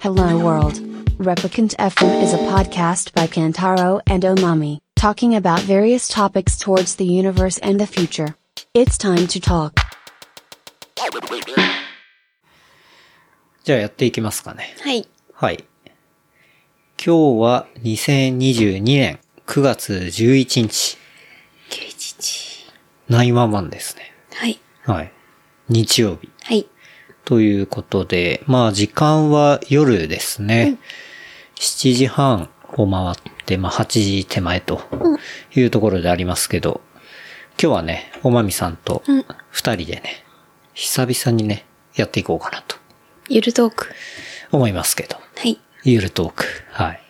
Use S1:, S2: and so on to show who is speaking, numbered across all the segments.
S1: Hello World. Replicant FM is a podcast by Kantaro and Omami, talking about various topics towards the universe and the future. It's time to talk.
S2: じゃあやっていきますかね。
S3: はい。
S2: はい。今日は2022年9月11日、
S3: 911。
S2: 911ですね。
S3: はい。
S2: はい。日曜日。
S3: はい。
S2: ということで、まあ時間は夜ですね。7時半を回って、まあ8時手前というところでありますけど、今日はね、おまみさんと
S3: うん
S2: 二人でね、久々にね、やっていこうかなと
S3: ゆるトーク。
S2: 思いますけど。
S3: はい。
S2: ゆるトーク。はい。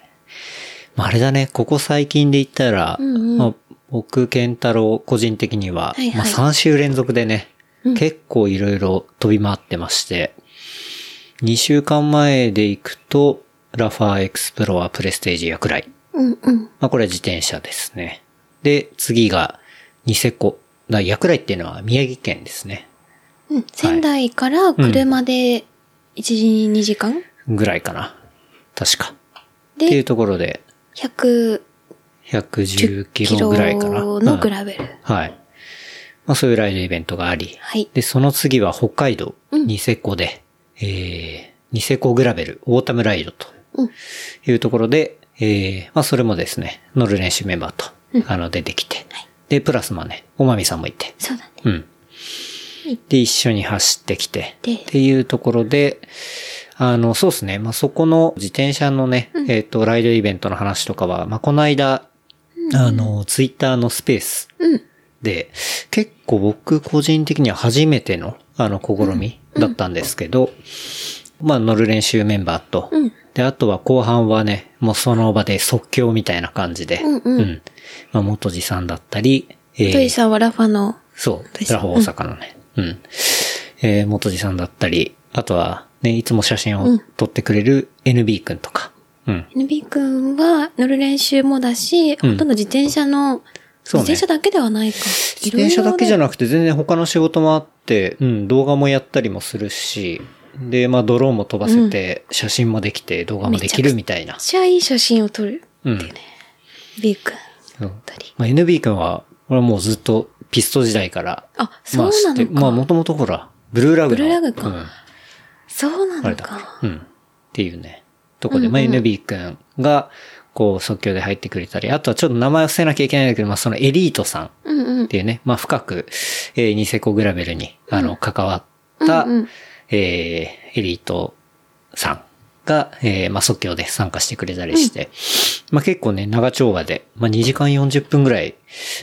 S2: まあ、あれだね、ここ最近で言ったら、
S3: うんうん
S2: まあ、僕、ケンタロウ、個人的には、
S3: はいはい
S2: まあ、3週連続でね、結構いろいろ飛び回ってまして、2週間前で行くと、ラファーエクスプロアプレステージアくらい。
S3: うんうん。
S2: まあ、これは自転車ですね。で、次が、ニセコ。だヤクライっていうのは宮城県ですね。
S3: うん。仙台から車で1時2時間
S2: ぐらいかな。確か。っていう
S3: で、
S2: ところで、
S3: 110
S2: 110キ
S3: キ
S2: ロ
S3: ロ
S2: ぐらいかな。
S3: のグ
S2: い。
S3: ラベル。
S2: はい。まあそういうライドイベントがあり。
S3: はい。
S2: で、その次は北海道、
S3: うん
S2: ニセコで、えー、ニセコグラベル、オータムライドと
S3: うん。
S2: いうところで、えー、まあそれもですね、乗る練習メンバーと、あの、出てきて。で、プラスまあね、おまみさんもいて。
S3: そうだね。
S2: うん。で、一緒に走ってきて、
S3: で
S2: っていうところで、あの、そうですね。まあ、そこの自転車のね、えっ、と、ライドイベントの話とかは、まあ、この間、あの、ツイッターのスペース
S3: うん。
S2: で、結構僕個人的には初めての、あの、試みだったんですけど、まあ、乗る練習メンバーと、
S3: うん
S2: で、あとは後半はね、もうその場で即興みたいな感じで、
S3: うんうん
S2: まあ、元次さんだったり、えー
S3: トイさんはラファの、
S2: そう。
S3: 私
S2: ラフ大阪のね。うん。えー、元次さんだったり、あとは、ね、いつも写真を撮ってくれる NB くんとか。うん。
S3: NB 君は乗る練習もだ
S2: う
S3: し、
S2: ん
S3: ほとんど自転車の、自
S2: そうね
S3: 転車だけではないか。
S2: 自転車だけじゃ
S3: な
S2: なくて、全然他の仕事もあって、うん、動画もやったりもするし、で、まあ、ドローンも飛ばせて、写真もできて、動画もできるみたいな
S3: め。ちゃいい写真を撮る。
S2: うん。
S3: B 君。
S2: そう
S3: たり
S2: まあ、NB くんは、俺はもうずっとピスト時代から、
S3: あ、そうなのか。
S2: まあ、もともとほら、ブルーラグの
S3: ブルーラグか
S2: うん
S3: そうな
S2: あれ
S3: の
S2: だっ
S3: か。
S2: けうん。っていうね。とこで、まあ、NB くんが、こう、即興で入ってくれたり、あとはちょっと名前を伏せなきゃいけないんだけど、まあ、そのエリートさんっ
S3: うんうん。
S2: ていうね、まあ、深く、えーニセコグラベルに、あの、関わった、
S3: うんうん
S2: えーエリートさんが、えーまあ、即興で参加してくれたりして、まあ、結構ね、長丁場で、まあ、2時間40分ぐらい、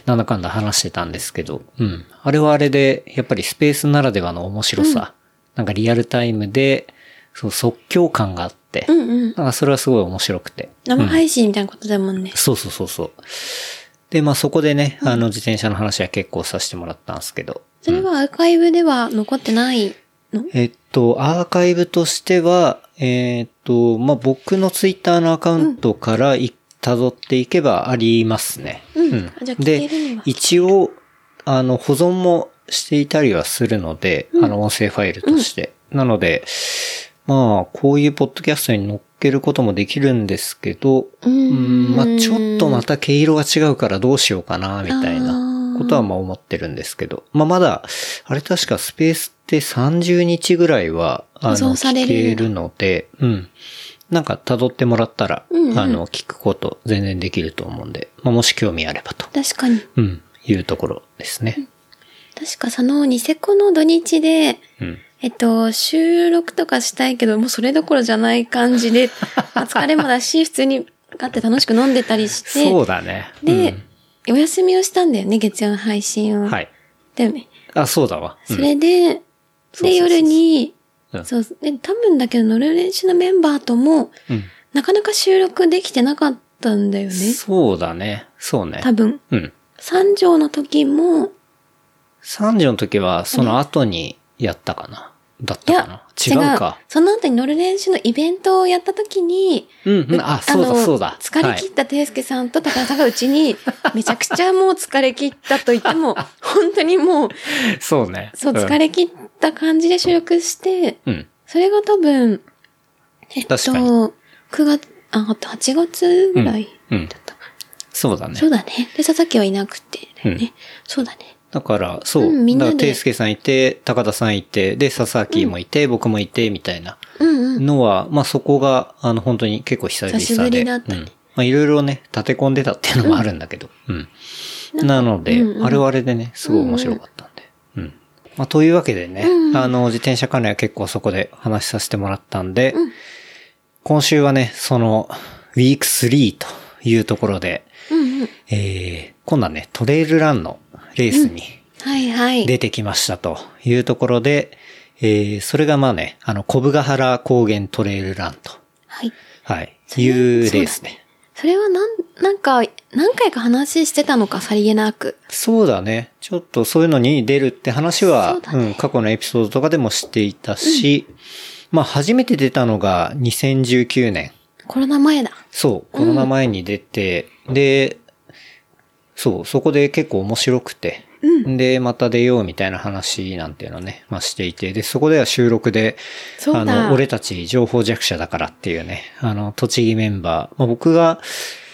S2: なんだかんだ話してたんですけど、うん。あれはあれで、やっぱりスペースならではの面白さ、なんかリアルタイムで、そう、即興感があって、
S3: うんうん。
S2: なんかそれはすごい面白くて。
S3: 生配信みたいなことだもんね。
S2: そうそうそうそう。で、まあ、そこでね、あの、自転車の話は結構させてもらったんですけど、
S3: それはアーカイブでは残ってないの
S2: えっと、アーカイブとしては、えーっと、まあ、僕のツイッターのアカウントからい、辿っていけばありますね。
S3: うんあじゃあ聞けるに
S2: で
S3: は、
S2: 一応、あの、保存もしていたりはするので、あの、音声ファイルとして。なので、まあ、こういうポッドキャストに乗っけることもできるんですけど、
S3: うーん
S2: うんまあ、ちょっとまた毛色が違うからどうしようかな、みたいな
S3: あー
S2: ことはまあ思ってるんですけど。まあ、まだ、あれ確かスペースって30日ぐらいは、あ
S3: 保
S2: の、
S3: 存され
S2: 聞
S3: る
S2: けるので、うん。なんか辿ってもらったら、
S3: うんうん
S2: あの、聞くこと全然できると思うんで、まあ、もし興味あればと、
S3: 確かに。
S2: うん、いうところですね。
S3: 確かそのニセコの土日で、
S2: うん。
S3: えっと、収録とかしたいけど、もうそれどころじゃない感じ で、まあ疲れもだし、普通に会って楽しく飲んでたりして、
S2: そうだね。
S3: で、お休みをしたんだよね、月曜の配信
S2: う
S3: を。
S2: ん、はい。
S3: だよね。
S2: あ、そうだわ。うん
S3: それで、
S2: うそうそうそう
S3: で、夜に、
S2: うん
S3: そう、で、多分だけど乗る練習のメンバーとも、
S2: うん
S3: なかなか収録できてなかったんだよね。
S2: そうだね。そうね。
S3: 多分。
S2: うん。
S3: 三条の時も、
S2: 三時の時は、その後にやったかな。だっ
S3: い
S2: たか
S3: や
S2: な。、違うか。
S3: その後に乗る練習のイベントをやった時に、
S2: うん、うん、あ、そうだ、
S3: の
S2: そうだ。
S3: 疲れ切ったていすけさんと高田さんがうちに、めちゃくちゃもう疲れ切ったと言って も、本当にもう、
S2: はいそうね。
S3: そう、
S2: ん
S3: 疲。れ切った感じで収録して、
S2: うん。
S3: それが多分、えっと、
S2: 確かに
S3: 9月、あ、あと8月ぐらい
S2: うん
S3: だ。った。
S2: そうだね
S3: そ。うだね。で、佐々木はいなくて、だよね。
S2: うん
S3: そうだね。
S2: だから、そう。
S3: うんみんな
S2: だ
S3: で
S2: から、ていすけさんいて、高田さんいて、で、佐々木もいて、僕もいて、みたいな
S3: うんうん。
S2: のは、まあそこが、あの、本当に結構久々で。
S3: 久しぶりだったね
S2: うんまあいろいろね、立て込んでたっていうのもあるんだけど。うん。なので、
S3: うんうん
S2: あれはあれでね、すごい面白かったんで。うん、まあというわけでね、
S3: うん
S2: あの、自転車関連は結構そこで話させてもらったんで、
S3: うん
S2: 今週はね、その、ウィーク3というところで、
S3: うんうん。
S2: えー、今度はね、トレイルランのレースに、
S3: はいはい。
S2: 出てきましたというところで、えー、それがまあね、あの、小ブヶ原高原トレイルランと、
S3: はい。
S2: はい、
S3: それ
S2: いうレースね。
S3: それはなん、なんか、何回か話してたのか、さりげなく。
S2: そうだね。ちょっとそういうのに出るって話は、
S3: そうだね
S2: ん、過去のエピソードとかでもしていたし、まあ初めて出たのが2019年。
S3: コロナ前だ。
S2: そう、コロナ前に出て、で、そう、そこで結構面白くて、で、また出ようみたいな話なんていうのね、まあしていて、で、そこでは収録で、
S3: そう
S2: あ
S3: だ
S2: の、俺たち情報弱者だからっていうね、あの、栃木メンバー、まあ、僕が、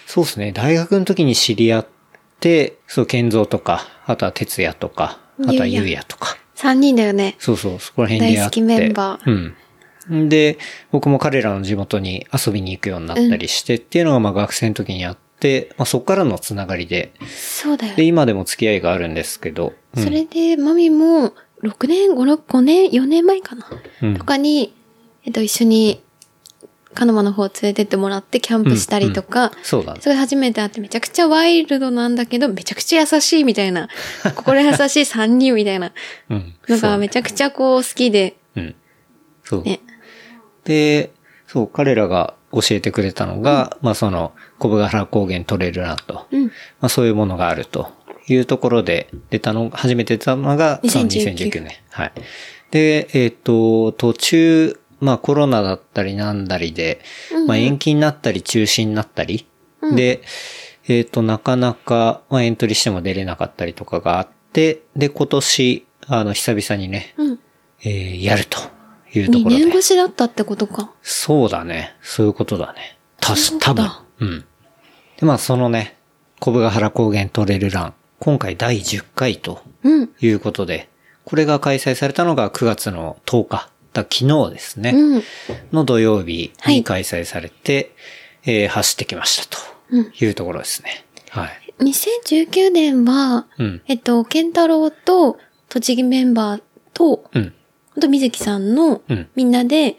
S2: そうですね、大学の時に知り合って、そう、健三とか、あとは哲也とか、あとはゆ
S3: ゆうや
S2: うやとか、
S3: 3人だよね。
S2: そうそう、そこら辺でやって。
S3: 大好きメンバ
S2: ー。うん。で、僕も彼らの地元に遊びに行くようになったりしてっていうのが、まあ学生の時にあって、まあそこからのつながりで、
S3: そうだよ
S2: で、。今でも付き合いがあるんですけど、うん
S3: それで、マミも、6年、5、6、5年、4年前かな、
S2: うん
S3: とかに、えっと、一緒に、カノマの方連れてってもらって、キャンプしたりとか、
S2: そうだね
S3: そ。れ初めて会って、めちゃくちゃワイルドなんだけど、めちゃくちゃ優しいみた いな、心優しい3人みたいな
S2: うん。
S3: の
S2: そう
S3: がめちゃくちゃこう好きで、
S2: うん。そう。
S3: ね。
S2: で、そう、彼らが教えてくれたのが、まあその、小部ヶ原高原トレイルランと、
S3: うん。
S2: まあそういうものがあるというところで出たの、初めて出たのが、その
S3: 2019
S2: 2019年。はい。で、えっ、と、途中、まあコロナだったりなんだりで、まあ延期になったり中止になったり、で、えっ、と、なかなか、まあエントリーしても出れなかったりとかがあって、で、今年、あの、久々にね、
S3: うん。
S2: えーやるというと
S3: 2
S2: ころで。
S3: 年越しだったってことか。
S2: そうだね。そういうことだね。た
S3: そ
S2: し、
S3: うだ
S2: 多分。うん。で、まあそのね、小部ヶ原高原トレルラン。今回第10回と
S3: うん。
S2: いうことで、これが開催されたのが9月の10日。だ昨日ですね、
S3: うん。
S2: の土曜日
S3: は
S2: に
S3: い
S2: 開催されて、えー走ってきました
S3: うん
S2: というところですね。はい。
S3: 2019年は、
S2: うん。
S3: えっと、ケンタロウと、栃木メンバーと、
S2: うん。
S3: あと、水木さんの
S2: うん、
S3: みんなで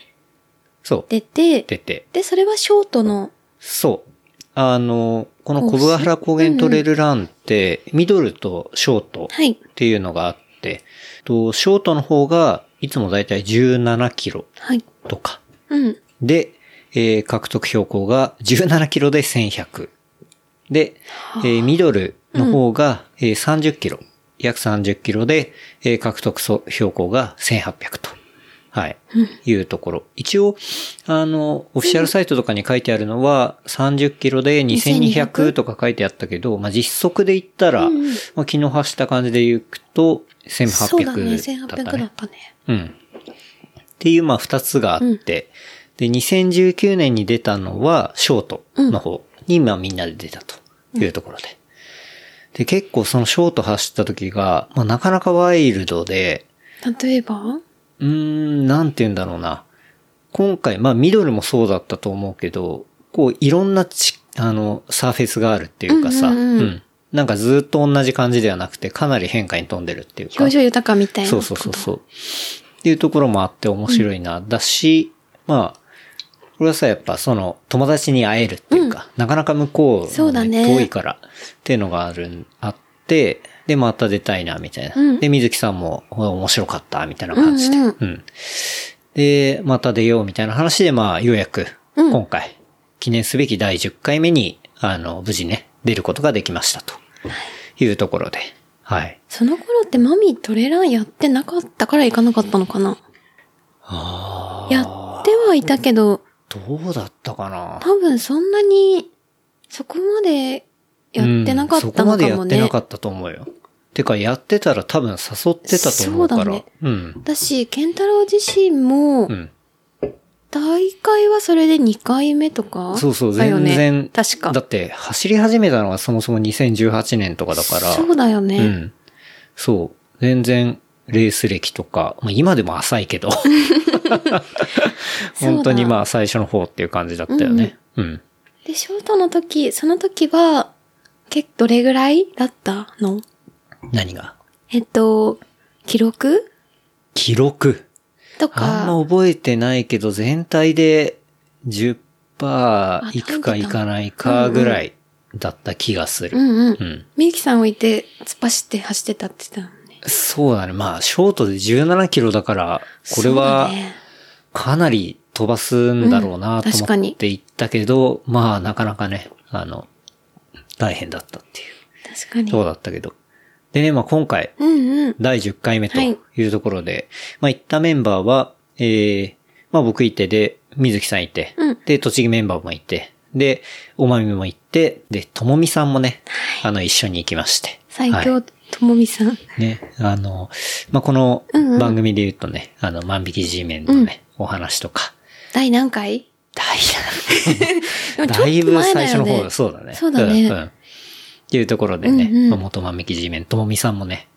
S2: そう。
S3: 出て、
S2: 出て。
S3: で、それはショートの、
S2: そう。あの、この小部ヶ原高原トレルランって、ミドルとショート
S3: はい。
S2: っていうのがあって、とショートの方がいつもだいたい17キロ
S3: はい。
S2: とか
S3: うん。
S2: で、えー獲得標高が17キロで1100。で、えーミドルの方が、えー30キロ、約30キロで、えー獲得そ標高が1800と。はい。いうところ。一応、あの、オフィシャルサイトとかに書いてあるのは、30キロで2200とか書いてあったけど、まあ、実測で言ったら、
S3: うんうん
S2: まあ、昨日走った感じで言うと、
S3: そうだね、
S2: 1800だった
S3: 1800だ
S2: ね
S3: っ。たね。
S2: うん。っていう、まあ、二つがあって、で、2019年に出たのは、ショートの方に、まあ、みんなで出たというところで。で、結構そのショート走った時が、まあ、なかなかワイルドで、
S3: 例えば
S2: うーん、なんて言うんだろうな。今回、まあ、ミドルもそうだったと思うけど、こう、いろんなち、あの、サーフェスがあるっていうかさ、
S3: うんうんうん
S2: なんかずっと同じ感じではなくて、かなり変化に富んでるっていうか。
S3: 表情豊かみたいな。
S2: そうそうそうそう。っていうところもあって面白いな。だし、まあ、これはさ、やっぱその友達に会えるっていうか、なかなか向こう
S3: そう
S2: の
S3: だ
S2: ね、
S3: ね
S2: 遠いからっていうのがあるん、あって、で、また出たいな、みたいな。
S3: うん
S2: で、水木さんもお面白かった、みたいな感じで。
S3: う
S2: うんん、
S3: うん
S2: で、また出よう、みたいな話で、まあ、ようやく、
S3: うん
S2: 今回、記念すべき第10回目に、あの、無事ね、出ることができました、というところで。はい。
S3: その頃ってマミトレランやってなかったから行かなかったのかな
S2: あ
S3: やってはいたけど、
S2: どうだったかな
S3: 多分そんなに、そこまでやってなかったのかも
S2: う
S3: ね。
S2: んそこまでやってなかったと思うよ。てか、やってたら多分誘ってたと思うから。
S3: そうだね
S2: うん。
S3: だし、ケンタロウ自身も、
S2: うん。
S3: 大会はそれで2回目とか
S2: そうそう、
S3: だよ
S2: 全
S3: ね
S2: 然、
S3: 確か。
S2: だって、走り始めたのはそもそも2018年とかだから、
S3: そうだよ
S2: う
S3: ね。
S2: ん。そう。全然、レース歴とか、まあ、今でも浅いけ ど、
S3: そうだ
S2: 本当にまあ最初の方っていう感じだったよね。うん。
S3: で、ショートの時、その時は、け、どれぐらいだったの
S2: 何が
S3: えっと、記録
S2: 記録。あ
S3: と
S2: ん
S3: か
S2: ま、覚えてないけど、全体で10%いくかいかないかぐらいだった気がす
S3: う
S2: る。
S3: んうん
S2: う。ん。
S3: みゆきさん置いて、突っ走って走ってたって言ってたのね。
S2: そうだね。まあ、ショートで17キロだから、これは
S3: そうだね
S2: かなり飛ばすんだろうなと
S3: うん確か
S2: 思
S3: に
S2: って行ったけど、まあ、なかなかね、あの、大変だったってい
S3: 確か
S2: う。
S3: に。
S2: そうだったけど。でね、まあ今回、
S3: うんうん。
S2: 第10回目と
S3: はい
S2: いうところで、まあ行ったメンバーは、えー、まあ僕いてで、水木さんいて、
S3: うん
S2: で、栃木メンバーもいて、で、おまみも行って、で、ともみさんもね、あの、一緒に行きまして。
S3: 最
S2: は
S3: 強、ともみさん。
S2: いね、あの、まあこの
S3: うんうん
S2: 番組で言うとね、あの、万引き G メンのね、お話とか、
S3: 第何回
S2: 大
S3: でもちょっと
S2: だいぶ
S3: 前だ
S2: 最初の
S3: よね
S2: 方、そうだね。
S3: そうだね
S2: んうんっていうところでね、
S3: うんうん
S2: まあ元まみきじめん、ともみさんもね、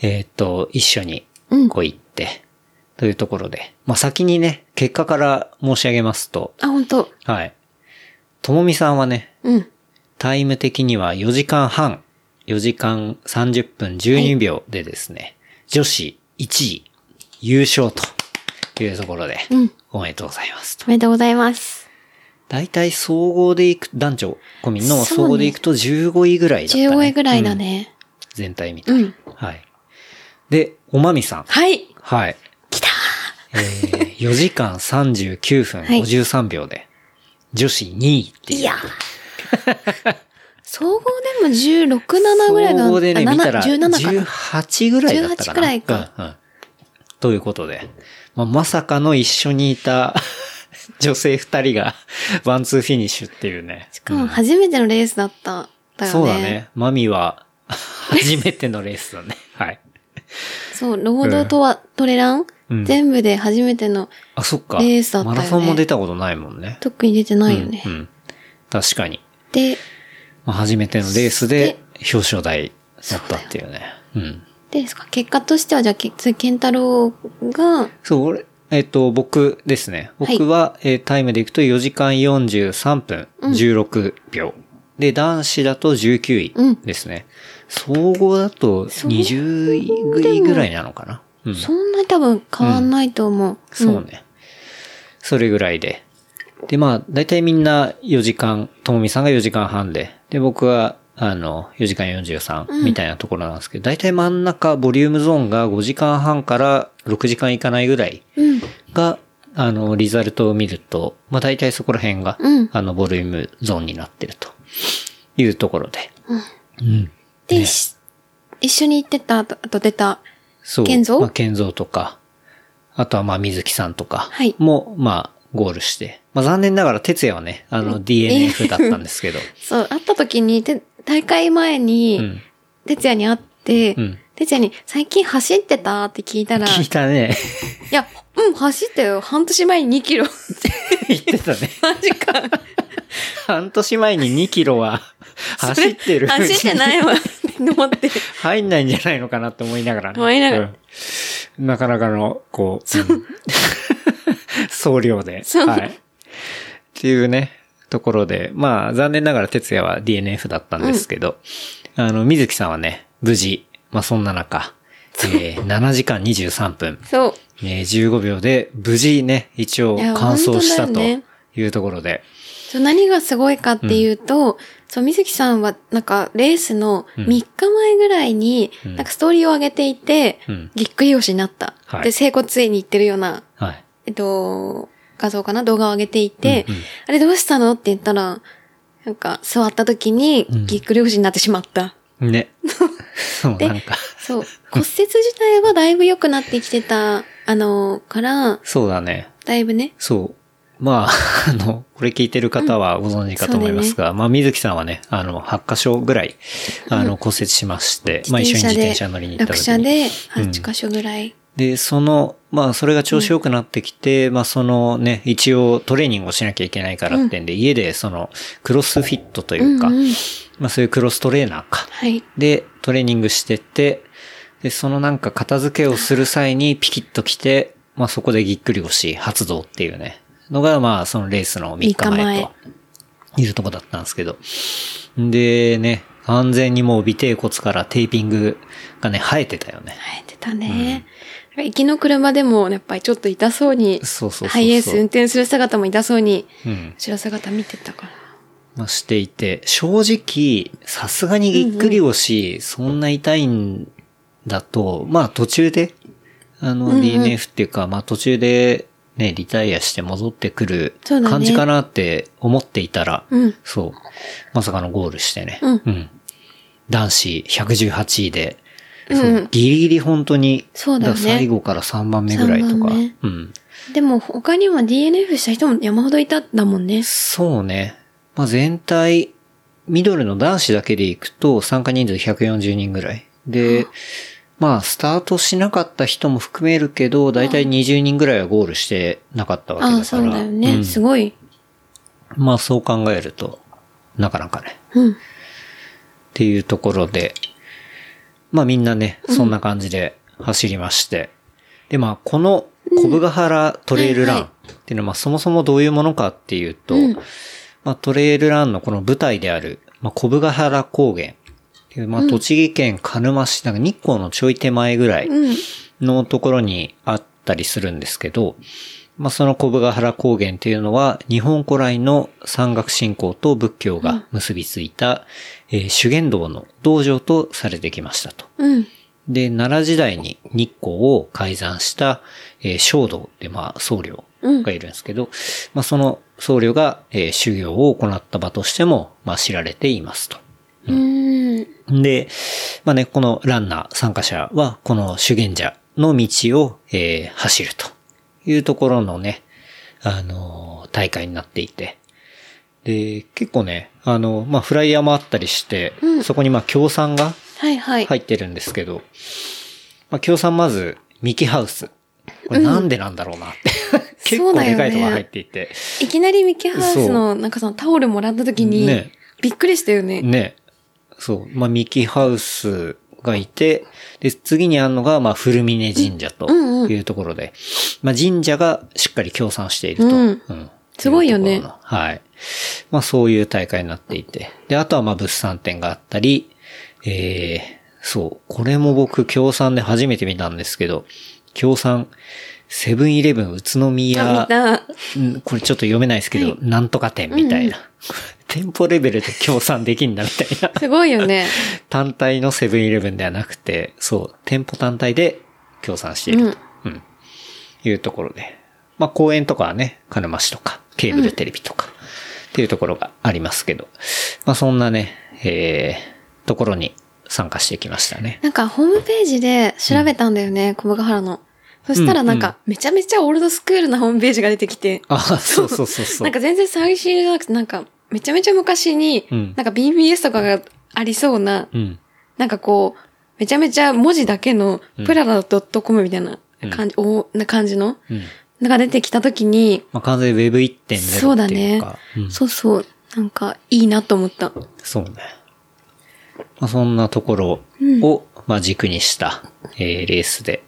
S2: えーっと、一緒に
S3: うん
S2: こう行って、というところで、まあ先にね、結果から申し上げますと、
S3: あ、本当
S2: はい。ともみさんはね、
S3: うん。
S2: タイム的には4時間半、4時間30分12秒でですね、女子1位優勝というところで、
S3: うん
S2: おめでとうございますと。
S3: おめでとうございます。
S2: 大体総合でいく、男女込みの
S3: そうね
S2: 総合でいくと15位ぐらいだった、ね。
S3: 15位ぐらいだ
S2: うん
S3: ね。
S2: 全体見た
S3: う
S2: ら。
S3: ん。
S2: はい。で、おまみさん。
S3: はい。
S2: はい。
S3: 来た
S2: え ー、4時間39分
S3: はい
S2: 53秒で、女子2位っていう。
S3: いや。総合でも16、7ぐらいだ
S2: 総合でね、
S3: あ
S2: 見た
S3: 7
S2: ら
S3: 17か。
S2: 18ぐらいだったかな。
S3: 18ぐらいか
S2: うんうん。ということで、まあ、まさかの一緒にいた 女性2人がワンツーフィニッシュっていうね。
S3: しかも初めてのレースだった。だよね。
S2: そうだ。ね。マミ は、初めてのレースだね。はい。
S3: そう、ロードとは、トレラン、
S2: うん
S3: 全部で初めての、
S2: あ、そっか。
S3: レースだったよ
S2: マ
S3: ね
S2: ラソンも出たことないもんね。
S3: 特に出てないよね。
S2: うん、うん。確かに。
S3: で、
S2: まあ、初めてのレースで
S3: で
S2: 表彰台だったっていうね。うん。
S3: でですか、結果としては、じゃあ、けつケンタロウが、
S2: そう、俺、えっ、と、僕ですね。僕は、えータイムでいくと4時間43分16秒。で、男子だと19位ですね。総合だと20位ぐらいなのかな。うん。
S3: そんなに多分変わんないと思う。
S2: そうね。
S3: ん
S2: それぐらいで。で、まあ、大体みんな4時間、ともみさんが4時間半で、で、僕は、あの、4時間43みたいなところなんですけど、大体真ん中、ボリュームゾーンが5時間半から6時間いかないぐらい
S3: うん。
S2: が、あの、リザルトを見ると、まあ大体そこら辺が、
S3: うん
S2: あの、ボリュームゾーンになってるというところで。うん。
S3: で、し一緒に行ってた、あとあと出た。
S2: そう。
S3: 健三
S2: まあ、建造とか、あとはまあ、水木さんとか
S3: はい
S2: も、まあ、ゴールして。まあ、残念ながら、哲也はね、あの、DNF だったんです けど。
S3: そう、会った時に、て大会前
S2: う
S3: に
S2: ん、。
S3: 哲也に会って
S2: うん、
S3: 哲也に、最近走ってたって聞いたら、
S2: 聞い
S3: い
S2: たね。
S3: や、うん、走ったよ。半年前に2キロ。
S2: 言ってたね。
S3: マジか。
S2: 半年前に2キロは、走 ってる。
S3: 走ってないわ。思って。
S2: 入んないんじゃないのかなって思いながらね。
S3: 思いながら
S2: うんなかなかの、こう、うん 総量で。
S3: そう
S2: はい。っていうね、ところで、まあ、残念ながら哲也は DNF だったんですけど、あの、水木さんはね、無事、まあ、そんな中、えー、7時間23分、
S3: そう。
S2: えー、15秒で、無事ね、一応
S3: いや
S2: 完走した
S3: 本当
S2: と
S3: だよね
S2: いうところで、
S3: そう何がすごいかっていうと、そう、水木さんは、なんか、レースの
S2: うん
S3: 3日前ぐらいに、
S2: うん
S3: なんかストーリーを上げていて、
S2: うん
S3: ぎっくり腰になった。
S2: はい
S3: で、整骨院に行ってるような、
S2: はい。
S3: えっと、画像かな動画を上げていて、
S2: うんうん
S3: あれどうしたのって言ったら、なんか、座った時に
S2: うん、
S3: ぎっくり腰になってしまった。
S2: ね。 そう、なんか、
S3: そう。骨折自体はだいぶ良くなってきてた、あの、から、
S2: そうだね。
S3: だいぶね。
S2: そう。まあ、あ の、これ聞いてる方はご存知かと思いますが、まあ、水木さんはね、あの、8箇所ぐらい、あの、骨折しまして、まあ、一緒に自転車乗りに行った
S3: 落
S2: 時
S3: 車
S2: に。
S3: で
S2: うん
S3: 8箇所ぐらい。
S2: で、その、まあ、それが調子良くなってきて、まあ、そのね、一応トレーニングをしなきゃいけないからってんで、家でその、クロスフィットというか、
S3: うんうん
S2: まあ、そういうクロストレーナーか。
S3: はい。
S2: で、トレーニングしてって、で、そのなんか片付けをする際にピキッと来て、まあ、そこでぎっくり腰発動っていうね、のが、まあ、そのレースの3日前とは、いうとこだったんですけど。で、ね、完全にもう尾低骨からテーピングがね、生えてたよね。
S3: 生えてたね。なんか行きの車でも、やっぱりちょっと痛そうに、
S2: そうそうそうそう。
S3: ハイエース運転する姿も痛そうに、
S2: うん。
S3: 後ろ姿見てたから。
S2: まあ、していて、正直、さすがにぎっくり腰、そんな痛いんだと、まあ途中で、あの、
S3: うんうん
S2: DNF っていうか、まあ途中で、ね、リタイアして戻ってくる
S3: そうだね
S2: 感じかなって思っていたら、
S3: うん。
S2: そう。まさかのゴールしてね。
S3: うん
S2: 男子118位で、
S3: うん
S2: そう
S3: うん
S2: ギリギリ本当に、
S3: そうだよね
S2: 最後から3番目ぐらいと
S3: 三
S2: か、
S3: 番目
S2: うん。
S3: でも、他には DNF した人も山ほどいたんだもんね。
S2: そうね。まあ、全体、ミドルの男子だけで行くと参加人数140人ぐらい。で、まあ、スタートしなかった人も含めるけど、だいたい20人ぐらいはゴールしてなかったわけだ
S3: あ
S2: から。
S3: あ、そうだよね。
S2: うん
S3: すごい。
S2: まあ、そう考えると、なかなかね。
S3: うん。
S2: っていうところで、まあみんなね、そんな感じで走りまして。で、まあこの小ブガハラトレイルランっていうのは、まあそもそもどういうものかっていうと、
S3: うん
S2: まあトレイルランのこの舞台である、まあ小ブガハラ高原っていう、まあ栃木県鹿沼市、なんか日光のちょい手前ぐらい
S3: うん。
S2: のところにあったりするんですけど、まあその小ブガハラ高原っていうのは日本古来の山岳信仰と仏教が結びついた、えー修験道の道場とされてきましたと。
S3: うん。
S2: で、奈良時代に日光を開山した、えー、正道って、まあ、僧侶がいるんですけど、まあ、その僧侶が、えー修行を行った場としても、まあ、知られていますと。
S3: うん。
S2: で、まあね、このランナー参加者は、この修験者の道を、えー走るというところのね、あのー大会になっていて。で、結構ね、あの、まあ、フライヤーもあったりして、
S3: うん
S2: そこにまあ、協賛が
S3: はいはい。
S2: 入ってるんですけど、まあ、協賛まず、ミキハウス。これなんでなんだろうなっ て。結
S3: そう
S2: 構
S3: だよね
S2: でかいとこ入っていて。
S3: いきなりミキハウスの、なんかそのタオルもらった時に
S2: ね、
S3: びっくりしたよね。
S2: ね。そう。まあ、ミキハウスがいて、で、次にあるのが、まあ、古峰神社と
S3: うんうん
S2: いうところで、まあ、神社がしっかり協賛していると。
S3: うんすごいよね
S2: うところのはい。まあ、そういう大会になっていて。で、あとは、まあ、物産展があったり、えー、そう。これも僕、協賛で初めて見たんですけど、協賛、セブンイレブン宇都
S3: あ、
S2: 宮
S3: 見、た。
S2: うんこれちょっと読めないですけど、なんとか店みたいな。 店舗レベルで協賛できんだみたいな。
S3: すごい よね。
S2: 単体のセブンイレブンではなくて、そう、店舗単体で協賛していると。うん。いうところで。まあ、公園とかはね、鹿沼市とか、ケーブルテレビとか、っていうところがありますけど、まあ、そんなね、えー、ところに参加してきましたね。
S3: なんかホームページで調べたんだよね、小牧原の。そしたらなんか、めちゃめちゃオールドスクールなホームページが出てきて、
S2: あ、そうそうそうそう。
S3: なんか全然最新じゃなくて、なんか、めちゃめちゃ昔に、
S2: うん
S3: なんか BBS とかがありそうな、
S2: うん。
S3: なんかこう、めちゃめちゃ文字だけの、プララ .com みたいな感じ、おな感じの、
S2: うん。
S3: なんか出てきたときに、
S2: まあ、完全に Web1.0 っていうか。
S3: そうだね、
S2: うん
S3: そうそう。なんか、いいなと思った。
S2: そうね。まあ、そんなところを、まあ、軸にした、えーレースで。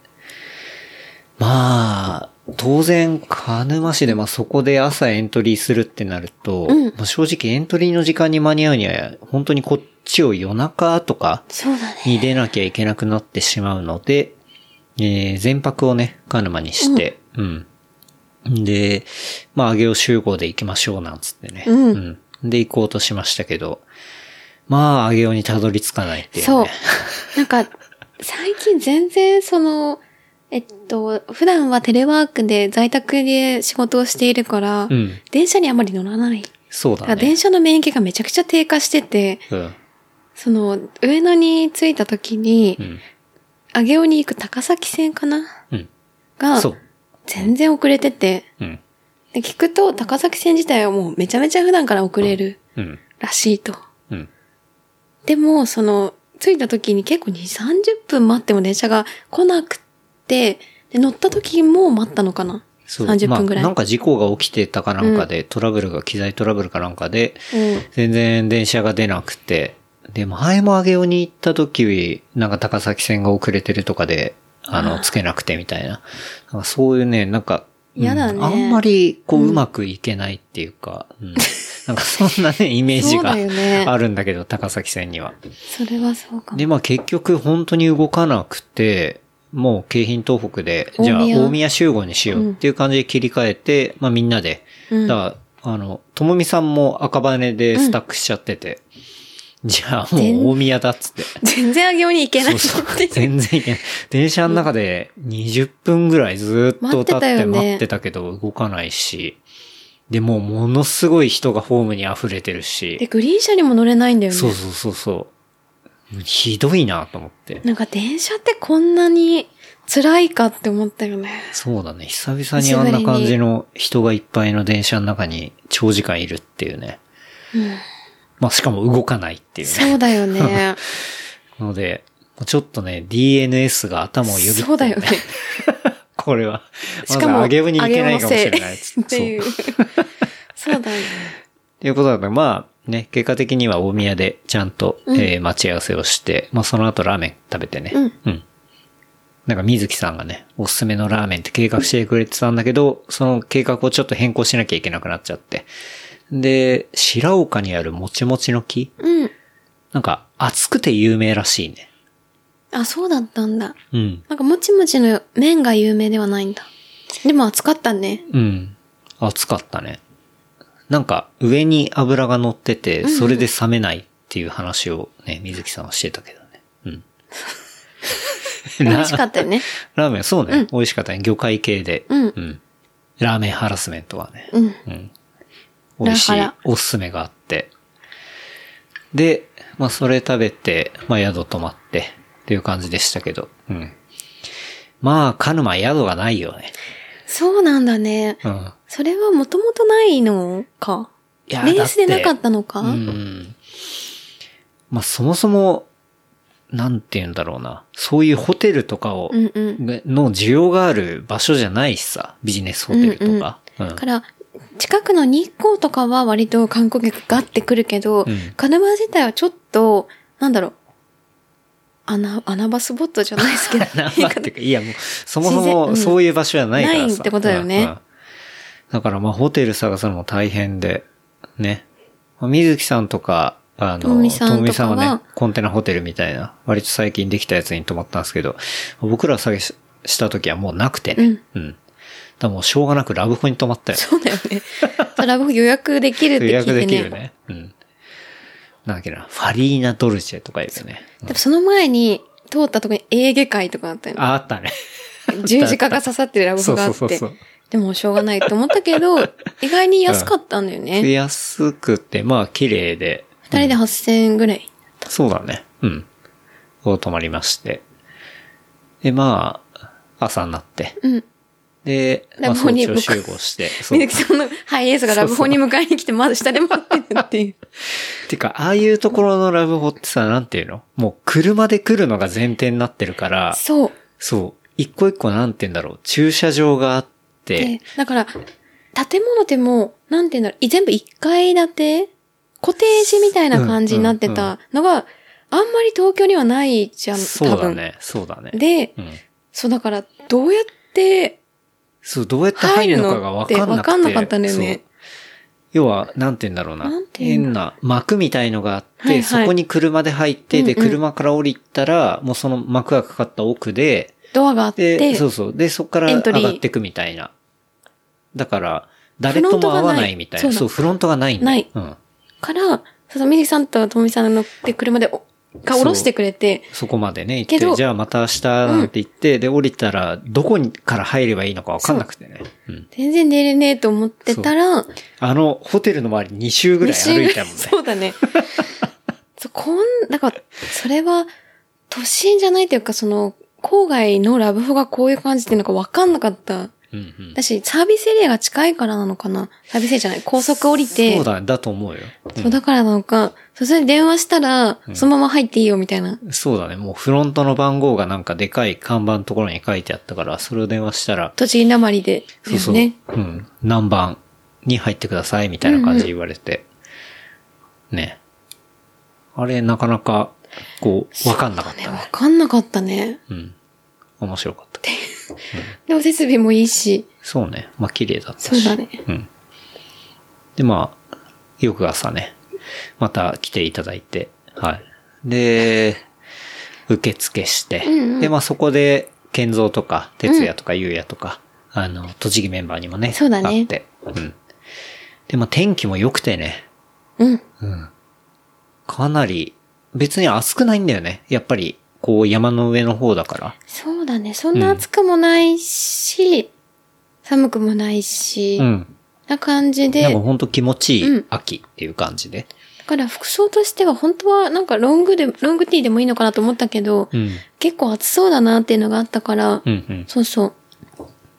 S2: まあ、当然、鹿沼市で、まあ、そこで朝エントリーするってなると、
S3: うん
S2: まあ正直エントリーの時間に間に合うには、本当にこっちを夜中とか
S3: そうだね。
S2: に出なきゃいけなくなってしまうので、えー全泊をね、鹿沼にして、うん。で、まあ、上げを集合で行きましょうなんつってね。
S3: うん
S2: で、行こうとしましたけど、まあ、上げにたどり着かないっていう、ね。
S3: そう。なんか、最近全然その、えっと、普段はテレワークで在宅で仕事をしているから、
S2: うん。
S3: 電車にあまり乗らない。
S2: そう
S3: だ
S2: だ
S3: から
S2: ね。
S3: 電車の免疫がめちゃくちゃ低下してて、
S2: うん。
S3: その、上野に着いた時に
S2: う、ん。
S3: 上尾に行く高崎線かな
S2: うん。
S3: が
S2: そう、
S3: 全然遅れてて、
S2: うん。
S3: で聞くと高崎線自体はもうめちゃめちゃ普段から遅れる
S2: うん。
S3: らしいと。
S2: うん。
S3: でも、その、着いた時に結構2、30分待っても電車が来なくって、で乗った時も待ったのかな
S2: そう。
S3: 30分ぐらい
S2: まあ、なんか事故が起きてたかなんかで、トラブルが、機材トラブルかなんかで、
S3: うん
S2: 全然電車が出なくて、で、前も上尾に行った時、なんか高崎線が遅れてるとかで、あの、つけなくてみたいな。なんかそういうね、なんか、うん
S3: やだね
S2: あんまり、こう、うまくいけないっていうか、 うんなんかそんなね、イメージ
S3: そう
S2: が
S3: だよね
S2: あるんだけど、高崎線には。
S3: それはそうかも。
S2: で、まあ結局本当に動かなくて、もう京浜東北で、
S3: 大
S2: じゃあ
S3: 宮
S2: 大宮集合にしようっていう感じで切り替えて、まあみんなで、
S3: うん
S2: だから、あの、ともみさんも赤羽でスタックしちゃってて、じゃあもう大宮だっつって。
S3: 全然あげおに行けない
S2: そう
S3: っ
S2: そう
S3: て言っ。て
S2: 全然いけない。電車の中で20分ぐらいずっと立っ
S3: 待ってた
S2: て
S3: よね
S2: 待ってたけど動かないし、で、もうものすごい人がホームに溢れてるし、
S3: で、グリーン車にも乗れないんだよね。
S2: そうそうそうそう。ひどいなと思って。
S3: なんか電車ってこんなに辛いかって思ったよね。
S2: そうだね。久々にあんな感じの人がいっぱいの電車の中に長時間いるっていうね。まあしかも動かないっていうね。
S3: そうだ よね。
S2: ので、ちょっとね、DNS が頭をよぎってる
S3: そうだよね。。
S2: これは。
S3: しかも、
S2: まだ上げ部に行けないかもしれない。
S3: 上尾のせい って
S2: そう。
S3: いう。そうだよね。
S2: ということなので、まあ、ね、結果的には大宮でちゃんと、
S3: うん
S2: えー待ち合わせをして、まあその後ラーメン食べてね。
S3: うん
S2: なんか水木さんがね、おすすめのラーメンって計画してくれてたんだけど、その計画をちょっと変更しなきゃいけなくなっちゃって。で、白岡にあるもちもちの木
S3: うん。
S2: なんか熱くて有名らしいね。
S3: あ、そうだったんだ。
S2: うん。
S3: なんか、もちもちの麺が有名ではないんだ。でも暑かったね。
S2: うん。熱かったね。なんか上に油が乗ってて、それで冷めないっていう話をね、水木さんはしてたけどね。うん。
S3: 美味しかったよね。
S2: ラーメン、そうね。美味しかったね。魚介系で。
S3: うん
S2: ラーメンハラスメントはね。
S3: うん。
S2: うん。美味しい
S3: ラハラ
S2: おすすめがあって。で、まあそれ食べて、まあ宿泊まってっていう感じでしたけど。うん。まあ、鹿沼宿がないよね。
S3: そうなんだね。
S2: うん。
S3: それはもともとないのか。
S2: い
S3: レ
S2: や
S3: ースでなかったのか。
S2: うん。まあそもそも、なんて言うんだろうな。そういうホテルとかを、
S3: うんうん。
S2: の需要がある場所じゃないしさ。ビジネスホテルとか。うん
S3: だから、近くの日光とかは割と観光客がってくるけど、
S2: うん、
S3: 鹿沼自体はちょっと、なんだろう、穴、穴場スポットじゃないですけど
S2: なんかっていうかいやもう、そもそ
S3: 自然う
S2: も
S3: ん
S2: そういう場所じゃないからさ。
S3: ないってことだよね
S2: うんうんだからまあホテル探すのも大変で、ね。まあ水木さんとか、あの、
S3: ともみさ
S2: と
S3: んとかは
S2: もみさんはね、コンテナホテルみたいな、割と最近できたやつに泊まったんですけど、僕ら探しした時はもうなくてね。うん。だからもうしょうがなくラブホに泊まったよ。
S3: そうだよね。それは僕予約できるって
S2: 予
S3: 聞い
S2: 約
S3: て
S2: でき
S3: ね。
S2: るね。うん。なんだっけな、ファリーナドルチェとか言うよね。
S3: でもその前に、通ったとこにエーゲ海とかあったよね。
S2: あ、あったね。
S3: 十字架が刺さってるラブホがあっ
S2: そうそう
S3: て
S2: そうそう。
S3: でもしょうがないと思った けど、意外に安かったんだよね。
S2: 安くて、まあ綺麗で。
S3: 二、人で8000円ぐらい。
S2: そうだね。うん。こう泊まりまして。で、まあ、朝になって。
S3: うん。
S2: で、まあ、
S3: ラブホ
S2: 早
S3: に
S2: 朝集合 して。そう。
S3: 水木さんのハイエースがラブホに迎えに来て、まだ下で待ってるっていう。
S2: てか、ああいうところのラブホってさ、なんていうのもう車で来るのが前提になってるから、
S3: そう。
S2: そう。一個一個なんていうんだろう。駐車場があって
S3: で、、だから、建物でも、なんていうんだろう、い全部1階建てコテージみたいな感じになってたのが、あんまり東京にはないじゃん、
S2: そ
S3: 多
S2: うだ
S3: 分。
S2: ね。そうだね。
S3: で、
S2: うん。
S3: そうだから、どうやって、
S2: そう、どうやって入るのかが分かんなくて。
S3: 入るのって分かんなかったんだよね
S2: そう。要は、なんて言うんだろうな。
S3: なんて言うん
S2: 変な幕みたいのがあって、
S3: はいはい
S2: そこに車で入って、で、
S3: うんうん
S2: 車から降りたら、もうその幕がかかった奥で、
S3: ドアがあって、
S2: で、そうそう。で、そこから
S3: エ
S2: 上
S3: ントリー
S2: がっていくみたいな。だから、誰とも会わないみたいな。
S3: フロン
S2: そ
S3: トがない
S2: う、フロントがないんだ
S3: ない
S2: うん。
S3: から、そうそう、水木さんとともみさんが乗って車でお、が下ろしてくれて、
S2: そこまでね、行っ
S3: け
S2: て、
S3: ど
S2: じゃあまた明日なんて言って、で、降りたら、どこにから入ればいいのか分かんなくてね。うん。
S3: 全然寝れねえと思ってたら、
S2: あの、ホテルの周り2周ぐらい歩いたもんね。
S3: そうだね。そうこん、だから、それは、都心じゃないというか、その、郊外のラブホがこういう感じっていうのが分かんなかった。
S2: うんうん。
S3: だし、サービスエリアが近いからなのかなサービスエリアじゃない高速降りて。
S2: そうだ、だと思うよ。うん
S3: そうだからなのか、それで電話したら、
S2: ん
S3: そのまま入っていいよみたいな。
S2: そうだね。もうフロントの番号がなんかでかい看板のところに書いてあったから、それを電話したら、
S3: 栃木なまりで。
S2: そうそう。
S3: ですね。
S2: うん。何番に入ってくださいみたいな感じで言われて。ね。あれ、なかなか、こう、わかんなかった
S3: ね、わ
S2: ね。
S3: かんなかったね。
S2: うん。面白かった。
S3: でも設備もいいし。
S2: そうね。まあ、綺麗だった
S3: そう
S2: し。
S3: だね。
S2: うん。で、まあ、翌朝ね、また来ていただいて、はい。で、受付して、
S3: うんうん
S2: で、まあそこで、健三とか、哲也とか、ゆうやとか、あの、栃木メンバーにもね、
S3: そうだね
S2: 会って、うん。で、まあ天気も良くてね、
S3: うん。
S2: うん。かなり、別に暑くないんだよね。やっぱり、こう山の上の方だから。
S3: そうだね。そんな暑くもないし、寒くもないし、
S2: うん。
S3: な感じで、
S2: なんか
S3: だ
S2: ほんと気持ちいうい
S3: ん
S2: 秋っていう感じで。
S3: から服装としては本当はなんかロングで、ロングティーでもいいのかなと思ったけど、
S2: うん。
S3: 結構暑そうだなっていうのがあったから、
S2: うんうん。
S3: そうそう、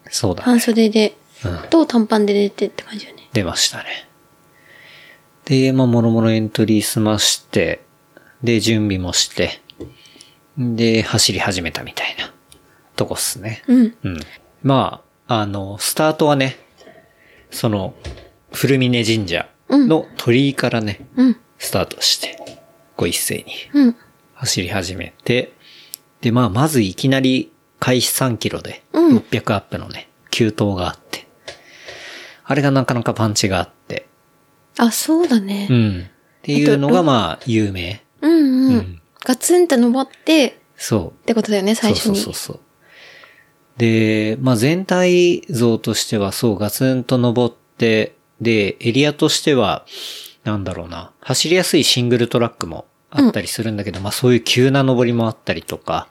S2: そうだね。
S3: 半袖で、
S2: うん。
S3: と短パンで出てって感じよね。
S2: 出ましたね。で、まあ、もろもろエントリー済まして、で、準備もして、で、走り始めたみたいなとこっすね。
S3: うん。
S2: うん。まあ、あの、スタートはね、その、古峰神社の鳥居からね、
S3: うん。
S2: スタートして、こう一斉に
S3: うん。
S2: 走り始めて、で、まあ、まずいきなり開始3キロで、
S3: うん
S2: 600アップのね、急騰があって、あれがなかなかパンチがあって、
S3: あ、そうだね。
S2: うん。っていうのがまあ、有名。
S3: うんう。
S2: うん
S3: ガツンって登って、っ
S2: そう。
S3: てことだよね、最初に。
S2: そうそうそうそう。で、まあ全体像としてはそうガツンと登って、で、エリアとしては、なんだろうな、走りやすいシングルトラックもあったりするんだけど、まあそういう急な登りもあったりとか、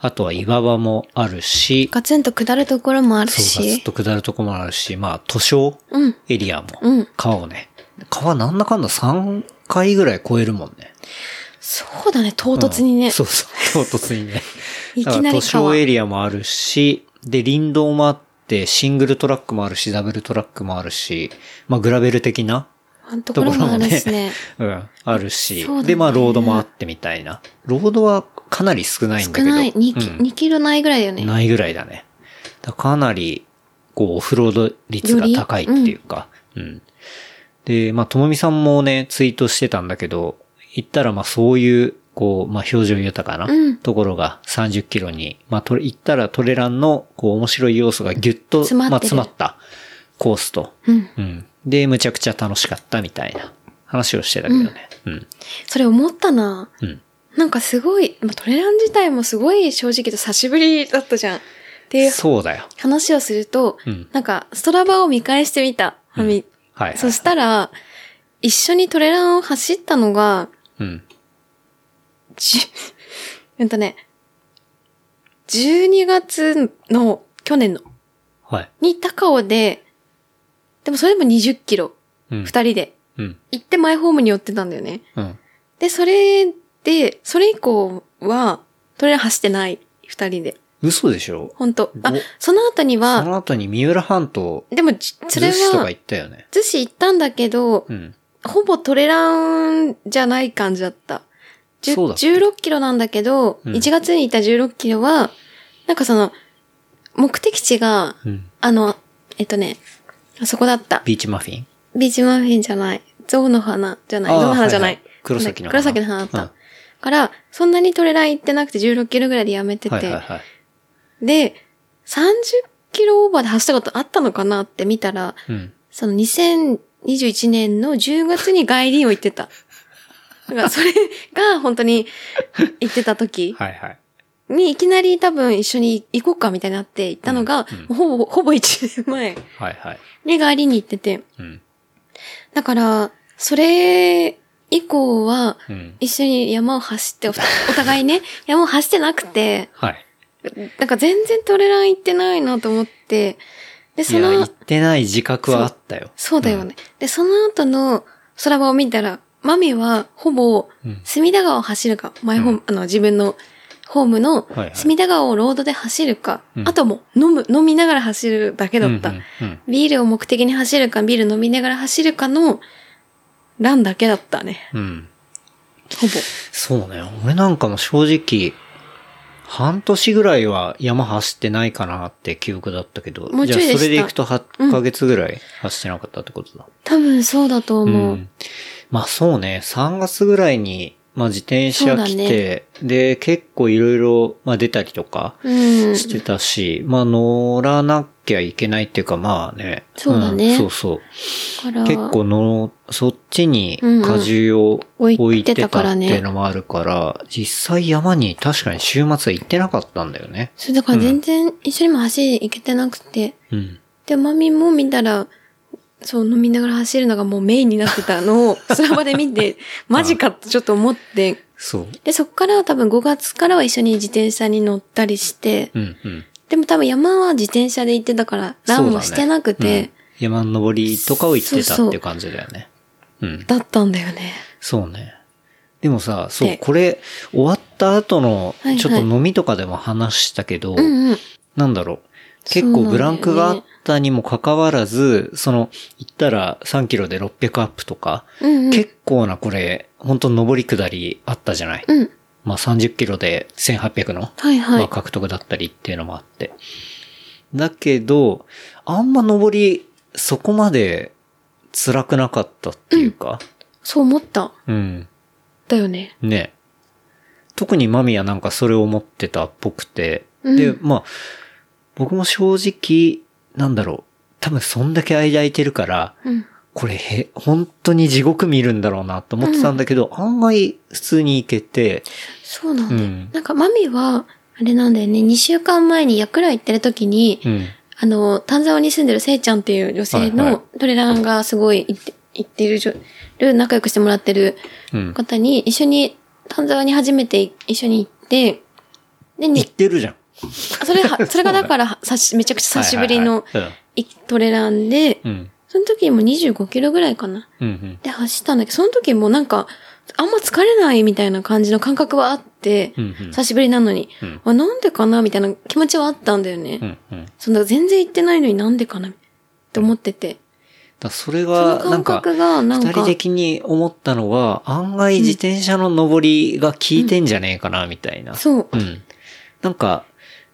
S2: あとは岩場もあるし、
S3: ガツンと下るところもある
S2: そう、ガツン
S3: し。
S2: と下るとこもあるし、まあ、図書
S3: うん。
S2: エリアも、
S3: うん
S2: 川をね、川なんだかんだ3回ぐらい超えるもんね。
S3: そうだね、唐突に
S2: うん
S3: ね。
S2: そうそう、唐突にね。
S3: いきな
S2: だ
S3: り
S2: から
S3: 川
S2: 図書エリアもあるし、で、林道もあって、シングルトラックもあるし、ダブルトラックもあるし、まあ、グラベル的な
S3: あのと
S2: と
S3: こ
S2: こ
S3: ろ
S2: ろ
S3: もあ
S2: も
S3: る
S2: ね、
S3: しね。
S2: うん、あるし、
S3: そうだね
S2: で、まあ、ロードもあってみたいな。ロードはかなり少ないんだ
S3: 少
S2: けど。
S3: ない。2, キ
S2: うん
S3: 2キロないぐらいだよね。
S2: ないぐらいだね。だかなり、こう、オフロード率が高いっていうか、うん、で、まあ、ともみさんもね、ツイートしてたんだけど、行ったら、まあ、そういう、こう、まあ、表情豊かな
S3: うん
S2: ところが30キロに、まあ、と行ったらトレランの、こう、面白い要素がギュッと、
S3: 詰まってる
S2: まあ、詰まったコースと、
S3: うん。
S2: うん。で、むちゃくちゃ楽しかったみたいな話をしてたけどね。うん。
S3: それ思ったな。
S2: うん。
S3: なんかすごい、まあトレラン自体もすごい正直と久しぶりだったじゃん。っていう
S2: そうだよ。
S3: 話をすると、
S2: うん
S3: なんかストラバを見返してみた。はみ
S2: はい、はい。
S3: そしたら、一緒にトレランを走ったのが、
S2: うん。
S3: じ、 うんとね、12月の、去年の、
S2: はい。
S3: に高尾で、でもそれでも20キロ、
S2: うん。
S3: 二人で、
S2: うん。
S3: 行ってマイホームに寄ってたんだよね。
S2: うん。
S3: で、それで、それ以降は、トレラン走ってない、二人で。
S2: 嘘でしょ
S3: ほんと。あ
S2: お、
S3: その後に
S2: そ
S3: は、
S2: の後に三浦半島、
S3: でも、じそ
S2: 寿
S3: れ
S2: 司とか
S3: は
S2: 行、ったよね。
S3: 逗子行ったんだけど
S2: う、ん。
S3: ほぼトレランじゃない感じだった。じゅ
S2: そうだっけ
S3: 16キロなんだけど、
S2: うん
S3: 1月に行った16キロは、なんかその、目的地が、
S2: うん。
S3: あの、えっとね、あそこだった。
S2: ビーチマフィン
S3: ビーチマフィンじゃない。ゾウの花じゃない。
S2: あー
S3: ゾウの花じゃない。
S2: はいはい黒崎の花
S3: 黒崎の花だった。
S2: うん
S3: から、そんなにトレラン行ってなくて16キロぐらいでやめてて。
S2: はいはいはい。
S3: で、30キロオーバーで走ったことあったのかなって見たら、
S2: うん。
S3: その2021年の10月に外輪を行ってた。 だからそれが本当に行ってた時
S2: はいはい。
S3: にいきなり多分一緒に行こうかみたいになって行ったのが、
S2: うん
S3: ほぼ、ほぼ1年前
S2: はいはい。
S3: に外輪に行ってて。
S2: うん。
S3: だから、それ以降は
S2: うん。
S3: 一緒に山を走って、お互いお互いね、山を走ってなくて、
S2: はい。
S3: なんか全然トレラン行ってないなと思って、で、
S2: い
S3: そ
S2: や、行
S3: の
S2: っ、てない自覚はあったよ。
S3: そうだよね。で、その後の空場を見たら、マミはほぼ
S2: うん、
S3: 隅田川を走るか、マイホーム、あの、自分のホームの
S2: はいはい
S3: 隅田川をロードで走るか、
S2: うん
S3: あともう飲む、飲みながら走るだけだった。
S2: うんうんうん
S3: ビールを目的に走るか、ビール飲みながら走るかの、ランだけだったね。
S2: うん。
S3: ほぼ。
S2: そうね。俺なんかも正直、半年ぐらいは山走ってないかなって記憶だったけど、
S3: もうちょい
S2: じゃあ
S3: でした
S2: それで行くと8ヶ月ぐらい走ってなかったってことだ。
S3: 多分そうだと思う。
S2: んまあそうね、3月ぐらいに、まあ自転車来て、で、結構いろいろ、まあ出たりとか
S3: うん。
S2: してたし、まあ乗らなきゃいけないっていうか、まあね。
S3: そうだね
S2: んそうそう。
S3: から
S2: 結構の、そっちに
S3: うんうん
S2: 荷重を
S3: 置いて
S2: 置いてた
S3: た
S2: って
S3: からね
S2: いうのもあるから、実際山に確かに週末は行ってなかったんだよね。
S3: そう、だから全然一緒にも走り行けてなくて。
S2: うん。
S3: で、マミも見たら、そう、飲みながら走るのがもうメインになってたの を、その場で見て、マジかとちょっと思って、
S2: そう。
S3: で、そこから多分5月からは一緒に自転車に乗ったりして、
S2: うんうん。
S3: でも多分山は自転車で行ってたから、ランもしてなくて、
S2: そうだねうん山登りとかを行ってた
S3: そう
S2: っ
S3: そ
S2: てい
S3: う
S2: う感じだよね。うん。
S3: だったんだよね。
S2: そうね。でもさ、そ
S3: で
S2: う、これ、終わった後の
S3: はいは、い
S2: ちょっと飲みとかでも話したけど、
S3: うんうん。
S2: なんだろう。結
S3: そう
S2: 構
S3: なんだよね
S2: ブランクがあったにもかかわらず、その、行ったら3キロで600アップとか、
S3: うんうん。
S2: 結構なこれ、本当上り下りあったじゃない、
S3: うん。
S2: まあ30キロで1800の、
S3: はいは
S2: まあ
S3: い。
S2: 獲得だったりっていうのもあって。だけど、あんま上り、そこまで辛くなかったっていうか、
S3: そう思った。
S2: うん、
S3: だよね。
S2: ね。特にマミヤなんかそれを思ってたっぽくて、
S3: うん
S2: で、まあ、僕も正直、なんだろう、多分そんだけ間空いてるから、
S3: うん。
S2: これへ、本当に地獄見るんだろうなと思ってたんだけど、案外普通に行けて、
S3: そうなんだよ。
S2: うん
S3: なんかマミは、あれなんだよね、2週間前にヤクラ行ってる時に、
S2: うん。
S3: あの、丹沢に住んでるせいちゃんっていう女性
S2: はいは
S3: のトレランがすごい行って行ってるじょる、仲良くしてもらってる
S2: うん。
S3: 方に、一緒に、丹沢に初めて一緒に行って、
S2: 行
S3: で、
S2: っ
S3: に、
S2: てるじゃん。
S3: それは、それが だから、さし、めちゃくちゃ久しぶりの
S2: はいはいはい
S3: いトレランで、
S2: うん。うん。
S3: その時も25キロぐらいかな。
S2: うんうん。
S3: で、走ったんだけど、その時もなんか、あんま疲れないみたいな感じの感覚はあって、
S2: うんうん
S3: 久しぶりなのに、
S2: うん
S3: あなんでかなみたいな気持ちはあったんだよね。
S2: うんうん。だか
S3: そんな全然行ってないのになんでかなって思ってて。
S2: らそれ
S3: その
S2: が、なん
S3: 感
S2: か、
S3: 覚がなん
S2: 二
S3: か
S2: 人、的に思ったのは、案外自転車の上りが効いてんじゃねえかな、みたいな。
S3: そう
S2: う。ん。なんか、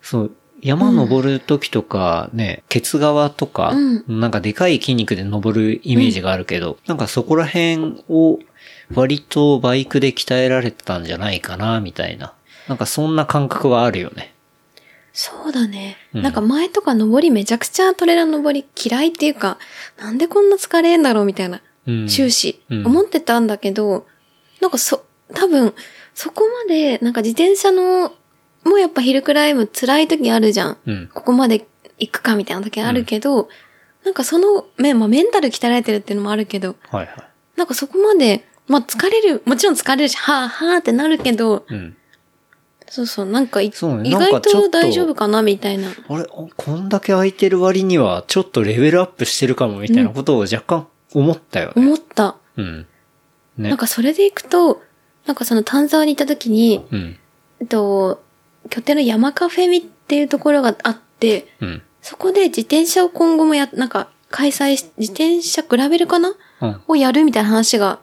S2: そう、山登る時とかね、ケツ側とか、
S3: うん
S2: なんかでかい筋肉で登るイメージがあるけど、なんかそこら辺を割とバイクで鍛えられてたんじゃないかな、みたいな。なんかそんな感覚はあるよね。
S3: そうだね。
S2: うん
S3: なんか前とか登りめちゃくちゃトレラン登り嫌いっていうか、なんでこんな疲れんだろうみたいな、
S2: うん。
S3: 終始、
S2: うん
S3: 思ってたんだけど、なんかそ、多分、そこまで、なんか自転車の、もうやっぱヒルクライム辛い時あるじゃん。
S2: うん。
S3: ここまで行くかみたいな時あるけど、なんかその、め、まあメンタル鍛えられてるっていうのもあるけど、
S2: はいはい。
S3: なんかそこまで、まあ疲れる、もちろん疲れるし、はぁ、はぁってなるけど、
S2: うん。
S3: そうそう、なんかい
S2: そうね
S3: 意
S2: なんか
S3: 外
S2: ちょっと
S3: と大丈夫かなみたいな。
S2: あれ、あこんだけ空いてる割には、ちょっとレベルアップしてるかも、みたいなことを若干思ったよね。
S3: 思った。
S2: うん。ね。
S3: なんかそれで行くと、なんかその丹沢に行った時に、
S2: うん。
S3: えっと、拠点の山カフェミっていうところがあって、
S2: うん。
S3: そこで自転車を今後もや、なんか開催し、自転車グラベルかな
S2: うん。
S3: をやるみたいな話が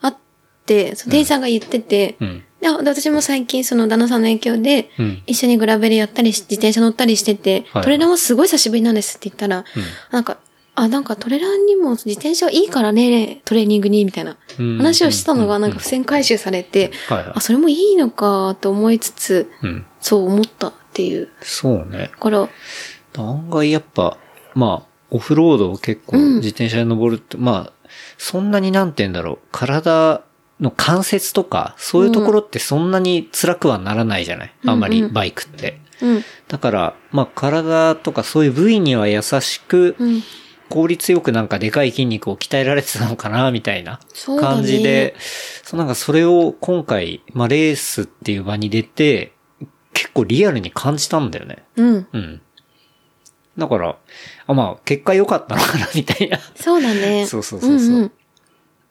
S3: あって、その店員さんが言ってて、
S2: うん。
S3: であで私も最近その旦那さんの影響で、
S2: うん。
S3: 一緒にグラベルやったりし、自転車乗ったりしてて、
S2: はい
S3: トレランはすごい久しぶりなんですって言ったら、なんか、あ、なんかトレランにも自転車はいいからね、トレーニングに、みたいな
S2: うん
S3: 話をしたのが
S2: うん
S3: なんか付箋回収されて、
S2: はいはい
S3: あ、。それもいいのかと思いつつ、
S2: うん。
S3: そう思ったっていう。
S2: そうね。
S3: だから、
S2: 案外やっぱ、まあ、オフロードを結構
S3: うん
S2: 自転車で登るって、まあ、そんなになんて言うんだろう、体の関節とか、そういうところってそんなに辛くはならないじゃない、あんま
S3: うん
S2: り
S3: うん
S2: バイクって。
S3: うん、
S2: だから、まあ体とかそういう部位には優しく、
S3: うん、
S2: 効率よくなんかでかい筋肉を鍛えられてたのかな、みたいな
S3: そうだね
S2: 感じで、そうなんかそれを今回、まあレースっていう場に出て、結構リアルに感じたんだよね。
S3: うん。
S2: うん。だから、あ、まあ結果良かったのかな、みたいな。
S3: そうだね。
S2: そうそうそうそうん
S3: ん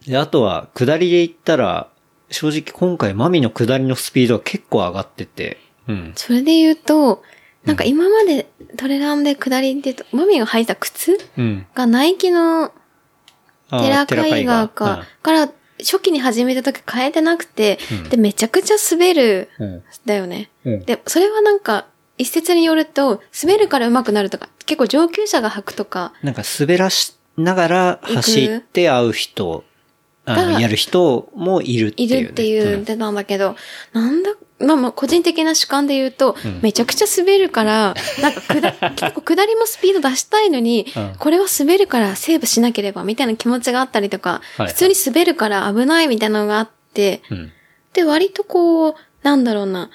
S2: で、あとは下りで行ったら、正直今回マミの下りのスピードは結構上がってて、うん。
S3: それで言うと、なんか今までトレランで下りで、マミが履いた靴
S2: うん。
S3: がナイキの
S2: あー
S3: テラカイガ
S2: テラ
S3: ーか、から初期に始めた時変えてなくて、
S2: うん
S3: で、めちゃくちゃ滑る、
S2: うん。うん
S3: だよね。
S2: うん
S3: で、それはなんか、一説によると、滑るから上手くなるとか、結構上級者が履くとか、
S2: なんか滑らしながら走って会う人、あの、
S3: が
S2: やる人もいるって
S3: い
S2: いう、ね。
S3: るっていう出たんだけど、なんだ、まあまあ個人的な主観で言うと、
S2: ん
S3: めちゃくちゃ滑 るから、なんか下、結構下りもスピード出したいのに、
S2: うん
S3: これは滑るからセーブしなければみたいな気持ちがあったりとか、
S2: はいはい
S3: 普通に滑るから危ないみたいなのがあって、
S2: うん。うん。
S3: で、割とこう、なんだろうな、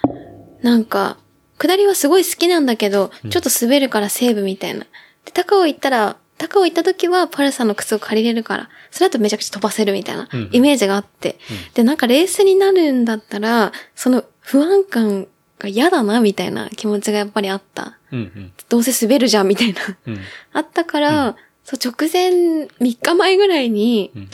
S3: なんか、下りはすごい好きなんだけど、ちょっと滑るからセーブみたいな。で、高尾行ったら、高尾行った時はパルサの靴を借りれるから、それだとめちゃくちゃ飛ばせるみたいな
S2: うん
S3: イメージがあって。で、なんかレースになるんだったら、その不安感が嫌だなみたいな気持ちがやっぱりあった。
S2: うん。
S3: どうせ滑るじゃんみたいな。
S2: うん。
S3: あったから、そう直前3日前ぐらいに、
S2: うん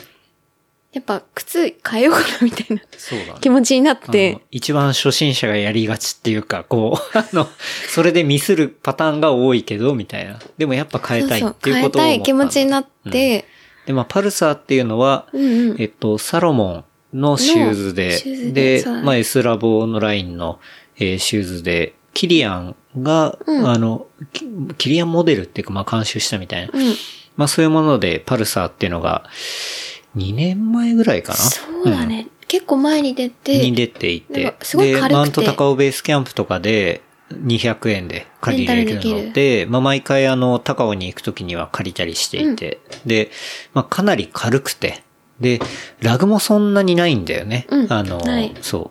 S3: やっぱ靴変えようかなみたいな
S2: そうだね。
S3: 気持ちになっ
S2: あ
S3: て
S2: の、一番初心者がやりがちっていうか、こう、 あの、それでミスるパターンが多いけど、みたいな。でもやっぱ変えたいっていうことを思ったんだ。
S3: 変えたい気持ちになって、
S2: で、まあ、パルサーっていうのは、
S3: うん、うん
S2: えっと、サロモンのシューズで、
S3: のシューズで
S2: で、
S3: そうだね
S2: まあ、S ラボのラインの、えーシューズで、キリアンが、
S3: うん
S2: あの、キキリアンモデルっていうか、まあ、監修したみたいな。
S3: うん。
S2: まあ、そういうもので、パルサーっていうのが、2年前ぐらいかな
S3: そうだね、結構前に出
S2: に
S3: て、
S2: 出てい
S3: な
S2: て
S3: ん、かすごい軽くて
S2: で、マウント高尾ベースキャンプとかで200円で借りれる
S3: レン
S2: の
S3: タ
S2: で、まあ毎回あの、高尾に行くときには借りたりしていて、で、まあかなり軽くて、で、ラグもそんなにないんだよね。
S3: うん
S2: あの
S3: ない、
S2: そ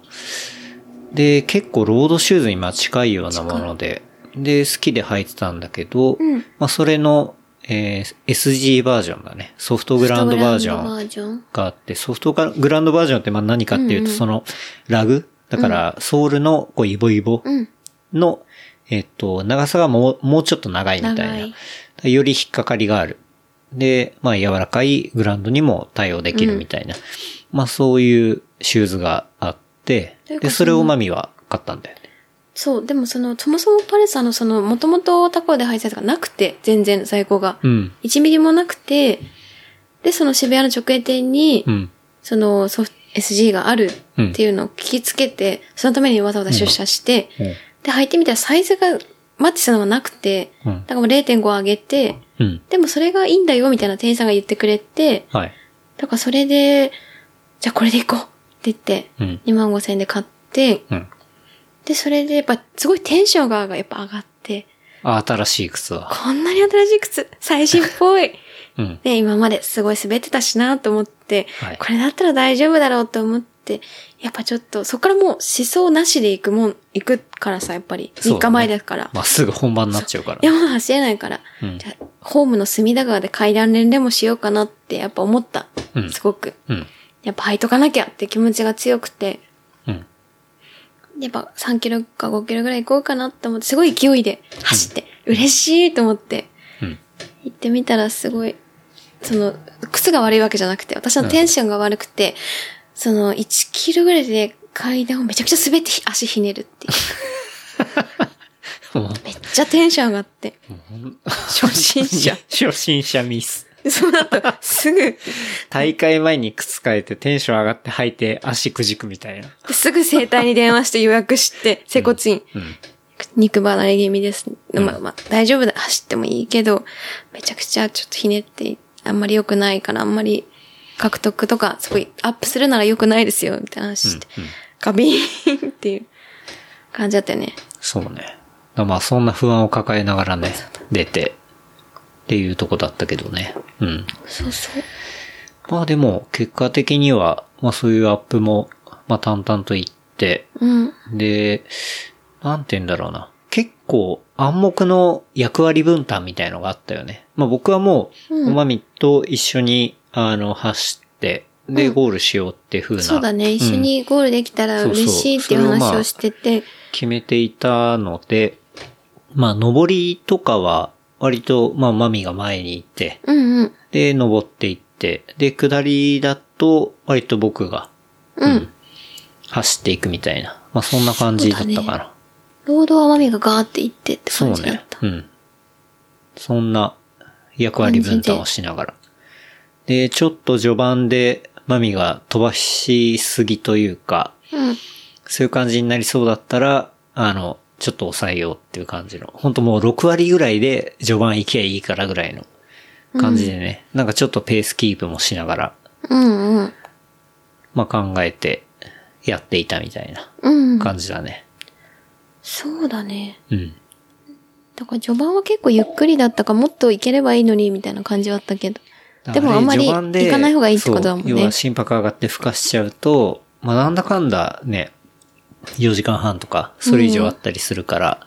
S2: う。で、結構ロードシューズにまあ近いようなもので、で、好きで履いてたんだけど、
S3: うん
S2: まあそれの、えー SG バージョンだね。ソフトグラウンドバージョン。
S3: バージョン。
S2: があって、ソフトグラウンドバージョンってまあ何かっていうと、
S3: うんうん
S2: その、ラグだから、ソールの、こう、イボイボ
S3: うん。
S2: の、えっと、長さがもう、もうちょっと長いみたいな。
S3: 長い
S2: より引っかかりがある。で、まあ、柔らかいグラウンドにも対応できるみたいな。まあ、そういうシューズがあって、
S3: というか
S2: で、それをマミは買ったんだよね。
S3: そう、でもその、そもそもパルサのその、もともとタコで配線がなくて、全然在庫が。
S2: うん。
S3: 1ミリもなくて、で、その渋谷の直営店に、
S2: うん。
S3: そのソフト SG があるっていうのを聞きつけて、そのためにわざわざ出社して、
S2: うん
S3: で、履いてみたらサイズがマッチするのがなくて、
S2: うん
S3: だからもう0.5上げて、
S2: うん。
S3: でもそれがいいんだよみたいな店員さんが言ってくれて、
S2: はい。
S3: だからそれで、じゃあこれで行こうって言って、
S2: うん
S3: 2万5千円で買って、
S2: うん。
S3: で、それでやっぱすごいテンションがやっぱ上がって、
S2: あ新しい靴は。
S3: こんなに新しい靴、最新っぽ い。
S2: うん。
S3: ね、今まですごい滑ってたしなと思って、
S2: はい
S3: これだったら大丈夫だろうと思って、やっぱちょっと、そこからもう思想なしで行くもん、行くからさ、やっぱり。
S2: そうだね
S3: 3日前だから。
S2: まあ、すぐ本番になっちゃうから。
S3: 山走れないから。
S2: うん
S3: じゃあホームの隅田川で階段連でもしようかなってやっぱ思った。
S2: うん
S3: すごく。
S2: うん。
S3: やっぱ履いとかなきゃって気持ちが強くて、
S2: うん。
S3: やっぱ3キロか5キロぐらい行こうかなって思って、すごい勢いで走って、嬉しいと思って。
S2: うん。
S3: 行ってみたらすごい、その、靴が悪いわけじゃなくて、私のテンションが悪くて、その、1キロぐらいで階段をめちゃくちゃ滑ってひ足ひねるっ ていう。
S2: もう
S3: めっちゃテンション上がって。初心 者。
S2: 初心者ミス。
S3: その後、すぐ、
S2: 大会前に靴変えてテンション上がって履いて足くじくみたいな。
S3: すぐ整体に電話して予約して、整骨院。
S2: うん。
S3: 肉離れ気味です。まあまあ、大丈夫だ。走ってもいいけど、めちゃくちゃちょっとひねって、あんまり良くないから、あんまり獲得とか、すごいアップするなら良くないですよ、みたいな話して。ガビーンっていう感じだったよね。
S2: そうね。だからまあそんな不安を抱えながらね、出て、っていうとこだったけどね。うん。
S3: そうそう。
S2: まあでも、結果的には、まあそういうアップも、まあ淡々といって、
S3: うん。
S2: で、なんて言うんだろうな。結構暗黙の役割分担みたいのがあったよね。まあ僕はもう、
S3: うん
S2: おまみと一緒に、あの、走って、で、ゴールしようっていう風な、
S3: そうだね。一緒
S2: うん
S3: にゴールできたら
S2: そうそう
S3: 嬉しいっていう話をしてて。
S2: 決めていたので、まあ、登りとかは、割と、まあ、マミが前に行って、
S3: うんうん。
S2: で、登っていって、で、下りだと、割と僕が
S3: うん。
S2: 走っていくみたいな、まあ、そんな感じだったかな。
S3: ロードはマミがガーって行ってって
S2: そう
S3: 感じだっ
S2: ね
S3: た。。
S2: うん。そんな役割分担をしながら。で、ちょっと序盤でマミが飛ばしすぎというか、
S3: うん。
S2: そういう感じになりそうだったら、あの、ちょっと抑えようっていう感じの。本当もう6割ぐらいで序盤行きゃいいからぐらいの感じでね。なんかちょっとペースキープもしながら、
S3: うんうん。
S2: まあ考えてやっていたみたいな
S3: うん。
S2: 感じだね。
S3: そうだね。
S2: うん。
S3: だから序盤は結構ゆっくりだったか、もっと行ければいいのに、みたいな感じはあったけど。でもあんまり
S2: 序盤で
S3: 行かない方がいいってことだもんね
S2: そう要は心拍上がって孵化しちゃうと、まあなんだかんだね、4時間半とか、それ以上あったりするから、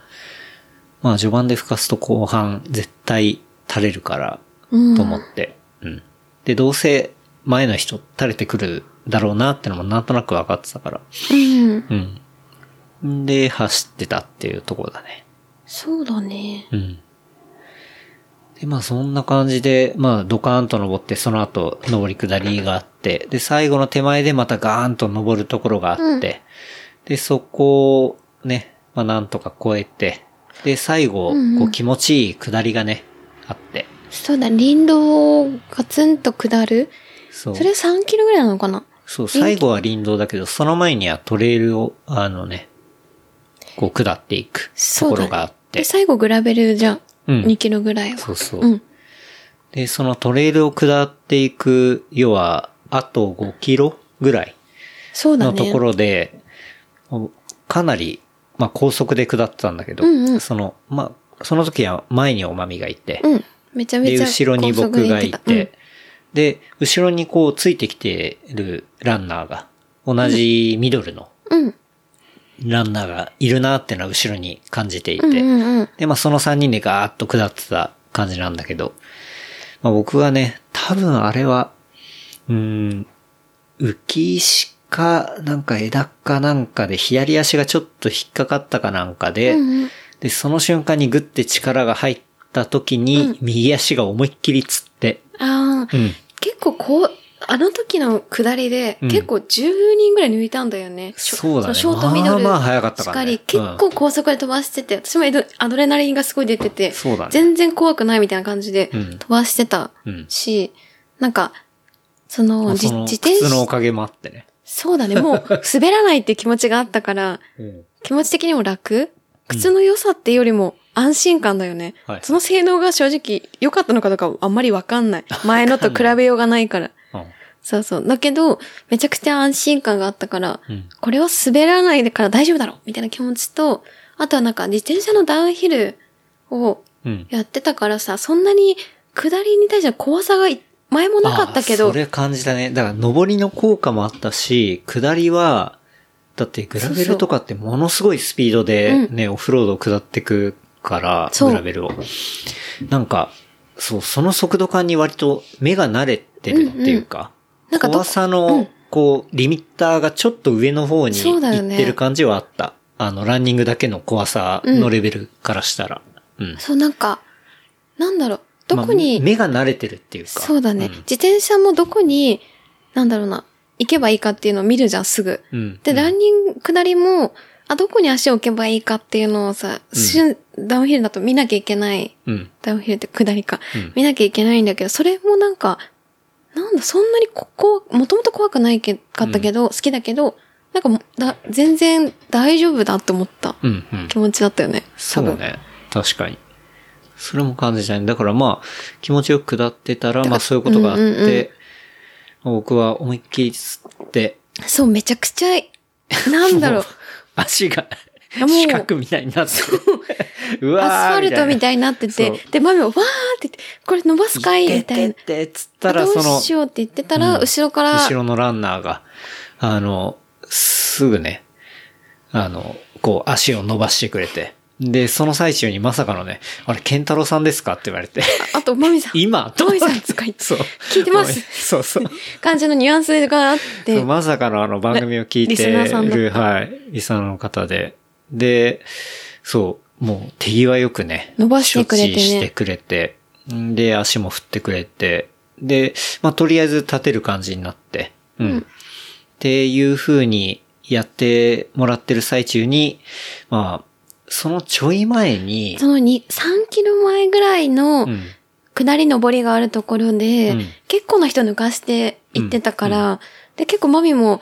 S2: まあ序盤で孵化すと後半絶対垂れるから、
S3: うん。
S2: と思って。うん。で、どうせ前の人垂れてくるだろうなってのもなんとなく分かってたから。
S3: うん。
S2: うん。で、走ってたっていうところだね。
S3: そうだね。
S2: うん。で、まあそんな感じで、まあドカーンと登って、その後登り下りがあって、で、最後の手前でまたガーンと登るところがあって、
S3: うん
S2: で、そこをね、まあなんとか越えて、で、最後、
S3: うんうん
S2: こう気持ちいい下りがね、あって。
S3: そうだ、林道をガツンと下る。
S2: そう。
S3: それ3キロぐらいなのかな
S2: そう、最後は林道だけど、その前にはトレイルを、あのね、こう下っていくと
S3: そう
S2: こ
S3: だね
S2: ろがあっ
S3: で、
S2: て。
S3: 最後グラベルじゃん。
S2: うん
S3: 2キロぐらいは。
S2: そうそう
S3: うん。
S2: で、そのトレイルを下っていく、要は、あと5キロぐらい
S3: そうだ
S2: の
S3: ね。
S2: ところで、もうかなり、まあ高速で下ってたんだけど、
S3: うんうん
S2: その、まあ、その時は前におまみがいて、
S3: うん。めちゃめ
S2: で、
S3: ちゃ。
S2: 後ろに僕がいて、
S3: うん。
S2: で、後ろにこうついてきてるランナーが、同じミドルの
S3: うん。
S2: ランナーがいるなってのは後ろに感じていて、
S3: うんうんうん。
S2: で、まあその3人でガーッと下ってた感じなんだけど、まあ僕はね、多分あれは、うーん、浮き石か、なんか枝かなんかで左足がちょっと引っかかったかなんかで、
S3: うんうん
S2: で、その瞬間にグッて力が入った時に、右足が思いっきりつって、
S3: ああ、
S2: うん。
S3: 結構こう、あの時の下りで、
S2: うん
S3: 結構10人ぐらい抜いたんだよね。ショ
S2: そうだね
S3: ショートミドル。
S2: まあまあ早かった
S3: し
S2: か
S3: っ
S2: ら
S3: か
S2: ね
S3: り、結構高速で飛ばしてて、私もエドアドレナリンがすごい出てて、
S2: そうだね
S3: 全然怖くないみたいな感じで
S2: うん
S3: 飛ばしてた
S2: うん
S3: し、なんか、そ
S2: ま
S3: の、
S2: あ
S3: じ
S2: その
S3: 自転
S2: 靴のお
S3: 車、
S2: かげもあってね。
S3: そうだね、も う滑らないっていう気持ちがあったから、
S2: うん。
S3: 気持ち的にも楽靴の良さっていうよりも安心感だよね。
S2: はい
S3: その性能が正直良かったのかどうかあんまりわかん ない。前のと比べようがないから。
S2: うん
S3: そうそう。だけど、めちゃくちゃ安心感があったから、
S2: うん
S3: これは滑らないから大丈夫だろうみたいな気持ちと、あとはなんか自転車のダウンヒルを
S2: うん。
S3: やってたからさ、そんなに下りに対しての怖さがい前もなかったけ
S2: あ
S3: ど
S2: そ、れ感じたね。だから、上りの効果もあったし、下りは、だってグラベルとかってものすごいスピードでね、オフロードを下ってくから、
S3: そう
S2: グラベルを。なんか、そう、その速度感に割と目が慣れてるっていうか、
S3: なんかど
S2: 怖さ
S3: う
S2: の
S3: ん、
S2: こう、リミッターがちょっと上の方に
S3: そうだよ
S2: 行
S3: ね
S2: ってる感じはあった。あの、ランニングだけの怖さのレベルからしたら。うん。
S3: そうなんか、なんだろう、どこ
S2: ま
S3: に、
S2: あ目が慣れてるっていうか。
S3: そうだね、
S2: ん
S3: 自転車もどこに、なんだろうな、行けばいいかっていうのを見るじゃん、すぐ。
S2: うん。
S3: で、ランニング、下りも、あ、どこに足を置けばいいかっていうのをさ、
S2: うん
S3: 瞬ダウンヒルだと見なきゃいけない。
S2: うん。
S3: ダウンヒルって下りか。
S2: うん
S3: 見なきゃいけないんだけど、それもなんか、なんだ、そんなにここ、もともと怖くないけかったけど、好きだけど、なんかもだ、全然大丈夫だと思った
S2: うん。うん。
S3: 気持ちだったよね。多
S2: そう
S3: 分。
S2: ね。確かに。それも感じたね。だからまあ、気持ちよく下ってたら、まあそういうことがあって、
S3: うんうんうん
S2: 僕は思いっきり吸って、
S3: そう、めちゃくちゃ、な んだろう
S2: も。足が
S3: いやもう
S2: 四角みたいに なって、うわー
S3: アスファルトみ
S2: い
S3: たいになってて
S2: そう、
S3: で、マミもわーって言って、これ伸ばすかい
S2: な。
S3: みたい
S2: て。っ
S3: な
S2: てって、つったら
S3: ど
S2: そうの、
S3: しようって言ってたら、
S2: うん
S3: 後ろから、
S2: 後ろのランナーが、あの、すぐね、あの、こう足を伸ばしてくれて、で、その最中にまさかのね、あれ、ケンタロウさんですかって言われて、
S3: ああと、マミさん。
S2: 今
S3: どういさんとか言っ て
S2: そう。
S3: 聞いてます
S2: そうそう。
S3: 感じのニュアンスがあって。
S2: まさかのあの番組を聞い
S3: リ
S2: て
S3: スナーさんだ
S2: る、
S3: っ
S2: はい、リスナーの方で。で、そう、もう手際よくね、
S3: 伸ばしてくれてね
S2: 処置してくれて、んで、足も振ってくれて、で、まあ、とりあえず立てる感じになって、うん。
S3: うん
S2: っていう風にやってもらってる最中に、まあ、そのちょい前に、
S3: その2、3キロ前ぐらいの
S2: うん
S3: 下り上りがあるところで、
S2: うん
S3: 結構な人抜かして行ってたから、で、結構マミも、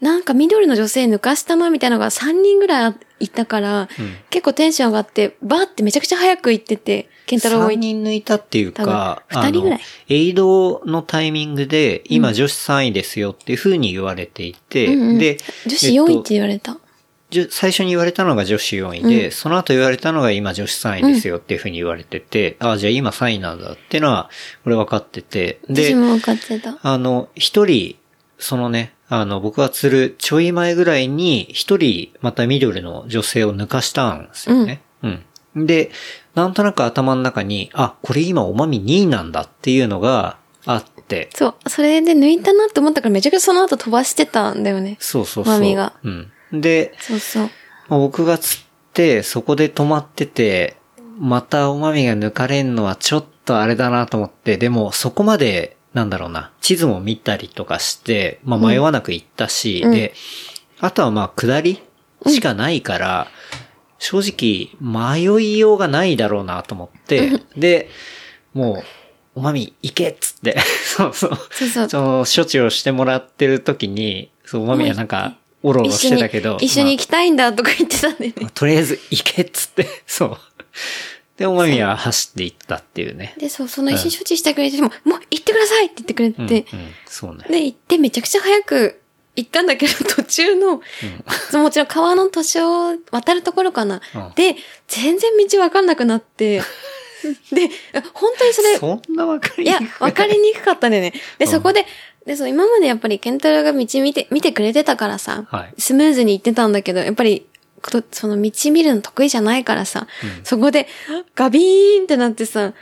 S3: なんか緑の女性抜かしたなみたいなのが3人ぐらいいたから、
S2: うん
S3: 結構テンション上がって、バーってめちゃくちゃ早く行ってて、ケンタロウも
S2: 3
S3: 行っ
S2: 人抜いたっていうか、
S3: 多分二人ぐらい
S2: あのエイドのタイミングで、今女子3位ですよっていう風に言われていて、
S3: うんうん
S2: で、
S3: 女子4位って
S2: えっと
S3: 言われた。
S2: じゅ最初に言われたのが女子4位で、
S3: うん
S2: その後言われたのが今女子3位ですよっていう風に言われてて、ああ、じゃあ今3位なんだってのは、俺分かってて、で
S3: 私、も分かってた。
S2: あの、一人、そのね、あの、僕が釣るちょい前ぐらいに、一人、また緑の女性を抜かしたんですよね。うん。で、なんとなく頭の中に、あ、これ今おまみ2位なんだっていうのがあって、
S3: そう、それで抜いたなって思ったからめちゃくちゃその後飛ばしてたんだよね。
S2: そうそうそう。
S3: まみが
S2: うん。で、
S3: そうそう。
S2: まあ僕が釣って、そこで止まってて、またおまみが抜かれんのはちょっとあれだなと思って、でもそこまで、なんだろうな、地図も見たりとかして、まあ迷わなく行ったし、
S3: うん
S2: で、あとはまあ下りしかないから、正直迷いようがないだろうなと思って、で、もう、おまみ行けっつって、 そうそう。
S3: そうそう。
S2: その処置をしてもらってる時に、そう、おまみがなんか、おろおろしてたけど。ま
S3: 一緒に
S2: あ
S3: 一緒に行きたいんだとか言ってたんでね。
S2: とりあえず行けっつって、 そう。で、おまみは走って行ったっていうね。
S3: で、そう、その一緒に処置してくれて、もう、もう行ってくださいって言ってくれ
S2: うん、
S3: て、
S2: うんそうね。
S3: で、行ってめちゃくちゃ早く行ったんだけど、途中の、もちろん川の途中を渡るところかな。
S2: うん
S3: で、全然道わかんなく なって、で、本当にそれ、
S2: そんなわかり
S3: いや
S2: にく、く
S3: わかりにくかったんだよね。で、
S2: うん
S3: そこで、で、そう、今までやっぱりケンタロウが道見て、見てくれてたからさ、
S2: はい
S3: スムーズに行ってたんだけど、やっぱり、ことその道見るの得意じゃないからさ、そこで、ガビーンってなってさ、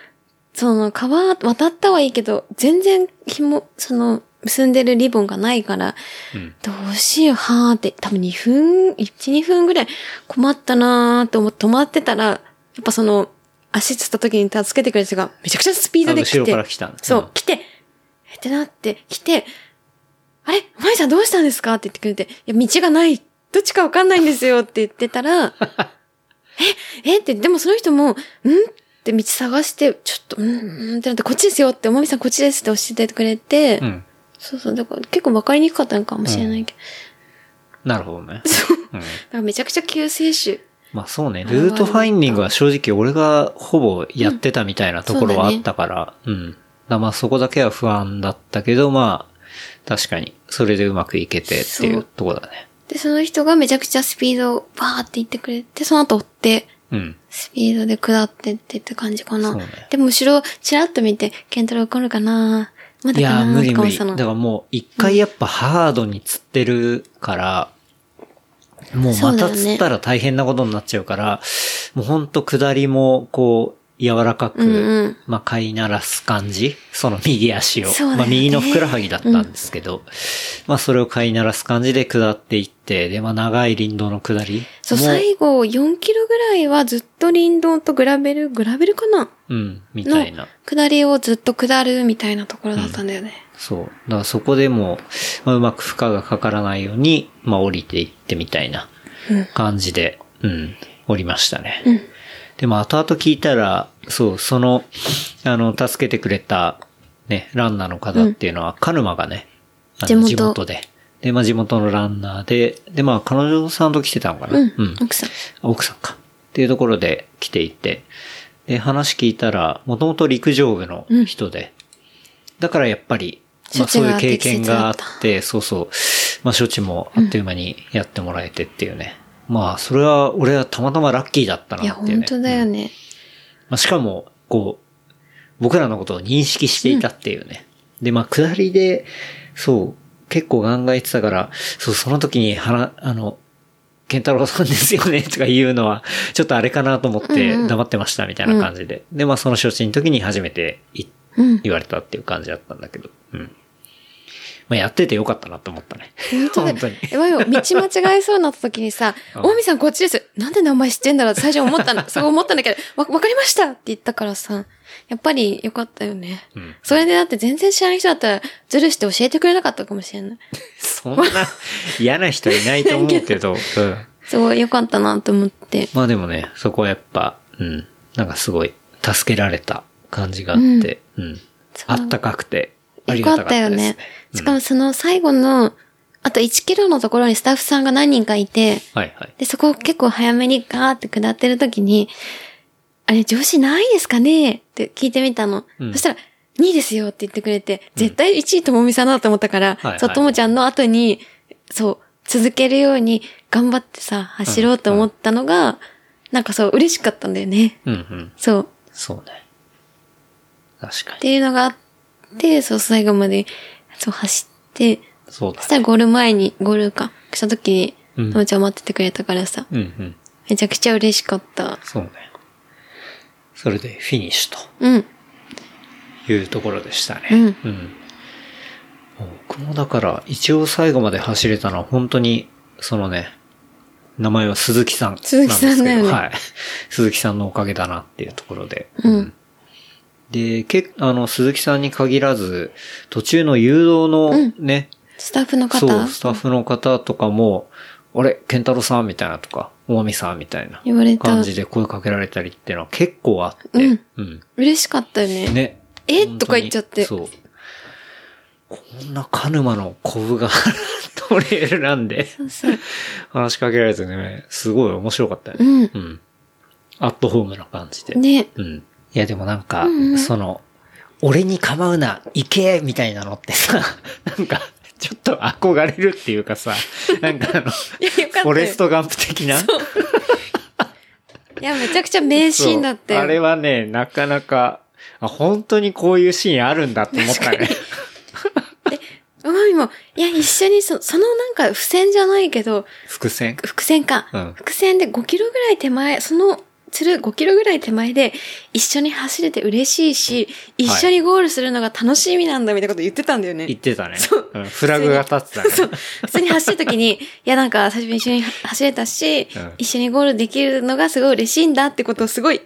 S3: その川渡ったはいいけど、全然紐、その、結んでるリボンがないから、
S2: うん
S3: どうしよう、はーって、多分2分、1、2分ぐらい困ったなーって思って止まってたら、やっぱその、足つった時に助けてくれる人が、めちゃくちゃスピードで来て。
S2: あ後ろから来たん
S3: そう、
S2: うん
S3: 来て、えってなって、来て、あれまゆさんどうしたんですかって言ってくれて、いや、道がない。どっちかわかんないんですよって言ってた ら、え、えって、でもその人も、んって道探して、ちょっと、うんうんってなって、こっちですよって、おまみさんこっちですって教えてくれて、
S2: うん。
S3: そうそう、だから結構わかりにくかったのかもしれないけど、
S2: なるほどね。うん。
S3: だからめちゃくちゃ救世主。
S2: まあそうね、ルートファインディングは正直俺がほぼやってたみたいなところはあったから、うん。だからまあそこだけは不安だったけど、まあ、確かに、それでうまくいけてってい
S3: そうう
S2: ところだね。
S3: で、その人がめちゃくちゃスピードをバーって行ってくれて、その後追って、
S2: うん。
S3: スピードで下ってってって感じかな。
S2: そうね
S3: でも後ろ、チラッと見て、ケンタロウ来るかなまだ
S2: いや
S3: か
S2: ー、
S3: な
S2: 無理無理。
S3: とか思
S2: だか
S3: ってたの
S2: らもう、一回やっぱハードに釣ってるから、もう
S3: そう
S2: ま
S3: だ
S2: た
S3: よね
S2: 釣ったら大変なことになっちゃうから、もうほんと下りも、こう、柔らかく、
S3: うんうん
S2: まあ、飼いならす感じその右足を。
S3: そうだよね
S2: まあ、右のふくらはぎだったんですけど、まあ、それを飼いならす感じで下っていって、で、まあ、長い林道の下りも。
S3: そう、最後、4キロぐらいはずっと林道とグラベル、グラベルかな
S2: うん、みた
S3: の
S2: いな。
S3: 下りをずっと下るみたいなところだったんだよね。
S2: そう。だからそこでも、まあ、うまく負荷がかからないように、まあ、降りていってみたいな感じで、うん、降りましたね。でも、後々聞いたら、そう、その、あの、助けてくれた、ね、ランナーの方っていうのは、カルマがね、あの
S3: 地元
S2: 地元で。で、まあ、地元のランナーで、で、まあ、彼女さんと来てたのかな。
S3: うん、奥さん。
S2: 奥さんか。っていうところで来ていて。で、話聞いたら、もともと陸上部の人で。だからやっぱり、まあ
S3: 処置
S2: そう
S3: が
S2: いう経験があっ、
S3: 適切だって
S2: そうそう。まあ処置もあっという間にやってもらえてっていうね。まあそれは俺はたまたまラッキーだったなっ
S3: い
S2: てい
S3: や、
S2: う、ね。
S3: 本当だよ
S2: うん
S3: ね。
S2: まあしかも、こう、僕らのことを認識していたっていうね。で、まあ下りで、そう、結構ガンガン言ってたから、そう、その時に、はな、あの、ケンタロウさんですよね、 とか言うのは、ちょっとあれかなと思って
S3: うんうん
S2: 黙ってました、みたいな感じで。で、まあその処置の時に初めてい
S3: うん。
S2: 言われたっていう感じだったんだけど。うん。まあやっててよかったなと思ったね。
S3: 本当だよ
S2: 本当に。
S3: え、わよ、道間違えそうになった時にさ、
S2: うん
S3: 大見さんこっちです。なんで名前知ってんだろうって最初思ったの。そう思ったんだけど、わ、わかりましたって言ったからさ、やっぱりよかったよね。
S2: うん
S3: それでだって全然知らない人だったら、ずるして教えてくれなかったかもしれない。
S2: そんな嫌な人いないと思うけど、うん。
S3: すごい良かったなと思って。
S2: まあでもね、そこはやっぱ、うん、なんかすごい助けられた感じがあって、うん。
S3: そう
S2: あったかくて、あり
S3: よか
S2: がたかっ
S3: っ
S2: たたで
S3: よ
S2: すね
S3: ね。。しかもその最後の、あと1キロのところにスタッフさんが何人かい
S2: う
S3: て、
S2: んはいはい。
S3: で、そこを結構早めにガーって下ってる時に、あれ、女子ないですかねって聞いてみたの。
S2: うん
S3: そしたら、2位ですよって言ってくれて、絶対1位ともみさんだと思ったから、
S2: はいはい
S3: そう、ともちゃんの後に、そう、続けるように頑張ってさ、走ろうと思ったのが、なんかそう、嬉しかったんだよね。
S2: うんうん。
S3: そう。
S2: そうね。確か
S3: っ
S2: に。
S3: ていうのがあって、そう、最後まで、そう、走って、
S2: そうだ
S3: そし。たらゴール前に、ゴールか、した時
S2: う
S3: に、
S2: ん
S3: ともちゃん待っててくれたからさ、
S2: うんうん。
S3: めちゃくちゃ嬉しかった。
S2: そうね。それでフィニッシュ
S3: うん。
S2: というところでしたね。
S3: うん
S2: うん。僕もだから、一応最後まで走れたのは本当に、そのね、名前は鈴木さんなんですけど、
S3: 鈴木さんだよね
S2: はい。 鈴木さんのおかげだなっていうところで。
S3: うん
S2: で、けあの、鈴木さんに限らず、途中の誘導のね、
S3: スタッフの方
S2: そう、スタッフの方とかも、あれ、健太郎さんみたいなとか、大見さんみたいな
S3: 言われた
S2: 感。じで声かけられたりっていうのは結構あって、
S3: うん
S2: うん
S3: 嬉しかったよね。
S2: ね。本
S3: え
S2: 当に
S3: とか言っちゃって。
S2: そう。こんな鹿沼のコブがトレイルなん で、
S3: そう
S2: 話しかけられてね、すごい面白かったよ
S3: う
S2: ね。
S3: ん。
S2: うん。アットホームな感じで。
S3: ね。
S2: うん。いやでもなんか、
S3: うんうん
S2: その、俺に構うな、行けみたいなのってさ、 なんか、ちょっと憧れるっていうか さ、なんかあの、
S3: いや、よかったよ。
S2: フォレストガンプ的な。
S3: いや、めちゃくちゃ名シーンだって。
S2: そうあれはね、なかなか、あ、本当にこういうシーンあるんだって思ったね。
S3: うまみも、いや、一緒にそ、 そのなんか、付箋じゃないけど、
S2: 伏線
S3: 伏線か。
S2: うん
S3: 伏線で5キロぐらい手前、その、つる5キロぐらい手前で、一緒に走れて嬉しいし、一緒にゴールするのが楽しみなんだみたいなこと言ってたんだよね。
S2: 言ってたね。
S3: そう
S2: うんフラグが立ってたね。
S3: そう。普通に走るときに、いやなんか、最初に一緒に走れたし、
S2: うん
S3: 一緒にゴールできるのがすごい嬉しいんだってことをすごい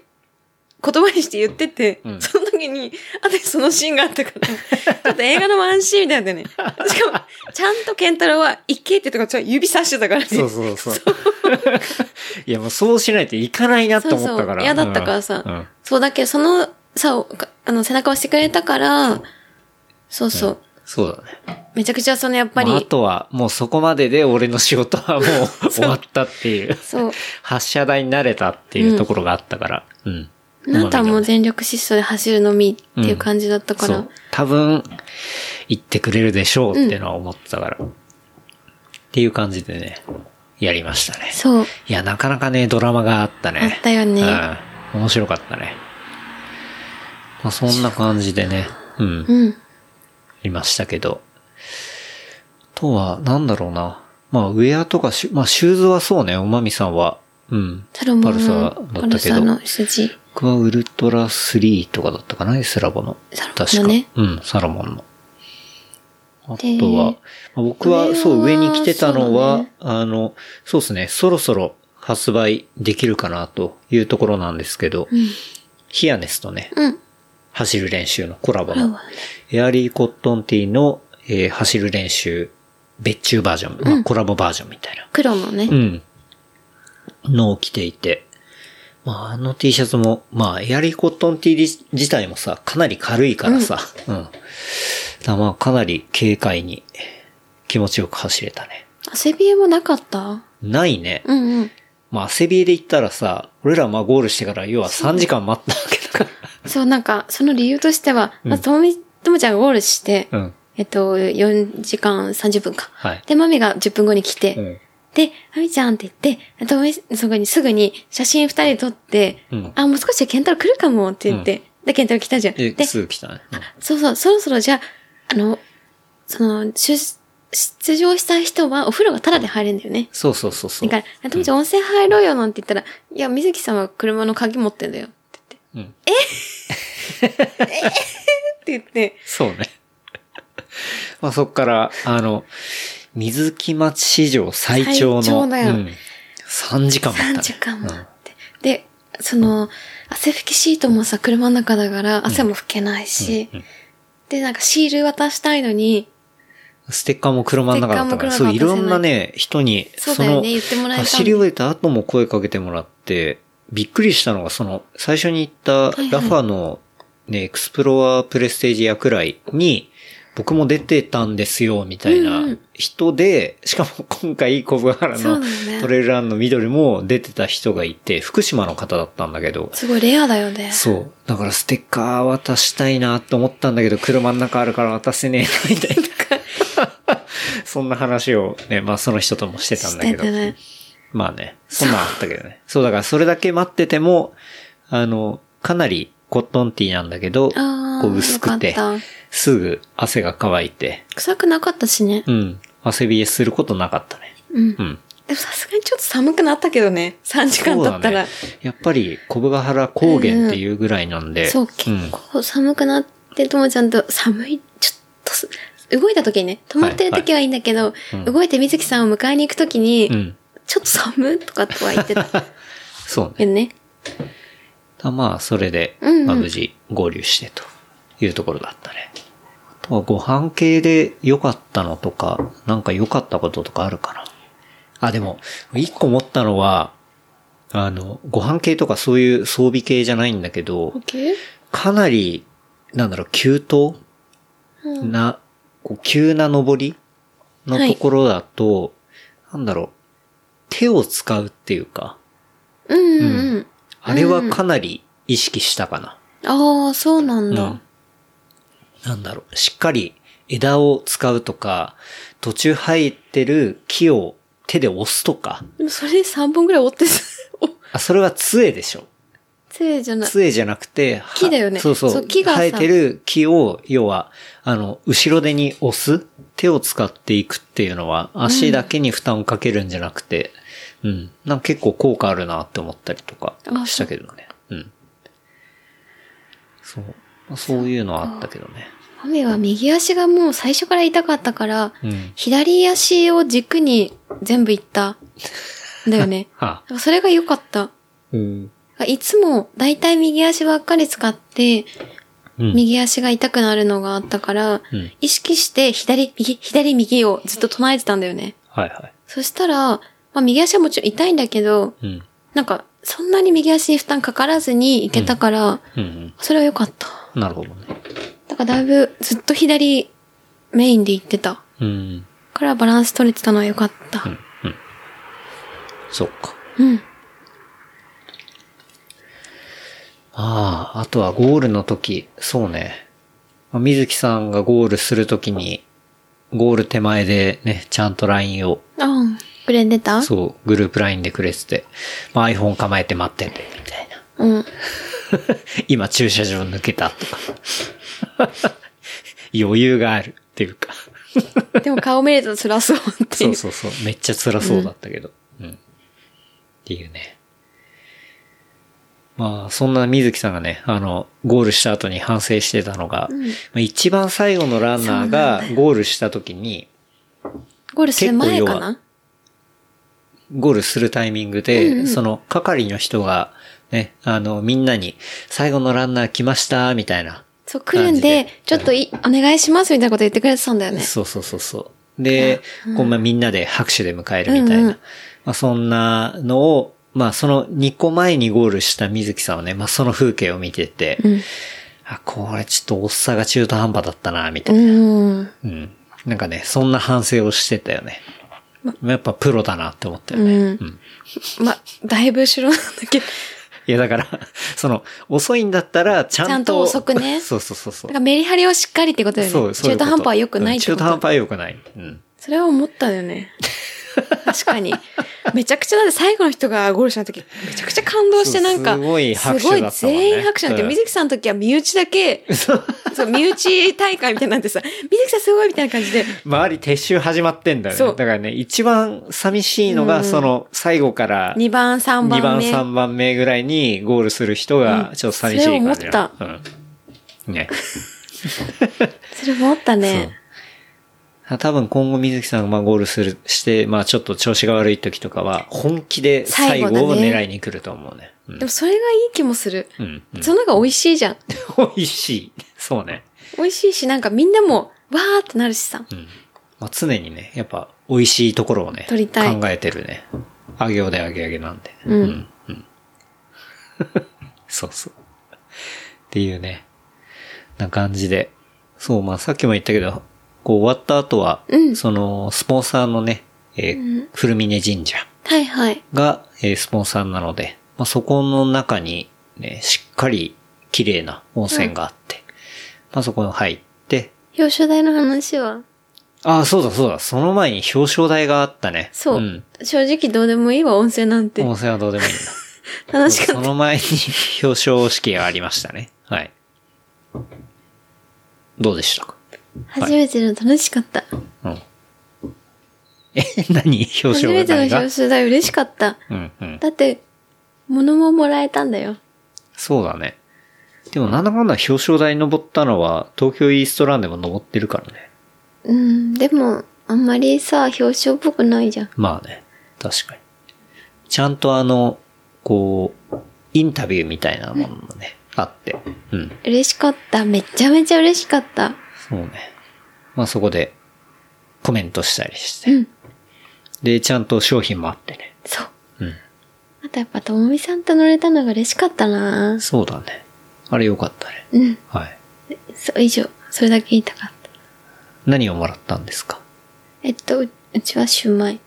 S3: 言葉にして言ってて、
S2: うん
S3: その時に、あとそのシーンがあったから、ちょっと映画のワンシーンみたいだよね。しかも、ちゃんと健太郎は、行けってとこちょっと指さしてたからね。
S2: そうそうそう。 いやもうそうしないといかないなって思った
S3: そう
S2: か
S3: そう
S2: ら。
S3: 嫌だったからさ
S2: うんうん
S3: そうだけど、その、さ、おかあの、背中を押してくれたから、そうそう。
S2: そうだね。
S3: めちゃくちゃその、やっぱり、
S2: まあ、あとは、もうそこまでで俺の仕事はも う 終わったっていう、
S3: そう。
S2: 発射台になれたっていうところがあったから。うん。
S3: なんたも
S2: う
S3: う全力疾走で走るのみっていう感じだったか
S2: そ
S3: ら、
S2: う。多分、行ってくれるでしょうっていうのは思ってたから。っていう感じでね、やりましたね。
S3: そう。
S2: いや、なかなかね、ドラマがあったね。
S3: あったよね。
S2: うん。面白かったね。まあ、そんな感じでね、うん、
S3: うん。
S2: いましたけど。あとは、なんだろうな。まあ、ウェアとかシュ、まあ、シューズはそうね、おまみさんは。うん。
S3: タロモ
S2: パルサだった
S3: の
S2: けど
S3: パルサの筋。
S2: 僕はウルトラ3とかだったかな、スラボの。
S3: サロモンの
S2: 確か。
S3: ね
S2: うん、サロモンの。あと
S3: で
S2: は、まあ僕は、そう、
S3: 上
S2: 上
S3: は
S2: に来てたのは、
S3: そうだね
S2: あの、そうですね、そろそろ発売できるかなというところなんですけど、
S3: うん。
S2: ヒアネスとね、
S3: うん。
S2: 走る練習のコラボ
S3: パル
S2: の、エアリーコットンティーの、えー走る練習、別注バージョン、まあコラボバージョンみたいな、
S3: 黒のね
S2: う。ん、のを着ていて、まあ、あの T シャツも、まあ、エアリーコットンティー自自体もさ、かなり軽いからさ、うん。だからまあ、かなり軽快に、気持ちよく走れたね。
S3: 汗びえもなかった
S2: ないね。
S3: うんうん。
S2: まあ、汗びえで言ったらさ、俺らまあゴールしてから、要は3時間待ったわけだか
S3: そう、なんか、その理由としては、
S2: うん
S3: まず、ともみ、ともちゃんがゴールして、
S2: ら。うん。
S3: えっと、4時間30分か。
S2: はい。
S3: で、まみが10分後に来て、
S2: うん。
S3: で、まみちゃんって言って、ともみ、そこにすぐに写真2人で撮って、
S2: うん
S3: あ、もう少しでケンタロウ来るかもって言って、で、ケンタロウ来たじゃん。
S2: え
S3: で、、
S2: すぐ来たね。う
S3: そうそう、そろそろじゃあ、あの、その、出、出場した人はお風呂がタダで入れるんだよね。
S2: んそうそうそうそ
S3: だ
S2: う。
S3: から、あ友ちゃん温泉入ろうよなんて言ったら、いや、水木さんは車の鍵持ってんだよって
S2: うん。
S3: 言って、
S2: そうね。まあそっから、あの、水木町史上最長の。
S3: 最長だよ
S2: うん、3時間待った、ね。
S3: 3時間も
S2: うん
S3: あって。で、その、汗拭きシートもさ、車の中だから汗も拭けないし、で、なんかシール渡したいのに、
S2: ステッカーも車の中だったから、
S3: ステッカ
S2: そ
S3: ーも車の中
S2: う、いろんなね、人に、
S3: そう
S2: そ
S3: だよ
S2: の
S3: ね、、言ってもらえたんだ
S2: 走り終えた後も声かけてもらって、びっくりしたのが、その、最初に行った
S3: いはい
S2: ラファの、ね、エクスプロアプレステージ役来に、僕も出てたんですよ、みたい
S3: うんう
S2: なん人で、しかも今回、小ブ原
S3: そう
S2: の
S3: だよね
S2: トレイルランの緑も出てた人がいて、福島の方だったんだけど、
S3: すごいレアだよね。
S2: そう。だからステッカー渡したいなと思ったんだけど、車の中あるから渡せねえな、みたいな。そんな話をね、まあその人ともしてたんだけど
S3: してた。ね
S2: まあね、そんなんあったけどね。 そうだからそれだけ待ってても、あの、かなりコットンティーなんだけど、
S3: あー
S2: こう薄くて
S3: よかった、
S2: すぐ汗が乾いて、
S3: 臭くなかったしね。
S2: うん、汗冷えすることなかったね。
S3: う
S2: う
S3: ん。
S2: ん。
S3: でもさすがにちょっと寒くなったけどね。3時間経ったら。
S2: そうだね、やっぱり小ヶ原高原っていうぐらいなんで、
S3: そう、
S2: ん
S3: 結構寒くなって、ともちゃんと寒い、ちょっとす、動いた時にね、止まってる時はいいんだけど、
S2: うん
S3: 動いて水木さんを迎えに行く時に、
S2: うん。
S3: ちょっと寒いとかとは言ってた
S2: そうね。
S3: けどね。
S2: たまあ、それで、
S3: うんうん
S2: まあ無事合流してというところだったね。あとはご飯系で良かったのとか、なんか良かったこととかあるかな。あ、でも、一個思ったのは、あの、ご飯系とかそういう装備系じゃないんだけど、
S3: OK?
S2: かなり、なんだろう、急登な、こう急な登りのところだと、なんだろう、手を使うっていうか、
S3: うんうんうん。
S2: あれはかなり意識したかな。
S3: ああ、そうなんだ。
S2: うんなんだろう、しっかり枝を使うとか、途中生えてる木を手で押すとか。
S3: でもそれで3本ぐらい折ってた。 お
S2: あ、それは杖でしょ。
S3: 杖じゃない。
S2: 杖じゃなくて、は
S3: 木だよね
S2: そうそう。
S3: そう木がさ
S2: 生えてる木を、要は、あの、後ろ手に押す、手を使っていくっていうのは、足だけに負担をかけるんじゃなくて、うん、なんか結構効果あるなって思ったりとか
S3: あ
S2: したけどね。うん。そう。まあそういうのはあったけどね。
S3: マミは右足がもう最初から痛かったから、
S2: うん。。
S3: 左足を軸に全部いった。だよね
S2: はあ。
S3: それが良かった。
S2: うん。
S3: いつもだいたい右足ばっかり使って、
S2: うん
S3: 右足が痛くなるのがあったから、
S2: うん
S3: 意識して左、右、左、右をずっと唱えてたんだよね。
S2: はいはい。
S3: そしたら、まあ右足はもちろん痛いんだけど、
S2: うん。
S3: なんか、そんなに右足に負担かからずに行けたから、
S2: うん、
S3: それは良かった。
S2: うん。なるほどね。
S3: だからだいぶずっと左メインで行ってた。
S2: うん。
S3: からバランス取れてたのは良かった。
S2: うん。うん。そっか。
S3: うん。
S2: ああ、あとはゴールの時、そうね。まあ水木さんがゴールする時に、ゴール手前でね、ちゃんと LINE を、
S3: ああ、くれてたう。
S2: そう、グループ LINE でくれてて、まあ、iPhone 構えて待ってんだよ、みたいな。
S3: うん。
S2: 今駐車場抜けたとか。 余裕があるっていうか。
S3: でも顔見ると辛そうって
S2: そ
S3: いうう。
S2: そうそう。めっちゃ辛そうだったけど。うん。っていうね。まあ、そんな水木さんがね、あの、ゴールした後に反省してたのが、
S3: うん
S2: まあ一番最後のランナーがゴールした時に、
S3: ゴールする前か
S2: 結構弱
S3: な
S2: ゴールするタイミングで、その係の人が、ね、あの、みんなに、最後のランナー来ました、みたいな。
S3: そう、来るんで
S2: 感じで、
S3: ちょっとい、お願いしますみたいなこと言ってくれてたんだよね。
S2: そうそうそうそう。で、こうまあみんなで拍手で迎えるみたいな。
S3: うんうん
S2: まあ、そんなのを、まあその2個前にゴールした水木さんはね、まあその風景を見てて、
S3: うん。
S2: あ、これちょっとおっさが中途半端だったな、みたいな。
S3: うん。
S2: うん。なんかね、そんな反省をしてたよね。やっぱプロだなって思ったよね。
S3: うん。ま、だいぶ後ろなんだ けど。
S2: いやだから、 その、遅いんだったら、ちゃんと。
S3: ちゃんと遅くね
S2: そうそうそうそ
S3: だ
S2: う
S3: から。メリハリをしっかりってことだよね。
S2: そう、そういう
S3: 中
S2: こと
S3: 途半端は良くないって
S2: う
S3: こ
S2: ん中
S3: と。
S2: 途半端は良くない。うん。
S3: それは思ったよね。確かに。めちゃくちゃだって最後の人がゴールした時、めちゃくちゃ感動してなん
S2: そう
S3: か、
S2: すごい拍手
S3: すごい
S2: だったもんね
S3: 全員拍手なんて、
S2: うん
S3: 水木さんの時は身内だけ、そう、身内大会みたいになってさ、水木さんすごいみたいな感じで、
S2: 周り撤収始まってんだよね。
S3: そ
S2: だ
S3: う
S2: からね、一番寂しいのが、その、最後から、
S3: 2番、
S2: 2
S3: 3番
S2: 番、
S3: 目。
S2: 3番目ぐらいにゴールする人が
S3: う、ん
S2: ちょっと寂しい感じだ
S3: そ
S2: うん。ね。
S3: それ思った
S2: そう
S3: ね。
S2: あ多分今後水木さんがまあゴールする、して、まあちょっと調子が悪い時とかは、本気で最後
S3: 最後
S2: を
S3: だね
S2: 狙いに来ると思うね。うん
S3: でもそれがいい気もする。
S2: うん。うん
S3: その方が美味しいじゃん。
S2: 美味しい。そうね。
S3: 美味しいし、なんかみんなも、わーってなるしさ。
S2: うん。まあ、常にね、やっぱ美味しいところをね、
S3: 取りたい
S2: 考えてるね。あげようであげあげなんで。
S3: うん
S2: うん。 そうそう。っていうね。な感じで。そう、まあさっきも言ったけど、こう終わった後は、
S3: うん
S2: その、スポンサーのね、えー
S3: うん
S2: 古峰神社
S3: はいはい。
S2: が、えースポンサーなので、まあ、そこの中に、ね、しっかり綺麗な温泉があって、まあ、そこに入って、
S3: 表彰台の話は、
S2: ああ、そうだそうだ、その前に表彰台があったね。
S3: そう。
S2: ん。
S3: 正直どうでもいいわ、温泉なんて。
S2: 温泉はどうでもいいんだ。
S3: 楽し
S2: そ
S3: かっ
S2: の前に表彰式がありましたね。はい。どうでしたか
S3: た。初めての楽しかった。
S2: うん。え、何表
S3: 初
S2: 彰
S3: めて
S2: 台
S3: の表
S2: が
S3: 彰台嬉しかった。
S2: うんうん。
S3: だって、物ももらえたんだよ。
S2: そうだね。でもなんだかんだ表彰台登ったのは東京イーストランでも登ってるからね。
S3: うん、でも、あんまりさ、表彰っぽくないじゃん。
S2: まあね、確かに。ちゃんとあの、こう、インタビューみたいなものもね、あって。うん。
S3: 嬉しかった。めちゃめちゃ嬉しかった。
S2: そうね。まあそこでコメントしたりして。
S3: うん。
S2: で、ちゃんと商品もあってね。
S3: そう。
S2: うん。
S3: あとやっぱ、ともみさんと乗れたのが嬉しかったな
S2: そうだね。あれよかったね。
S3: うん。
S2: はい。
S3: そう、以上。それだけ言いたかった。
S2: 何をもらったんですか
S3: えっと、ううちはシューマイ。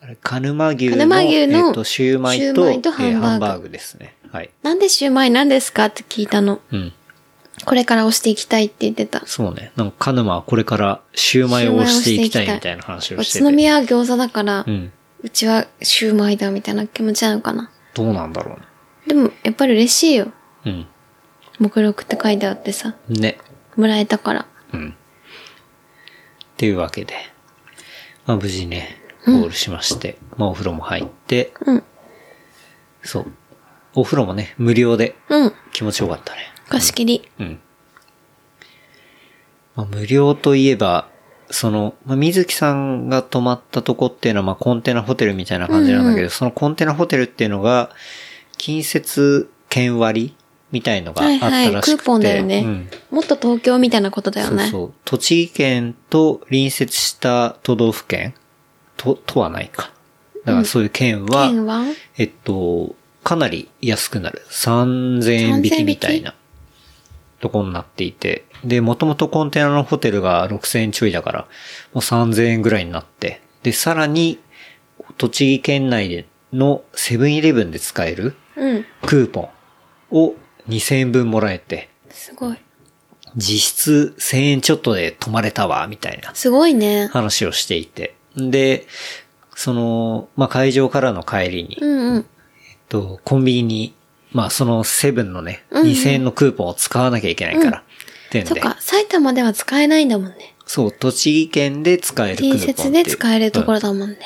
S2: あれ、鹿沼牛の、
S3: 鹿沼牛の
S2: えっと、シューマイと、
S3: シューマイとハンバーグ
S2: えハンバーグですね。はい。
S3: なんでシューマイなんですかって聞いたの。
S2: うん。
S3: これから押していきたいって言ってた。
S2: そうね。なんか、カヌマはこれからシューマイを押していきたい
S3: シューマイをしていきたい
S2: みたいな話を
S3: 宇
S2: して
S3: 都
S2: て。
S3: 宮は餃子だから、
S2: う。
S3: うんちはシューマイだみたいな気持ちなのかな。
S2: どうなんだろ
S3: でも、やっぱり嬉しいよ。
S2: うね。
S3: 目録って書いてあってさ、
S2: うん。ね。
S3: もらえたから。
S2: うん。っていうわけで。まあ、無事ね、ゴールしまして、まあ、お風呂も入って、
S3: うん。
S2: そう。お風呂もね、無料で
S3: うん。
S2: 気持ちよかったね。
S3: 貸し切り。
S2: うん。まあ、無料といえば、その、まあ、水木さんが泊まったとこっていうのは、まあ、コンテナホテルみたいな感じなんだけど、
S3: うんう
S2: そのコンテナホテルっていうのが、近接券割みたいのがあ
S3: はい
S2: った
S3: はい
S2: らしくて、
S3: クーポンだよね
S2: うん
S3: もっと東京みたいなことだよね。
S2: そうそう。栃木県と隣接した都道府県と、とはないか。だからそういう県は、
S3: 県は
S2: えっと、かなり安くなる。3000円引きみたいなとこになっていて。で、もともとコンテナのホテルが6000円ちょいだから、もう3000円ぐらいになって。で、さらに、栃木県内のセブンイレブンで使える
S3: うん。
S2: クーポンを2000円分もらえて、
S3: すごい。
S2: 実質1000円ちょっとで泊まれたわ、みたいな
S3: すごいね。
S2: 話をしていて。で、その、まあ、会場からの帰りに、
S3: うんうん。
S2: えっと、コンビニに、まあ、そのセブンのね、
S3: うんうん
S2: 2000円のクーポンを使わなきゃいけないから、ってんで
S3: そっか、埼玉では使えないんだもんね。
S2: そう、栃木県で使えるクーポンっ
S3: 隣
S2: ていう。
S3: 接で使えるところ
S2: だ。
S3: だもんね。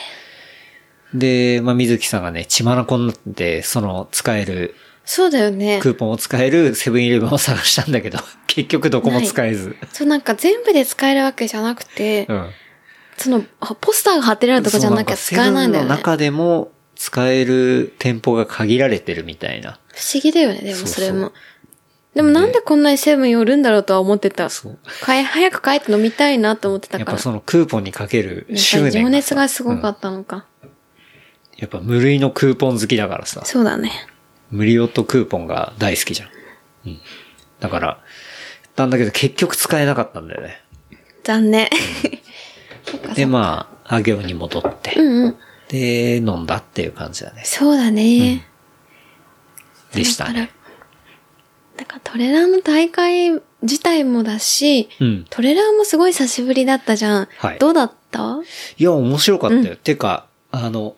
S2: で、まあ、水木さんがね、血まなこになって、その、使える、
S3: そうだよね。
S2: クーポンを使えるセブンイレブンを探したんだけど、結局どこも使えず。
S3: そう、なんか全部で使えるわけじゃなくて、
S2: うん。
S3: その、あポスターが貼ってあるとかじゃなきゃ使えないんだよ
S2: そうなん
S3: ね。
S2: かセブンの中でも使える店舗が限られてるみたいな。
S3: 不思議だよね、でも
S2: そうそう
S3: それも。でもなんでこんなにセブン寄るんだろうとは思ってた。
S2: そう。
S3: かえ早く帰って飲みたいなと思ってた
S2: やっ
S3: から。
S2: ぱそのクーポンにかける
S3: やっ
S2: 執念
S3: ぱり
S2: さ
S3: 情熱がすご
S2: う
S3: か
S2: ん
S3: ったのか。
S2: やっぱ無類のクーポン好きだからさ。
S3: そうだね。
S2: 無料とクーポンが大好きじゃん。うん。だから、なんだけど結局使えなかったんだよね。
S3: 残念。そっかそっか
S2: で、まあ、あ行に戻って、
S3: うんうん。
S2: で、飲んだっていう感じだね。
S3: そうだね。
S2: でしたね。
S3: なんかトレラーの大会自体もだし、
S2: うん。
S3: トレラーもすごい久しぶりだったじゃん。
S2: はい
S3: どうだった
S2: いや、面白かったよ。てか、あの、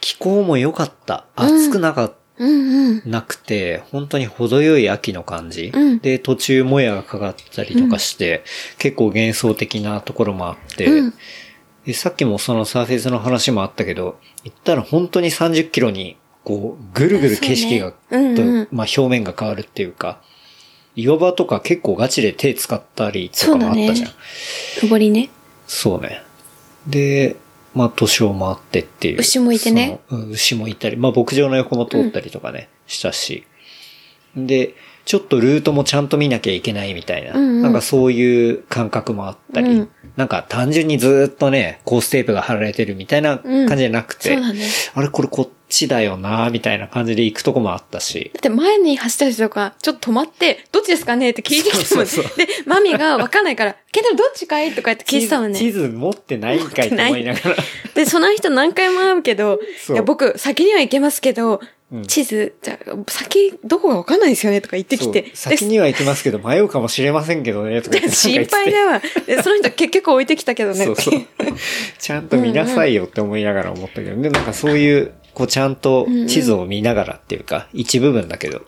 S2: 気候も良かった。暑くなかった。
S3: うんうん。
S2: なくて、本当に程よい秋の感じ。
S3: うん
S2: で、途中もやがかかったりとかして、結構幻想的なところもあって、
S3: うん
S2: でさっきもそのサーフェイスの話もあったけど、行ったら本当に30キロに、こう、ぐるぐる景色が、
S3: そうね
S2: と
S3: うんうん
S2: まあ表面が変わるっていうか、岩場とか結構ガチで手使ったりとかもあった
S3: そう
S2: じ
S3: だ
S2: ゃん
S3: ね。登りね。
S2: そうね。で、まあ、年を回ってっていう。
S3: 牛もいてね
S2: その。うん牛もいたり、まあ、牧場の横も通ったりとかね、したし。で、ちょっとルートもちゃんと見なきゃいけないみたいな、
S3: うんうん
S2: なんかそういう感覚もあったり、
S3: うん
S2: なんか単純にずーっとね、コーステープが貼られてるみたいな感じじゃなくて、
S3: そうだね。
S2: あれこれこっちだよなみたいな感じで行くとこもあったし、
S3: だって前に走った人とか、ちょっと止まって、どっちですかねって聞いてきたもんね。
S2: そうそうそ
S3: で、マミがわかんないから、ケンタロウどっちかいとか言って聞いてたもん
S2: 地
S3: ね。
S2: 図地図持ってないんかいと思いながら。
S3: で、その人何回も会うけど、い
S2: そう
S3: や、僕、先には行けますけど、
S2: うん
S3: 地図、じゃあ、先、どこがわかんないですよねとか言ってきて。
S2: そう
S3: で
S2: 先には行きますけど迷うかもしれませんけどね、とか言って
S3: 心配だわ。で、その人結局置いてきたけどね。
S2: そう そう。ちゃんと見なさいよって思いながら思ったけど、で、なんかそういう、こうちゃんと地図を見ながらっていうか、一部分だけど、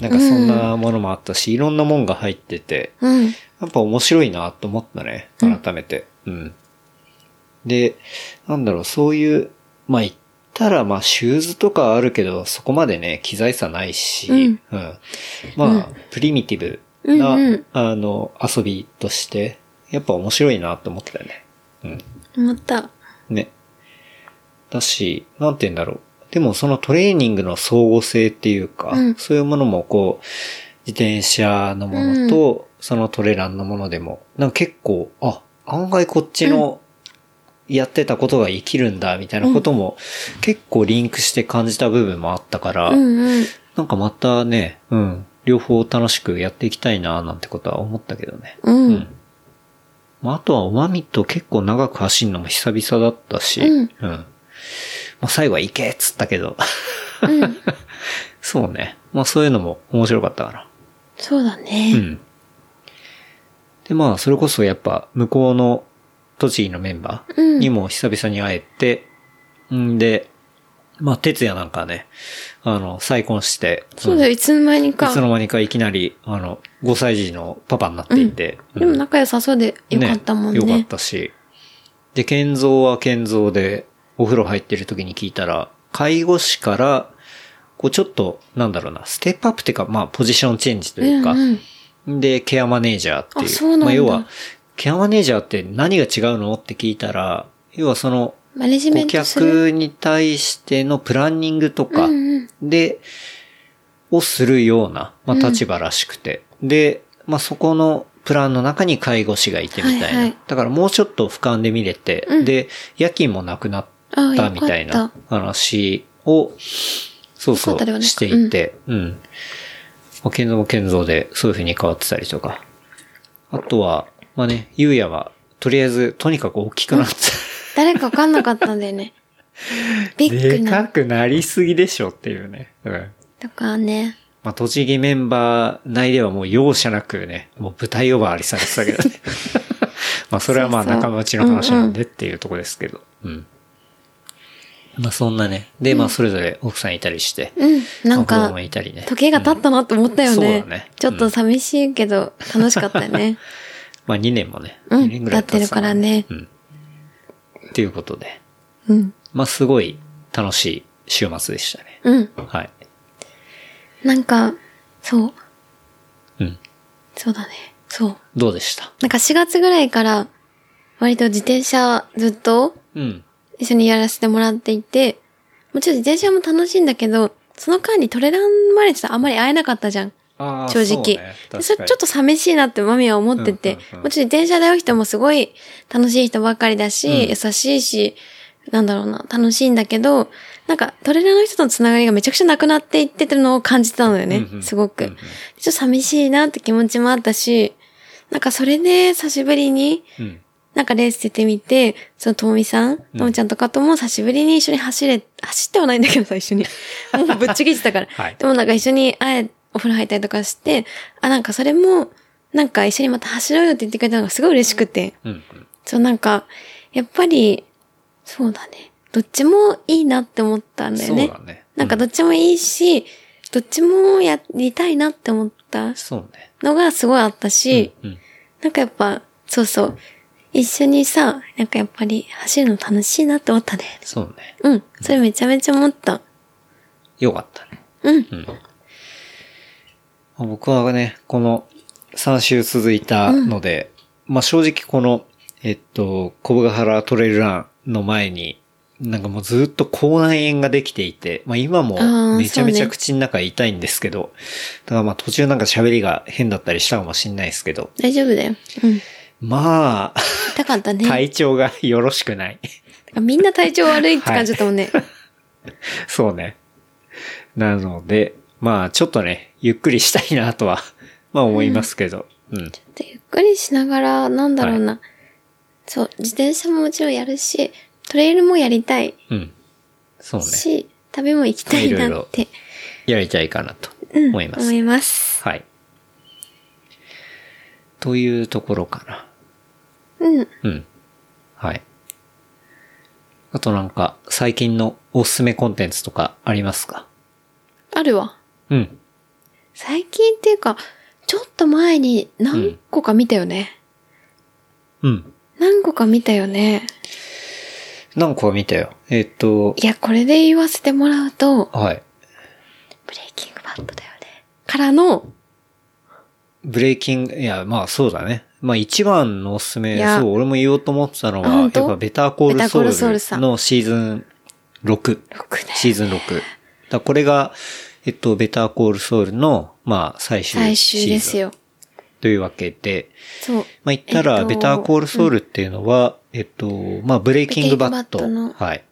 S2: なんかそんなものもあったし、いろんなもんが入ってて、
S3: うん。
S2: やっぱ面白いなと思ったね、改めて。うん。で、なんだろう、そういう、まあ言ったら、まあシューズとかあるけど、そこまでね、機材差ないし、
S3: うん
S2: まあ、
S3: うん
S2: プリミティブな、
S3: うんうん
S2: あの、遊びとして、やっぱ面白いなと思ってたね。うん。
S3: 思った。
S2: ね。だし、なんて言うんだろう。でもそのトレーニングの相互性っていうか、
S3: うん
S2: そういうものもこう、自転車のものと、そのトレランのものでも、なんか結構、あ、案外こっちのやってたことが生きるんだ、みたいなことも、結構リンクして感じた部分もあったから、
S3: うんうん。
S2: なんかまたね、うん、両方楽しくやっていきたいな、なんてことは思ったけどね。
S3: うん。
S2: うん。まあ、あとはおまみと結構長く走るのも久々だったし、
S3: うん
S2: まあ、最後は行けっつったけど、
S3: うん。
S2: そうね。まあ、そういうのも面白かったから。
S3: そうだね。
S2: うん。で、まあ、それこそやっぱ、向こうの栃木のメンバーにも久々に会えて、んで、まあ、哲也なんかね、あの、再婚して、
S3: そうだよ、いつの間に
S2: うんい
S3: か。
S2: つの間にかいきなり、あの、5歳児のパパになっていて、
S3: でも
S2: うん
S3: 仲良さそうでよかったもんね。
S2: よかったし。で、健造は健造で、お風呂入ってる時に聞いたら、介護士から、こうちょっと、なんだろうな、ステップアップっていうか、まあ、ポジションチェンジというか、
S3: うんうん
S2: で、ケアマネージャーっていう。
S3: あそうなんだ
S2: まあ、要は、ケアマネージャーって何が違うのって聞いたら、要はその、
S3: マネジメ
S2: 顧
S3: ントする。
S2: 客に対してのプランニングとか
S3: うんうん
S2: で、をするような、まあ、立場らしくて。で、まあ、そこのプランの中に介護士がいてみたいな。
S3: はいはい
S2: だからもうちょっと俯瞰で見れて、で、夜勤もなくなっ
S3: ああ、よか
S2: た
S3: っ
S2: み
S3: た。
S2: たいな話を、そうそ
S3: よかったでは
S2: う、
S3: ないか
S2: していて、うん。まあ、建造も建造でそういう風に変わってたりとか。あとは、まあね、ゆうやは、とりあえず、とにかく大きくなって、
S3: 誰かわかんなかったんだよ ね。ビッ
S2: で
S3: グ
S2: か
S3: な。
S2: くなりすぎでしょっていうね。うん。
S3: とかね。
S2: まあ、栃木メンバー内ではもう容赦なくね、もう舞台呼ばわりされてたけど ね。まあ、それはまあ
S3: そうそう
S2: 仲間内の話なんでっていうとこですけど。うん。まあ、そんなね。で、まあ、それぞれ奥さんいたりして。
S3: うん。なん
S2: まあ子
S3: か
S2: 供、いたりね。
S3: 時計が経ったなと思ったよ
S2: うん
S3: ね。
S2: そうだね
S3: ちょっと寂しいけど、楽しかったよね。
S2: まあ、2年もね。
S3: うん
S2: 二年ぐらい経
S3: 経ってるからね
S2: うん。っていうことで。
S3: うん。
S2: まあ、すごい楽しい週末でしたね。
S3: うん。
S2: はい。
S3: なんか、そう。
S2: うん。
S3: そうだね。そう。
S2: どうでした
S3: なんか4月ぐらいから、割と自転車ずっと
S2: うん。
S3: 一緒にやらせてもらっていて、もちろん自転車も楽しいんだけど、その間にトレランマレージとあんまり会えなかったじゃん。
S2: あー
S3: 正直。
S2: そうね
S3: で
S2: 確
S3: それ
S2: かに
S3: ちょっと寂しいなってマミは思ってて、
S2: うんうんうん
S3: もちろん自転車で会う人もすごい楽しい人ばっかりだし、
S2: うん
S3: 優しいし、なんだろうな、楽しいんだけど、なんかトレランの人とのつながりがめちゃくちゃなくなっていってるのを感じたのよね、
S2: うんうん
S3: すごく。
S2: うんうん
S3: ちょっと寂しいなって気持ちもあったし、なんかそれで久しぶりに、
S2: うん。
S3: なんかレース出てみて、そのともみさん、ともみちゃんとかとも久しぶりに一緒に走れ、走ってはないんだけどさ、一緒 に。もうぶっちぎってたから。
S2: はい
S3: でもなんか一緒に会え、お風呂入ったりとかして、あ、なんかそれも、なんか一緒にまた走ろうよって言ってくれたのがすごい嬉しくて。
S2: うんうん。
S3: そうなんか、やっぱり、そうだね。どっちもいいなって思ったんだよね。
S2: そうだね。
S3: なんかどっちもいいし、どっちもやりたいなって思った
S2: そうね。
S3: のがすごいあったし、
S2: うん。
S3: なんかやっぱ、そうそう。一緒にさ、なんかやっぱり走るの楽しいなって思ったね。
S2: そうね。
S3: うん。それめちゃめちゃ思った。
S2: よかったね。
S3: うん。
S2: まあ僕はね、この3週続いたので、まあ正直この、えっと、小ヶ原トレイルランの前に、なんかもうずっと口内炎ができていて、まあ今
S3: あ
S2: も
S3: ー
S2: めちゃめち
S3: そ
S2: ゃ
S3: うね
S2: 口の中痛いんですけど、だからまあ途中なんか喋りが変だったりしたかもしんないですけど、
S3: 大丈夫だよ。うん。
S2: まあ、
S3: 痛かった ね。
S2: 体調がよろしくない。
S3: みんな体調悪いって感じだったもんね。
S2: そうね。なので、まあちょっとね、ゆっくりしたいなとは、 まあ思いますけど、うん。
S3: でゆっくりしながら、なんだろうな、そう、自転車ももちろんやるし、トレイルもやりたい
S2: うん。そうね。
S3: し、旅も行きたい
S2: いろい
S3: な
S2: ろ
S3: って
S2: やりたいかなと
S3: うん
S2: 思います。
S3: 思います。
S2: はい。というところかな。
S3: うん。
S2: うん。はい。あとなんか、最近のおすすめコンテンツとかありますか
S3: あるわ。
S2: うん。
S3: 最近っていうか、ちょっと前に何個か見たよね。
S2: うん。
S3: 何個か見たよね。
S2: 何個か見たよ。えっと、
S3: いや、これで言わせてもらうと、
S2: はい。
S3: ブレイキングバットだよね。からの、
S2: ブレイキング、いや、まあそうだね。まあ一番のおすすめ、
S3: いや
S2: そう、俺も言おうと思ってたのは、
S3: あ
S2: や
S3: 本
S2: っ
S3: 当
S2: ぱベターコー
S3: ベタ
S2: ル
S3: ーコール
S2: ソ
S3: ソ
S2: ウ
S3: ウ
S2: ル
S3: ルさん
S2: のシーズン6。
S3: 6ね。
S2: シーズン6。だからこれが、えっと、ベターコールソウルの、まあ最終シーズン。
S3: 最終ですよ。
S2: というわけで、
S3: そう。
S2: まあ、言ったら、
S3: えっと
S2: ベターコールソウルっていうのは、えっと、まあ、ブレイキングバット。
S3: ブレイキングバット
S2: はい。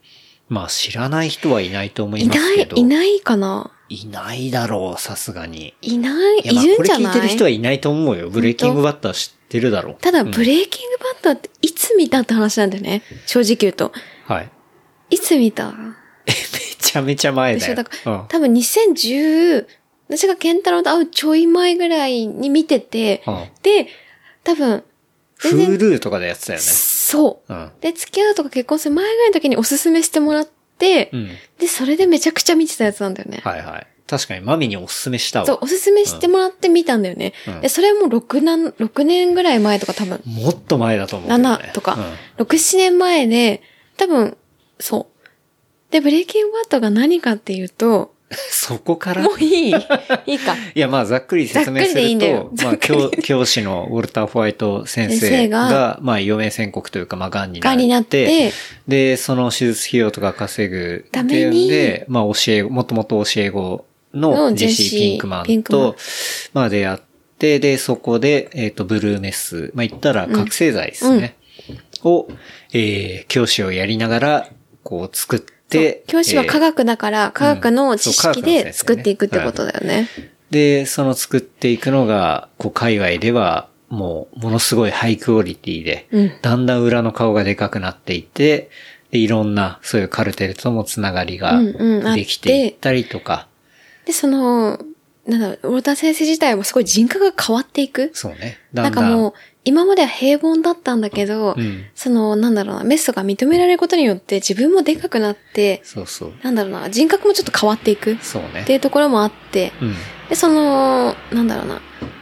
S2: まあ、知らない人はいないと思い
S3: い
S2: ま
S3: な
S2: すけ
S3: い、
S2: ど。
S3: い
S2: い。
S3: ないかない
S2: ないだろう、さすがに。
S3: いない、
S2: いや、まあ、
S3: いる
S2: こ
S3: ん
S2: れ
S3: じゃ
S2: 聞い
S3: な
S2: てる
S3: い
S2: 人はいないと思うよ。ブレイキングバットは知ってるだろう。
S3: ただ、
S2: うん
S3: ブレイキングバットっていつ見たって話なんだよね。正直言うと。
S2: はい。
S3: いつ見た
S2: めちゃめちゃ前
S3: で
S2: だ
S3: しょ
S2: よ。
S3: だか
S2: う
S3: ら、
S2: ん
S3: 多分2010、私がケンタロウと会うちょい前ぐらいに見てて、
S2: うん
S3: で、多分、全然
S2: Hulu とかでやってたよね。
S3: そう。
S2: うん。
S3: で、付き合うとか結婚する前ぐらいの時におすすめしてもらって、
S2: うん。
S3: で、それでめちゃくちゃ見てたやつなんだよね。
S2: はいはい。確かに、マミにおすすめしたわ。
S3: そう、おすすめしてもらって見たんだよね。
S2: うん
S3: で、それも6年、6年ぐらい前とか多分、
S2: もっと前だと思うけどね、
S3: 7とか
S2: うん、
S3: 6、7年前で、多分、そう。で、ブレイキングバットが何かっていうと、
S2: そこから
S3: もういい いいか。
S2: いや、まあ、ざっくり説明す
S3: ざっくりでいい
S2: る
S3: んだよ
S2: と、ま
S3: ざ
S2: あ
S3: っく
S2: 教、
S3: り
S2: 教師のウォルター・ホワイト先
S3: 先
S2: 生
S3: 生
S2: が、
S3: が
S2: まあ、余命宣告というか、まあ、癌になって、
S3: がになって、
S2: で、その手術費用とか稼ぐ
S3: た
S2: ってい
S3: め
S2: うん
S3: に
S2: で、まあ、教え子、もともと教え子の
S3: の
S2: ジェシ
S3: ジ
S2: ー・
S3: ェシー
S2: ピンクマ
S3: ピ
S2: ン
S3: ンクマン
S2: と、まあ、出会って、で、そこで、えっ、と、ブルーメス、まあ、言ったら覚醒剤ですね、を、えー、教師をやりながら、こう、作って、
S3: 教師は科学だから、科学の知識
S2: うん
S3: で
S2: そう科学の先生
S3: 作
S2: ね
S3: っていくってことだよね。
S2: で、その作っていくのが、こう、海外では、もう、ものすごいハイクオリティで、
S3: うん
S2: だんだん裏の顔がでかくなっていて、でいろんな、そういうカルテルともつながりが
S3: うんうんあって
S2: できていったりとか、
S3: で、その、なんだろう、ウォルター先生自体もすごい人格が変わっていく。
S2: そうね。だ
S3: なん
S2: ん
S3: か
S2: だん。
S3: もう、今までは平凡だったんだけど、
S2: うん
S3: その、なんだろうな、メスが認められることによって自分もでかくなって、
S2: そうそう。
S3: なんだろうな、人格もちょっと変わっていくっ
S2: そうね
S3: て。いうところもあって、
S2: うん。
S3: で、その、なんだろうな、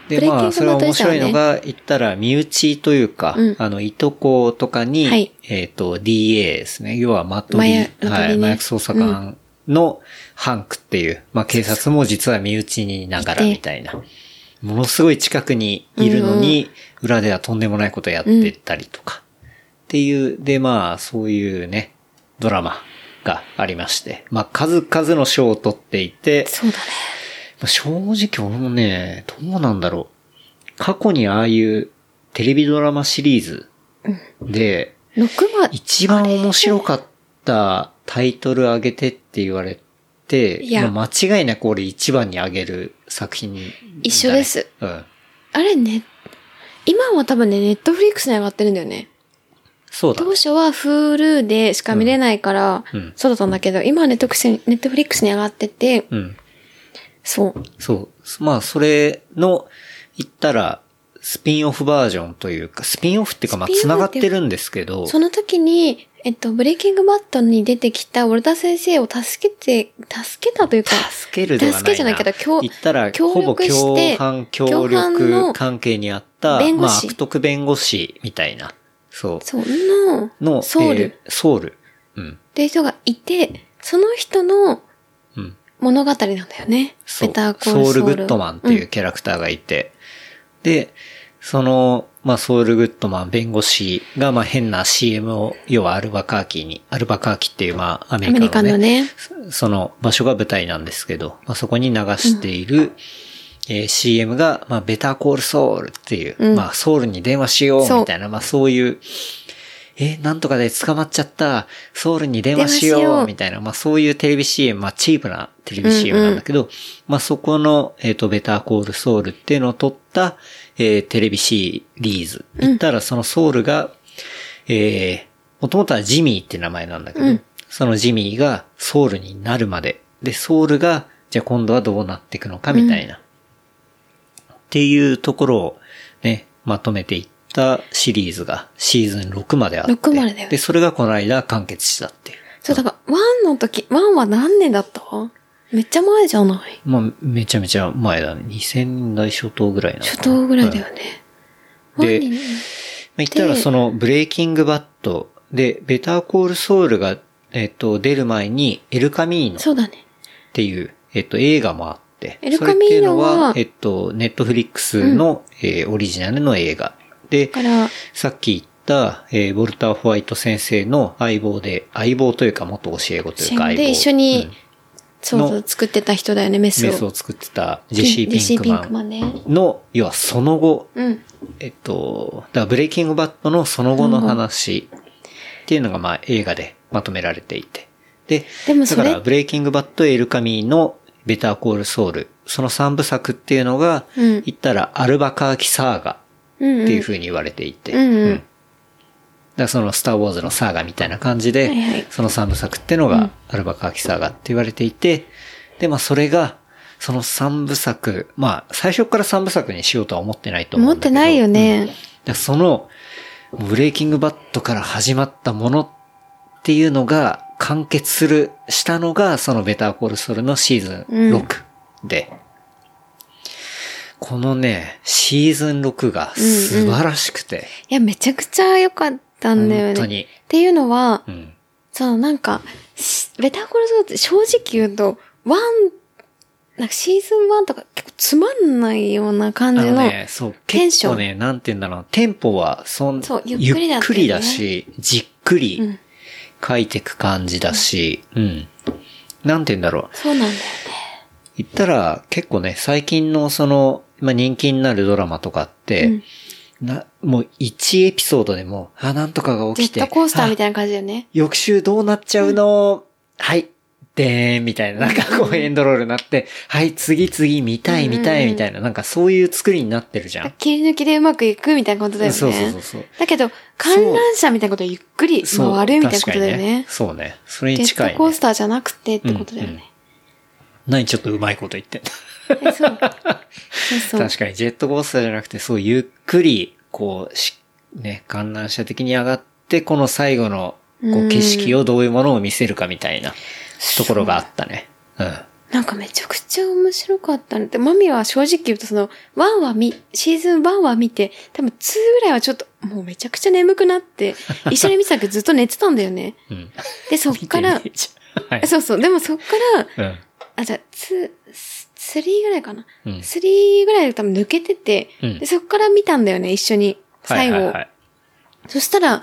S3: ブレ
S2: で、
S3: イキング
S2: まあ、それは
S3: バト
S2: 面
S3: ルした
S2: 白
S3: らね
S2: いのが、言ったら、身内というか、
S3: うん
S2: あの、いとことかに、
S3: はい
S2: えっ、と、DA ですね。要は、マトリ、は
S3: 麻
S2: い
S3: 薬、マトリね
S2: 麻薬捜査官のハンクっていう、まあ、警察も実は身内にいながら
S3: いて
S2: みたいな。ものすごい近くにいるのに、裏ではとんでもないことやってたりとか。っていう、で、まあ、そういうね、ドラマがありまして、まあ、数々の賞を取っていて、
S3: そうだね。
S2: まあ正直俺もね、どうなんだろう。過去にああいうテレビドラマシリーズで、
S3: 6まで、
S2: 一番面白かったタイトル上げてって言われて
S3: い、や
S2: まあ間違いなく俺一番に上げる作品だね、
S3: 一緒です
S2: うん。
S3: あれね、今は多分ね、ネットフリックスに上がってるんだよね。
S2: そうだ
S3: 当。初は Hulu でしか見れないから、
S2: うんうん
S3: そうだったんだけど、今はネットフリックスに上がってて、
S2: うん。
S3: そう。
S2: そう。まあそれの、言ったら、スピンオフバージョンというか、スピンオフっていうかまあ
S3: スピンオ
S2: 繋
S3: フ
S2: がってるんですけど、
S3: その時に、えっと、ブレイキングバットに出てきたウォルター先生を助けて、助けたというか、
S2: 助けるではないな。
S3: 助けじゃないけど協
S2: 言ったら、
S3: 協
S2: ほぼ
S3: 力し
S2: 共
S3: て
S2: 犯、協
S3: 共犯
S2: 力
S3: の
S2: 関係にあった、
S3: 弁護
S2: まあ、
S3: 士
S2: 悪徳弁護士みたいな、そう、
S3: その、
S2: の、
S3: ソウル
S2: えーソウル。うん。
S3: っていう人がいて、その人の
S2: うん。
S3: 物語なんだよね。
S2: そ
S3: ベ
S2: う
S3: ター。コール
S2: ソウル・グッドマンっていううキャラクターがいて、で、その、まあ、ソウルグッドマン弁護士が、まあ、変な CM を、要はアルバカーキに、アルバカーキっていう、まあ、アメ
S3: アメ
S2: リ
S3: リ
S2: カ
S3: カ
S2: の
S3: の
S2: ね、
S3: ね。
S2: その場所が舞台なんですけど、まあ、そこに流している、えー CM が、まあ、ベターコールソウルっていう、
S3: うん
S2: まあ、ソウルに電話しよう
S3: そう
S2: みたいな、まあ、そういう、え、なんとかで捕まっちゃった、ソウルに電話し
S3: 電話し
S2: よ
S3: よ
S2: う
S3: う
S2: みたいな、まあ、そういうテレビ CM、まあ、チープなテレビ CM
S3: うんうん
S2: なんだけど、まあ、そこの、えっ、と、ベターコールソウルっていうのを撮った、えーテレビシリーズ。言ったら、そのソウルが、えー、もともとはジミーって名前なんだけど、
S3: うん
S2: そのジミーがソウルになるまで、で、ソウルが、じゃあ今度はどうなっていくのかみたいな、っていうところをね、まとめていったシリーズがシーズン6まであって、
S3: 6までだよ
S2: で、それがこの間完結したっていう。
S3: そう、だから、ワンの時、ワンは何年だっためっちゃ前じゃない
S2: まあ、めちゃめちゃ前だね。2000年代初頭ぐらいなのかな。
S3: 初頭ぐらいだ
S2: うん
S3: よね。
S2: うん
S3: ワン
S2: で
S3: にね
S2: まあ、言ったら
S3: で
S2: そのブレイキングバットで、ベターコールソウルが、えっ、と、出る前にエルカミーノっ
S3: そうだね。
S2: ていう、えっ、と、映画もあって。
S3: エルカミーノは
S2: それっていうのは、えっ、と、ネットフリックスの、えーオリジナルの映画。で
S3: だ、から、
S2: さっき言った、えーウォルター・ホワイト先生の相棒で、相棒というか元教え子というか相棒。
S3: で一緒に、そうそ
S2: の
S3: う、作ってた人だよね、メスを。
S2: メスを作ってたジェシー・
S3: ジェシ
S2: ピン
S3: ー
S2: ク
S3: ピン
S2: マ
S3: クマンね。
S2: ンの、要はその後、
S3: うん。
S2: えっと、だからブレイキングバットのその後の話っていうのがまあ映画でまとめられていて。で、
S3: でもそ
S2: だ
S3: れ
S2: からブレイキングバット、エルカミーのベターコールソウル、その三部作っていうのが、
S3: うん
S2: 言ったらアルバカーキサーガ
S3: うん、うん。
S2: っていう風に言われていて。
S3: うんうん
S2: だからそのスターウォーズのサーガみたいな感じで、
S3: はいはい
S2: その三部作ってのがアルバカーキサーガって言われていて、でまあそれが、その三部作、まあ最初から三部作にしようとは思ってないと思
S3: 持
S2: う
S3: っ
S2: んだけ
S3: て
S2: ど。
S3: ないよね。
S2: でその、ブレイキングバットから始まったものっていうのが完結する、したのが、そのベターコールソウルのシーズン6で、このね、シーズン6が素晴らしくて、
S3: いや、めちゃくちゃ良かったんだよね。
S2: 本当に
S3: っていうのは、
S2: うん。
S3: そのなんか、しベターコールソウルって正直言うと、ワン、なんかシーズンワンとか結構つまんないような感
S2: あ
S3: じ
S2: の
S3: の、
S2: ね、そう、
S3: テンシ
S2: 結
S3: ョン
S2: 構ね、なんて言うんだろう、テンポはそん、
S3: そうゆっくりだったよね
S2: ゆっくりだし、じっく
S3: う
S2: り
S3: ん
S2: 書いてく感じだし、うん。なんて言うんだろう、
S3: そうなんだよね。
S2: 言ったら、結構ね、最近のその、まあ、人気になるドラマとかって、な、もう1エピソードでも、あ、なんとかが
S3: ジ
S2: 起
S3: ェ
S2: きて、
S3: ットコースターみ
S2: あ
S3: たいな感じだよね。
S2: 翌週どうなっちゃうの、はい、でーん、みたいな、なんかこうエンドロールになって、はい、次次見たい見たいみたいな、なんかそういう作りになってるじゃん。
S3: 切り抜きでうまくいくみたいなことだよね。
S2: そうそうそうそう。
S3: だけど、観覧車みたいなことはゆっくり
S2: そう
S3: 回るみたいなことだ
S2: 確
S3: よ
S2: かに
S3: ね。
S2: そうね。それ
S3: ジ
S2: に
S3: ェ
S2: 近
S3: ッ
S2: い、
S3: トコー
S2: ね
S3: ス。ターじゃなくてってことだよね。
S2: 何ちょっとうまいこと言ってんだ
S3: えそう。そうそう。
S2: 確かにジェットコースターじゃなくて、そうゆっくり、こう、し、ね、観覧車的に上がって、この最後の、こ
S3: う
S2: う、
S3: ん
S2: 景色をどういうものを見せるかみたいなところがあったね。うん。
S3: なんかめちゃくちゃ面白かったの。で、マミは正直言うとその、1は見、シーズン1は見て、多分2ぐらいはちょっと、もうめちゃくちゃ眠く なって、一緒に見てたけどずっと寝てたんだよね。
S2: うん。
S3: で、そっから、
S2: 見てみちゃう はい。
S3: そうそう、でもそっか
S2: う
S3: ら、
S2: ん。
S3: あ、じゃあ、2、3ぐらいかな。
S2: うん
S3: 3ぐらいで多分抜けてて、
S2: うん
S3: で、そっから見たんだよね、一緒に。最後。
S2: はいはいはい
S3: そしたら、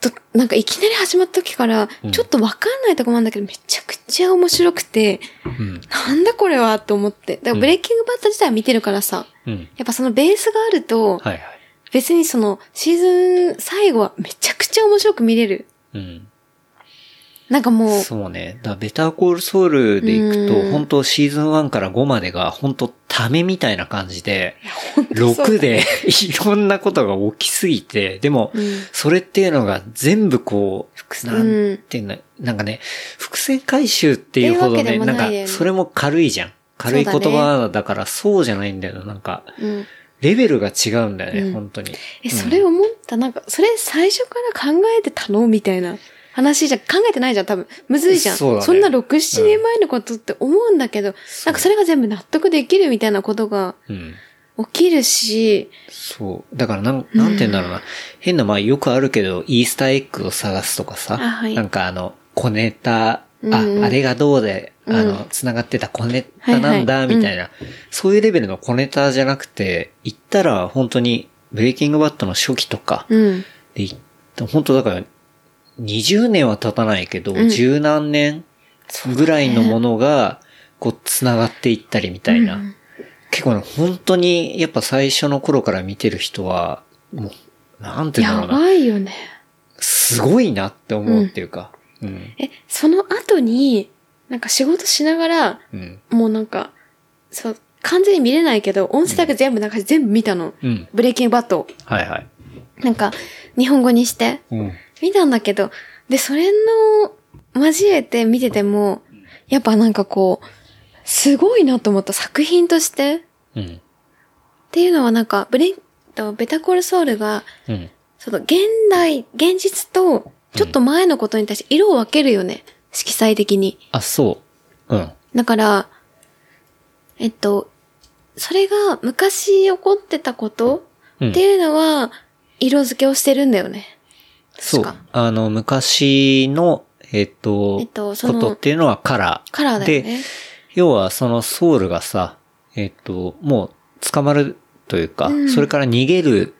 S3: となんかいきなり始まった時から
S2: う、ん
S3: ちょっとわかんないとこもあるんだけど、めちゃくちゃ面白くて、
S2: うん。
S3: なんだこれはと思って。だからブレイキングバット自体は見てるからさ、
S2: うん。
S3: やっぱそのベースがあると、
S2: はいはい。
S3: 別にそのシーズン最後はめちゃくちゃ面白く見れる。
S2: うん。
S3: なんかもう、
S2: そうね。だからベターコールソウルで行く
S3: う
S2: と、
S3: ん
S2: 本当シーズン1から5までが、本当ためみたいな感じで、
S3: 当そう
S2: 6でいろんなことが起きすぎて、でも、
S3: うん
S2: それっていうのが全部こう、なん
S3: うん
S2: ていうの、なんかね、伏線回収っていうほど
S3: って
S2: ね、
S3: いうわ
S2: な
S3: けでも
S2: ん
S3: ない
S2: か
S3: よね、
S2: それも軽いじゃん。軽い言
S3: そうだね
S2: 葉だからそうじゃないんだよな、なんか、
S3: うん。
S2: レベルが違うんだよね、
S3: うん
S2: 本当に。
S3: え、それ思った、なんか、それ最初から考えてたのみたいな話じゃ、考えてないじゃん、多分。むずいじゃん。
S2: そうだね
S3: んな6、7年前のことって思うんだけど、なんかそれが全部納得できるみたいなことが
S2: うん。
S3: 起きるし、
S2: そう。だからなん、なんて言うんだろうな。変な、まあよくあるけど、イースターエッグを探すとかさ。
S3: あはい
S2: なんかあの、小ネタあ
S3: うんう、ん
S2: あれがどうで、あの、繋がってた小ネタなんだ、
S3: はいはい
S2: みたいな、そういうレベルの小ネタじゃなくて、言ったら本当に、ブレイキングバットの初期とか、
S3: うん。
S2: で、本当だから、20年は経たないけど、
S3: うん
S2: 十何年ぐらいのものが、こう、繋がっていったりみたいな。結構ね、本当に、やっぱ最初の頃から見てる人は、もう、なんていうんだろ
S3: や
S2: うな、
S3: ばいよね。
S2: すごいなって思うっていうか、うん、
S3: え、その後に、なんか仕事しながら、
S2: うん、
S3: もうなんか、そう、完全に見れないけど、音声だけ全部、なんか全部見たの。
S2: うん、
S3: ブレイキングバットを
S2: はいはい。
S3: なんか、日本語にして、
S2: うん、
S3: 見たんだけど、で、それの、交えて見てても、やっぱなんかこう、すごいなと思った作品として、っ
S2: うん、
S3: ていうのはなんか、ブレイとベタコールソウルが、
S2: うん、
S3: その現代、現実と、ちょっと前のことに対して色を分けるよね。色彩的に。
S2: あ、そう、うん、
S3: だから、えっと、それが昔起こってたこと
S2: うん
S3: っていうのは、色付けをしてるんだよね。
S2: そ
S3: 確
S2: う
S3: か。
S2: あの、昔の、えっと、
S3: えっとそ
S2: こ
S3: の
S2: とっていうのはカラー。
S3: カラーだよね
S2: で、要はそのソウルがさ、えっと、もう捕まるというか、
S3: うん
S2: それから逃げる、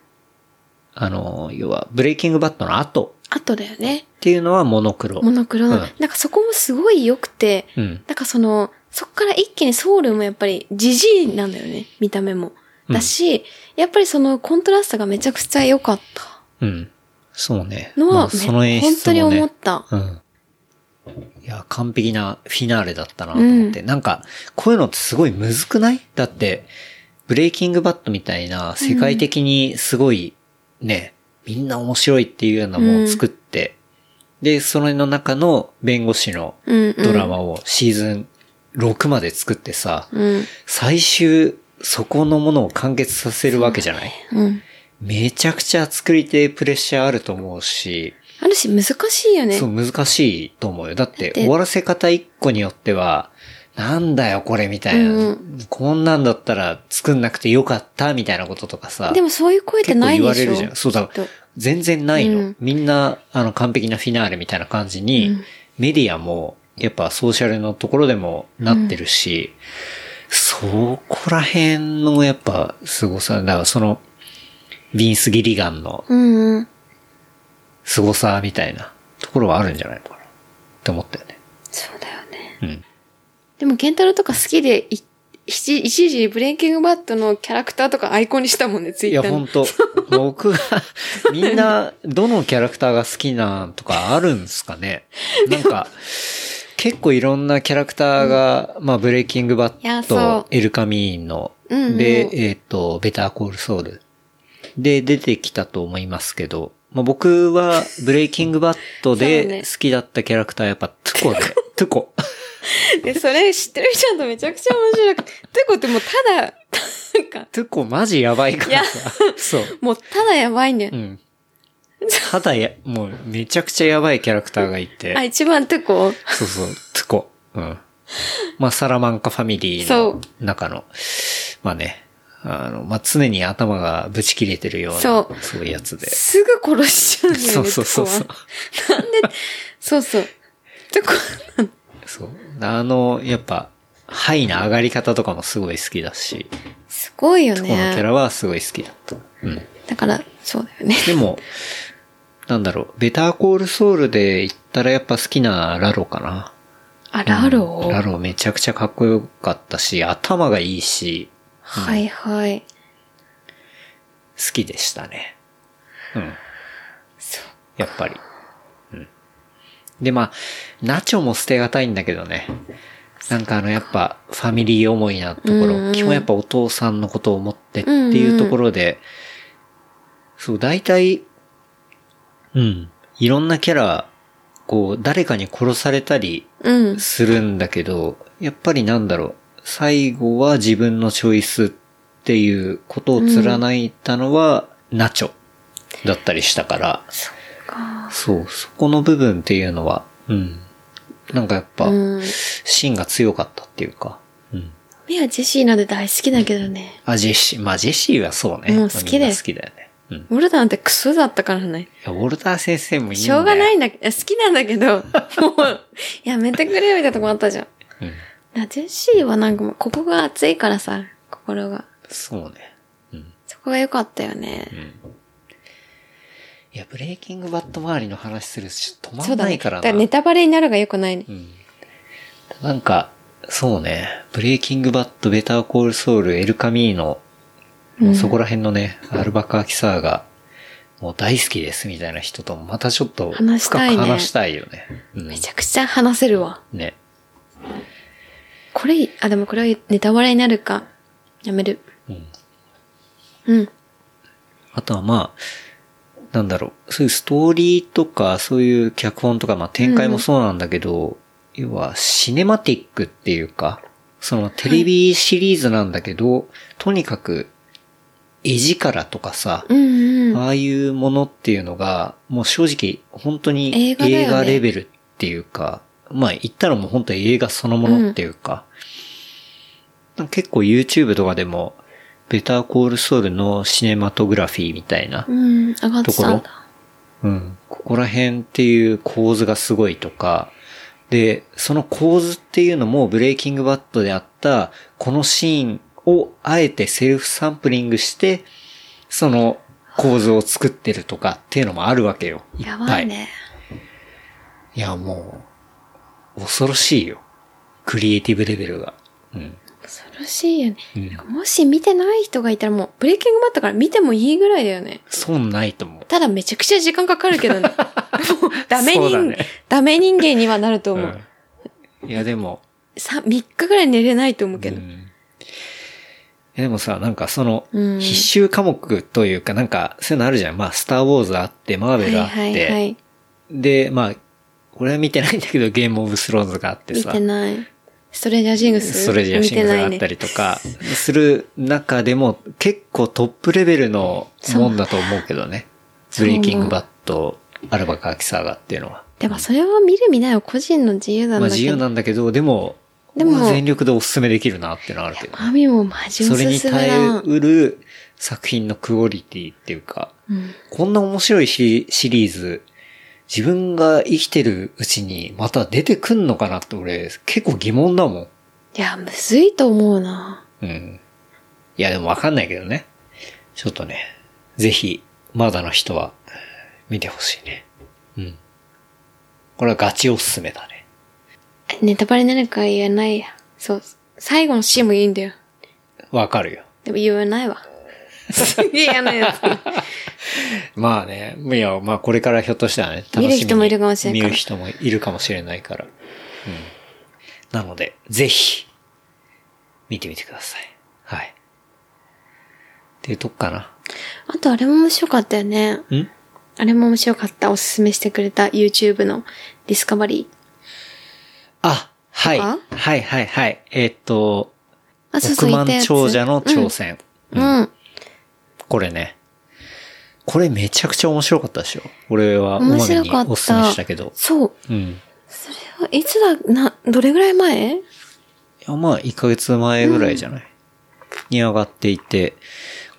S2: あの、要はブレイキングバットの後
S3: あとだよね。
S2: っていうのはモノクロ。
S3: モノクロ。
S2: うん
S3: なんかそこもすごい良くて、
S2: うん。
S3: なんかその、そこから一気にソウルもやっぱりジジイなんだよね。見た目も。だし、やっぱりそのコントラストがめちゃくちゃ良かった。
S2: うん。そうね。
S3: の
S2: ま
S3: は
S2: あ、その演
S3: 本
S2: 出
S3: 当に
S2: もね
S3: 思った。
S2: うん。いや、完璧なフィナーレだったなと思って。なんか、こういうのってすごいむずくないだって、ブレイキングバットみたいな、世界的にすごい、ね、みんな面白いっていうようなものを作って、で、それの中の弁護士の
S3: うん、うん。
S2: ドラ。マをシーズン6まで作ってさ、
S3: うん。
S2: 最終、そこのものを完結させるわけじゃない
S3: うん。
S2: めちゃくちゃ作り手プレッシャーあると思うし、
S3: あるし難しいよね。
S2: そう、難しいと思うよ。だって、
S3: だって
S2: 終わらせ方一個によっては、なんだよ、これ、みたいな、
S3: うんう
S2: こんなんだったら作んなくてよかった、みたいなこととかさ。
S3: でもそういう声って
S2: 結構
S3: ない
S2: 言わ
S3: で
S2: れ
S3: しょ
S2: るじゃん。そうだ
S3: きっと、
S2: 全然ないの。
S3: うん
S2: みんな、あの、完璧なフィナーレみたいな感じに、
S3: うん
S2: メディアも、やっぱソーシャルのところでもなってるし、そこら辺の、やっぱ、凄さ、だからその、ビンス・ギリガンの
S3: うんうん。
S2: 凄さみたいなところはあるんじゃないのかなって思ったよね。
S3: そうだよね。
S2: うん。
S3: でも、ケンタロウとか好きで、い一一時ブレイキングバットのキャラクターとかアイコンにしたもんね、ツイ
S2: い
S3: ッ
S2: や、
S3: ターの
S2: 本当僕が、みんな、どのキャラクターが好きなんとかあるんですかねなんか、結構いろんなキャラクターが、まあ、ブレイキングバ
S3: いや
S2: ッ
S3: そう
S2: ト、エルカミーンの、
S3: うんうん
S2: で、えっ、と、ベターコールソウルで出てきたと思いますけど、まあ、僕は、ブレイキングバット
S3: そうね
S2: で好きだったキャラクターはやっぱトゥコ で、トゥコ。
S3: で、それ知ってる人だとめちゃくちゃ面白くて。てこともうただ、なんか、
S2: トゥコマジやばいからさ。そう。
S3: もうただやばいね
S2: う。ん。ただや、もうめちゃくちゃやばいキャラクターがいて。
S3: あ、一番てこ。
S2: そうそう、ツコ。うん。まあ、サラマンカファミリー
S3: そ
S2: の中の、まあね、あの、まあ、常に頭がぶち切れてるような、
S3: そ
S2: そういうやつで。
S3: すぐ殺しちゃうんだよね。
S2: そうそうそうそう
S3: てこはなんで、そうそう。てこ、
S2: そう。あの、やっぱ、ハイな上がり方とかもすごい好きだし、
S3: すごいよ
S2: ツコのキャ
S3: ね。
S2: ラはすごい好きだった。うん。
S3: だから、そうだよね。
S2: でも、なんだろう、ベターコールソウルで言ったらやっぱ好きなラロかな。
S3: あ、ラロー
S2: ラロめちゃくちゃかっこよかったし、頭がいいし、
S3: はいはい。
S2: 好きでしたね。うん。
S3: そう。
S2: やっぱり。うん。で、まあ、ナチョも捨てがたいんだけどね。なんかあの、やっぱ、ファミリー思いなところ、
S3: うんうん
S2: 基本やっぱお父さんのことを思ってっていうところで、そう、大体、うん、いろんなキャラ、こう、誰かに殺されたり
S3: うん。
S2: するんだけど、やっぱりなんだろう、最後は自分のチョイスっていうことを貫いたのは、ナチョだったりしたから、
S3: か
S2: そう、そこの部分っていうのは、うん。なんかやっぱ、
S3: うん。
S2: 芯が強かったっていうか、うん。
S3: メアジェシーなんて大好きだけどね。
S2: あ、ジェシー、まあジェシーはそうね。
S3: もう好
S2: み
S3: きだよ
S2: んな好きだよね。うん
S3: ウォルターなんてクソだったからね。
S2: いやウォルター先生もいいんだよ。
S3: しょうがないんだけど、好きなんだけど、 もう、やめてくれよみたいなとこあったじゃん。
S2: うん。
S3: な、ジェシーはなんかもう、ここが熱いからさ、心が。
S2: そうね。うん。
S3: そこが良かったよね
S2: う。ん。いや、ブレイキングバット周りの話するし、止ま
S3: そうんだ
S2: な
S3: ね。
S2: いか
S3: だからら
S2: な。
S3: ネタバレになるが良くないね
S2: う。ん。なんか、そうね。ブレイキングバット、ベターコールソウル、エルカミーノ、
S3: うん
S2: そこら辺のね、アルバカーキサーが、もう大好きですみたいな人ともまたちょっと深
S3: 話し
S2: く
S3: たいね
S2: 話したいよね。うん
S3: めちゃくちゃ話せるわ。
S2: ね。
S3: これいい、あ、でもこれはネタバレになるか。やめる。
S2: うん
S3: うん。
S2: あとはまあ、なんだろう、そういうストーリーとか、そういう脚本とか、まあ展開もそうなんだけど、要はシネマティックっていうか、そのテレビシリーズなんだけど、とにかく、絵力とかさ、
S3: うんうん。
S2: ああいうものっていうのが、もう正直、本当
S3: 映
S2: に
S3: 画だよね
S2: 映画レベルっていうか、まあ言ったらもう本当に映画そのものっていうか、なんか結構 YouTube とかでも、ベターコールソウルのシネマトグラフィーみたいな、
S3: うん。上がってたん
S2: とこ
S3: だ。
S2: うん、ここら辺っていう構図がすごいとか、で、その構図っていうのもブレイキングバットであった、このシーンをあえてセルフサンプリングして、その構図を作ってるとかっていうのもあるわけよ。いっぱい。
S3: やばいね。
S2: いや、もう、恐ろしいよ。クリエイティブレベルが。うん。
S3: 恐ろしいよね。
S2: うん。
S3: もし見てない人がいたらもう、ブレイキングバットから見てもいいぐらいだよね。
S2: 損ないと思う。
S3: ただめちゃくちゃ時間かかる けどね。もう、ダメ
S2: そうだ
S3: 人、
S2: ね
S3: ダメ人間にはなると思う。
S2: うん、いや、でも、
S3: さ、3日ぐらい寝れないと思うけど。
S2: うんいやでもさ、なんかその、
S3: うん
S2: 必修科目というか、なんか、そういうのあるじゃん。まあ、スターウォーズあって、マー
S3: は
S2: ベ
S3: い
S2: ルあって、
S3: はいはい。
S2: で、まあ、俺は見てないんだけど、ゲームオブスローンズがあって
S3: 見
S2: さ、
S3: てない。ストレンジャーシングス
S2: それじゃ
S3: 見
S2: シン
S3: て
S2: グス
S3: な
S2: があ
S3: い
S2: った
S3: ね。
S2: りとか、する中でも、結構トップレベルのもんだと思うけどね。
S3: そ
S2: ブ
S3: う
S2: レイキングバット、アルバカーキサーガっていうのは。
S3: でもそれは見る見ないは個人の自由なん
S2: まあ
S3: だ
S2: 自
S3: け
S2: 由
S3: ど。
S2: なんだけど、でも、
S3: でも
S2: 全力でお勧めできるなっていうのはあるけど。
S3: マミもマジお
S2: そ
S3: す
S2: れに
S3: すめ
S2: 耐
S3: だ
S2: え。うる作品のクオリティっていうか、
S3: うん
S2: こんな面白いシシリーズ、自分が生きてるうちにまた出てくんのかなって俺結構疑問だもん。
S3: いや、むずいと思うな。
S2: うん。いやでもわかんないけどね。ちょっとね、ぜひ、まだの人は見てほしいね。うん。これはガチおすすめだね。
S3: ネタバレになるから言えないや。そう。最後のシーンもいいんだよ。
S2: わかるよ。
S3: でも言えな いわ。すげえ嫌なやつ。
S2: まあね、いや、まあこれからひょっとしたらね、
S3: 見る人もいるかも
S2: 楽
S3: し
S2: しみ
S3: れない
S2: に
S3: から
S2: 見る人もいるかもしれないから。うん。なので、ぜひ、見てみてください。はい。っていうとこかな。
S3: あとあれも面白かったよね。
S2: ん
S3: あれも面白かった。おすすめしてくれた YouTube のディスカバリー。
S2: あ、はい。
S3: あ
S2: はいはいはい。えーっと、
S3: あ、そうそう、
S2: 億
S3: いたや
S2: 万
S3: つ。
S2: 長者の挑戦。
S3: うん。うん。
S2: これね。これめちゃくちゃ面白かったでしょ。俺は、
S3: 面
S2: 主
S3: 白
S2: に
S3: かった。
S2: おすすめしたけど。
S3: そう。
S2: うん。
S3: いつだ、な、どれぐらい前
S2: いや、まあ、1ヶ月前ぐらいじゃない、に上がっていて、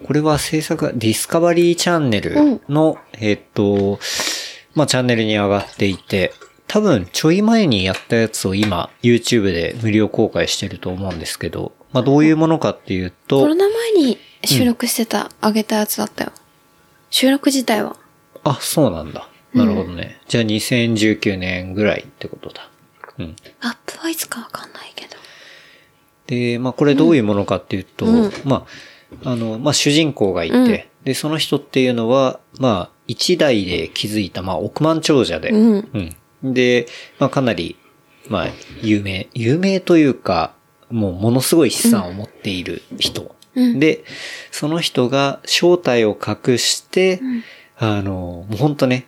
S2: これは制作が、ディスカバリーチャンネルの、えっと、まあ、チャンネルに上がっていて、多分、ちょい前にやったやつを今、YouTube で無料公開してると思うんですけど、まあ、どういうものかっていう
S3: コロ
S2: と、
S3: ナ前に収録してた、あげたやつだったよ。収録自体は。
S2: あ、そうなんだ。なるほどね。じゃあ、2019年ぐらいってことだ。うん。
S3: アップはいつかわかんないけど。
S2: で、まあ、これどういうものかっていうと、
S3: うん
S2: まあ、あの、まあ、主人公がいて、
S3: うん
S2: で、その人っていうのは、まあ、一代で築いた、まあ、億万長者で、
S3: うん。
S2: うんで、まあ、かなり、まあ、有名、有名というか、もうものすごい資産を持っている人。
S3: うん
S2: で、その人が正体を隠して、あの、もうほんとね、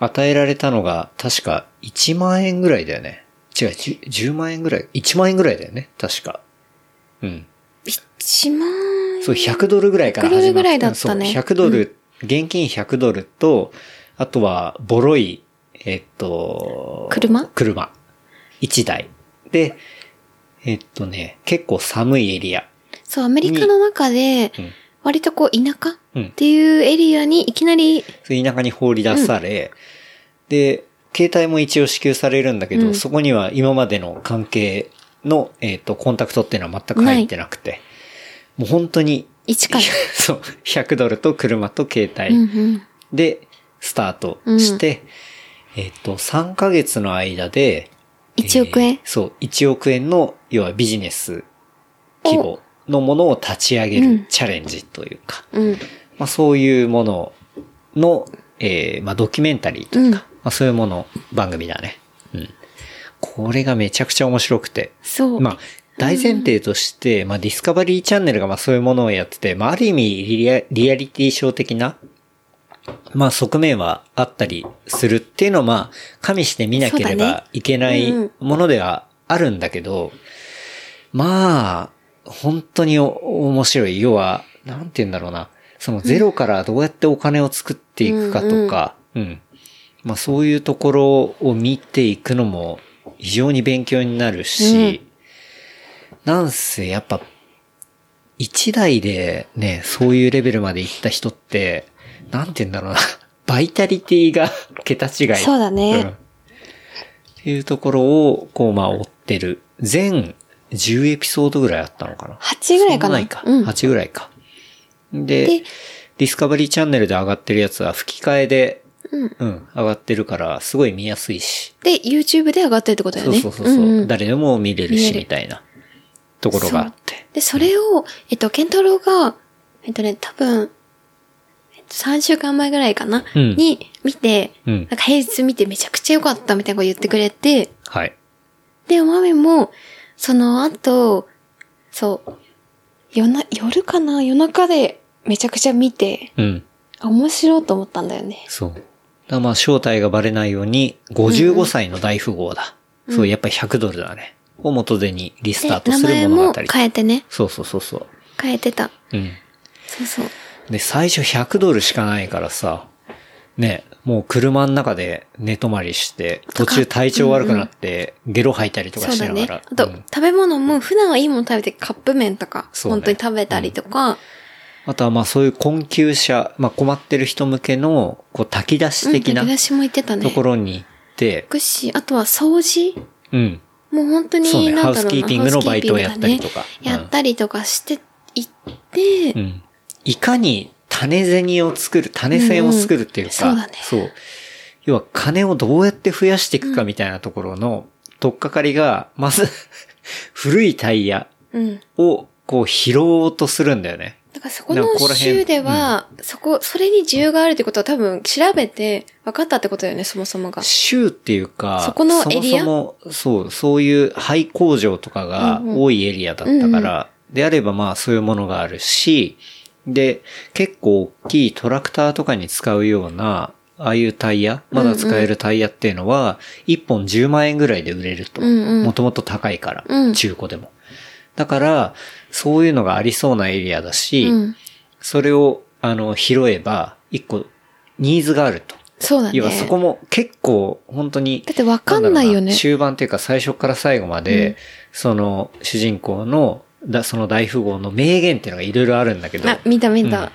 S2: 与えられたのが、確か1万円ぐらいだよね。違う、10, 10万円ぐらい、1万円ぐらいだよね、確か。うん。
S3: 1万円。
S2: そう、100ドルぐらいから
S3: 100ド
S2: 始ま
S3: ルぐ
S2: っ
S3: らい
S2: て、
S3: だったね
S2: そう、100ドル、現金100ドルと、あとは、ボロい、えっと、
S3: 車
S2: 車。1台。で、えっとね、結構寒いエリア。
S3: そう、アメリカの中で
S2: うん、
S3: 割とこう田舎
S2: うん
S3: っていうエリアにいきなり、
S2: そういう田舎に放り出され、で、携帯も一応支給されるんだけど、
S3: うん
S2: そこには今までの関係の、えっ、と、コンタクトっていうのは全く入ってなくて、もう本当に、
S3: 一から
S2: そう、100ドルと車と携
S3: う
S2: 帯
S3: ん
S2: でスタートして、えっ、と、3ヶ月の間で、
S3: 1億円
S2: えーそう、1億円の、要はビジネス規模のものを立ち上げ
S3: う
S2: る
S3: ん
S2: チャレンジというか、
S3: うん。うん。
S2: まあ、そういうものの、えーまあ、ドキュメンタリーというか、
S3: うん
S2: まあ、そういうもの、番組だね。うん。これがめちゃくちゃ面白くて。
S3: そう。
S2: まあ、大前提として、まあ、ディスカバリーチャンネルがまあそういうものをやってて、まあ、ある意味リア、リアリティショー的な、まあ、側面はあったりするっていうのは、まあ、加味して見なけ
S3: そ
S2: れ
S3: うだね
S2: ばいけない
S3: うん
S2: ものではあるんだけど、まあ、本当にお面白い。要は、なんて言うんだろうな。そのゼロからどうやってお金を作っていくかとか、うん。まあそういうところを見ていくのも非常に勉強になるし、なんせやっぱ、一台でね、そういうレベルまで行った人って、なんて言うんだろうな。 バイタリティが 桁違い。
S3: そうだね
S2: んっていうところを、こう、まあ、追ってる。全10エピソードぐらいあったのかな。
S3: 8ぐらいかな。
S2: そんな
S3: うん。
S2: 8ぐらいか。で、
S3: で
S2: ディスカバリーチャンネルで上がってるやつは吹き替えで、
S3: うん
S2: 上がってるから、すごい見やすいし。
S3: で、YouTube で上がってるってことだ
S2: そ
S3: よ
S2: う
S3: ね。
S2: そうそうそう、
S3: んん
S2: 誰でも見れる
S3: 見れ
S2: し、
S3: る
S2: みたいなところがあって。
S3: で、それを、えっと、ケンタロウが、えっとね、多分、えっと、3週間前ぐらいかな、
S2: うん
S3: に見て、
S2: うん
S3: なんか平日見てめちゃくちゃ良かったみたいなこと言ってくれて、
S2: はい。
S3: で、おまめも、その後、そう、夜な、夜かな夜中でめちゃくちゃ見て、
S2: うん。
S3: あ面白いと思ったんだよね。
S2: そう。だからまあ、正体がバレないように、55歳の大富豪だ。そう、やっぱり100ドルだね。を元手にリス
S3: で
S2: ター、ト
S3: 名
S2: す
S3: 前
S2: る物
S3: も
S2: 語。
S3: 変えてね。
S2: そうそうそうそう。
S3: 変えてた。
S2: うん。
S3: そうそう。
S2: で、最初100ドルしかないからさ、ね、もう車の中で寝泊まりして、
S3: と
S2: 途
S3: か
S2: 中体調悪くなって、ゲロ吐いたりとか
S3: そう
S2: しな
S3: だ
S2: が
S3: ね。
S2: ら。
S3: あと、
S2: うん
S3: 食べ物も普段はいいもの食べてカップ麺とか、
S2: そうね
S3: 本当に食べたりとか、
S2: あとはまあそういう困窮者、まあ困ってる人向けの、こう炊き出し的な
S3: うん、私も行ってたね。
S2: ところに行って、
S3: 福祉、あとは掃除
S2: うん。
S3: もう本当に、
S2: そうね
S3: なんだろうな
S2: ハウスキーピングのバイトをやったりとか
S3: ハウスキーピングだねやったりとかしていって、
S2: うん。いかに種銭を作る、種銭を作るっていうか、
S3: うんうんそうだね
S2: そう要は金をどうやって増やしていくかみたいなところの、とっかかりが、まず、 古いタイヤ
S3: うん。
S2: をこう拾おうとするんだよね。
S3: だからそこ
S2: なんかここ
S3: の
S2: ら辺
S3: 州では、そこ、それに需要があるってことは多分調べて分かったってことだよね、そもそもが。
S2: 州っていうか、
S3: そこのエリア
S2: そもそも、そう、そういう廃工場とかが
S3: うんうん
S2: 多いエリアだったから、であればまあそういうものがあるし、で、結構大きいトラクターとかに使うような、ああいうタイヤ、まだ使えるタイヤっていうのは、1本10万円ぐらいで売れると。
S3: うんうん
S2: もともと高いから、
S3: うん
S2: 中古でも。だから、そういうのがありそうなエリアだし、
S3: うん。
S2: それを、あの、拾えば、1個、ニーズがあると。
S3: そうだね。
S2: 要はそこも結構本当に
S3: だって分かんないよね。
S2: 終盤っていうか最初から最後まで、その主人公のだその大富豪の名言っていうのがいろいろあるんだけど、
S3: あ、見た見た。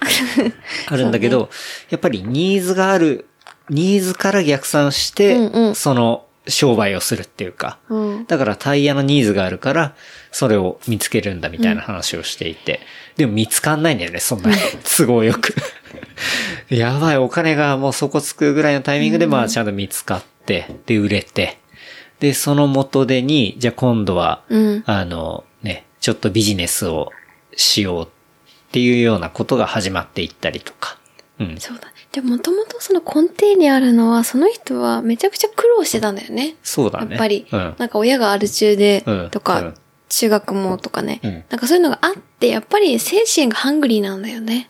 S2: あるんだけど、やっぱりニーズがある、ニーズから逆算して、
S3: うんうん
S2: その商売をするっていうか、
S3: うん。
S2: だからタイヤのニーズがあるから、それを見つけるんだみたいな話をしていて。でも見つかんないんだよね、そんな に。都合よく。やばい、お金がもうそこつくぐらいのタイミングで、まあちゃんと見つかって、で、売れて。で、その元手に、じゃあ今度は、
S3: うん。
S2: あの、ね、ちょっとビジネスをしようっていうようなことが始まっていったりとか。うん。
S3: そうだ。でも、もともとその根底にあるのは、その人はめちゃくちゃ苦労してたんだよね。
S2: そうだ
S3: やっ
S2: ね。
S3: ぱり、
S2: うん。
S3: なんか親がアル中で
S2: うん、
S3: と
S2: う
S3: か
S2: ん、
S3: 中学もとかね、
S2: うん
S3: なんかそういうのがあって、やっぱり精神がハングリーなんだよね。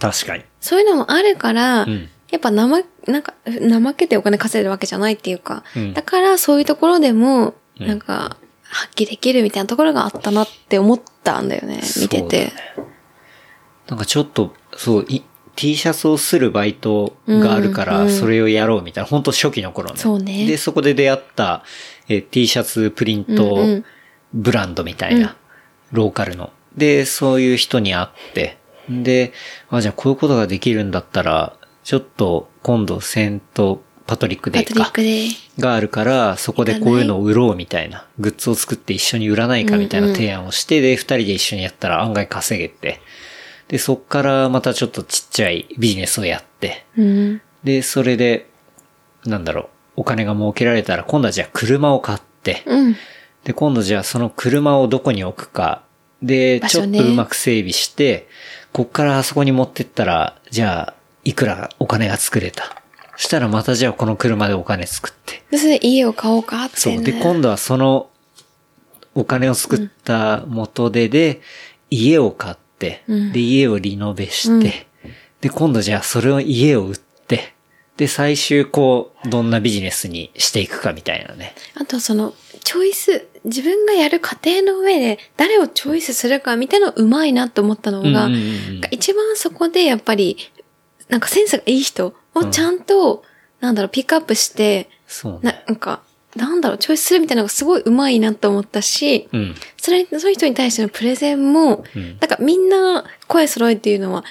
S2: 確かに。
S3: そういうのもあるから、
S2: うん
S3: やっぱ怠、なんか、怠けてお金稼いでるわけじゃないっていうか、
S2: うん
S3: だからそういうところでも、
S2: うん
S3: なんか、発揮できるみたいなところがあったなって思ったんだよね、見てて。
S2: なんかちょっと、そう、い T シャツをするバイトがあるか
S3: うんう
S2: ら、
S3: ん
S2: それをやろうみたいな、本当初期の頃ね。
S3: そうね
S2: で、そこで出会った、えー T シャツプリン
S3: うんう
S2: ト
S3: ん
S2: ブランドみたいな、ローカルの。で、そういう人に会って、で、あ、じゃあこういうことができるんだったら、ちょっと今度セントパトリックデ
S3: パ
S2: ー
S3: トリッ
S2: か
S3: ク。で。
S2: があるから、そこでこういうのを売ろうみたいな、グッズを作って一緒に売らないかみたいな提案をして、で、二人で一緒にやったら案外稼げて、で、そっからまたちょっとちっちゃいビジネスをやって、
S3: うん。
S2: で、それで、なんだろう、お金が儲けられたら、今度はじゃあ車を買って、
S3: うん。
S2: で、今度じゃあその車をどこに置くか、で、
S3: 場
S2: ち
S3: 所
S2: ょっ
S3: ね
S2: とうまく整備して、こっからあそこに持ってったら、じゃあ、いくらお金が作れた。そしたらまたじゃあこの車でお金作って。
S3: で、それで家を買おうかって、
S2: そ
S3: ね。
S2: う。で、今度はそのお金を作った元手で、家を買って、
S3: うん
S2: で、家をリノベして、
S3: うん
S2: で、今度じゃあそれを家を売って、で、最終こう、どんなビジネスにしていくかみたいなね。
S3: あとその、チョイス、自分がやる過程の上で、誰をチョイスするかみたいなのうまいなと思ったのが、
S2: うんうんうんうん
S3: 一番そこでやっぱり、なんかセンスがいい人をちゃんと、なんだろう、ピックアップして、
S2: そう
S3: な
S2: ね。
S3: なんか、なんだろう、チョイスするみたいなのがすごいうまいなと思ったし、
S2: うん。
S3: それ、その人に対してのプレゼンも、
S2: うん
S3: なんかみんな声揃えっていうのは、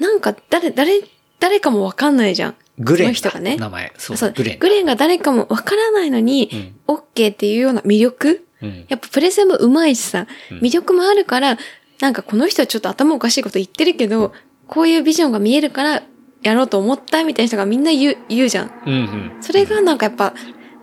S3: なんか誰、誰、誰かもわかんないじゃん。
S2: グレンだ。
S3: その人がね。
S2: 名前。そう、
S3: そう
S2: グレンだ。
S3: グレンが誰かもわからないのに、オッケーっていうような魅力
S2: うん。
S3: やっぱプレゼンもうまいしさ、魅力もあるから、なんかこの人はちょっと頭おかしいこと言ってるけど、こういうビジョンが見えるから、やろうと思ったみたいな人がみんな言う、言うじゃん。
S2: うんうん。
S3: それがなんかやっぱ、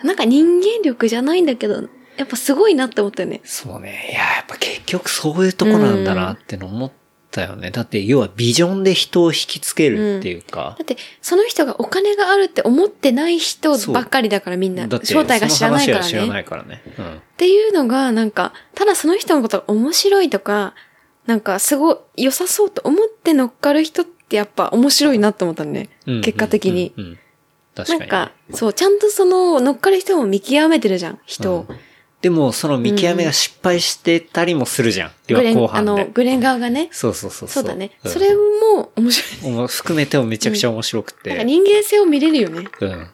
S3: なんか人間力じゃないんだけど、やっぱすごいなって思ったよね。
S2: そうね。いや、やっぱ結局そういうとこなんだなっての思ったよね。だって、要はビジョンで人を引きつけるっていうか
S3: だ。って、その人がお金があるって思ってない人ばっかりだからみんな。
S2: だって、
S3: 正体が知らないから
S2: その話は知らな
S3: ね。っ
S2: いからね。うん。
S3: ていうのが、なんか、ただその人のことが面白いとか、なんかすごい良さそうと思って乗っかる人ってやっぱ面白いなって思ったのね。
S2: うん
S3: 結果的に。。
S2: うんうんうん確かに
S3: なん
S2: ね。
S3: か、そう、ちゃんとその、乗っかる人も見極めてるじゃん、人を
S2: う。んでも、その見極めが失敗してたりもするじゃん。要
S3: グ
S2: は
S3: レン
S2: 後
S3: あ
S2: 半
S3: の、
S2: で。
S3: グレン側がね。
S2: そうそうそう。
S3: そうだね。
S2: ん
S3: それも面白い。
S2: おも含めてもめちゃくちゃ面白くて。
S3: なんか人間性を見れるよね。
S2: うん。だ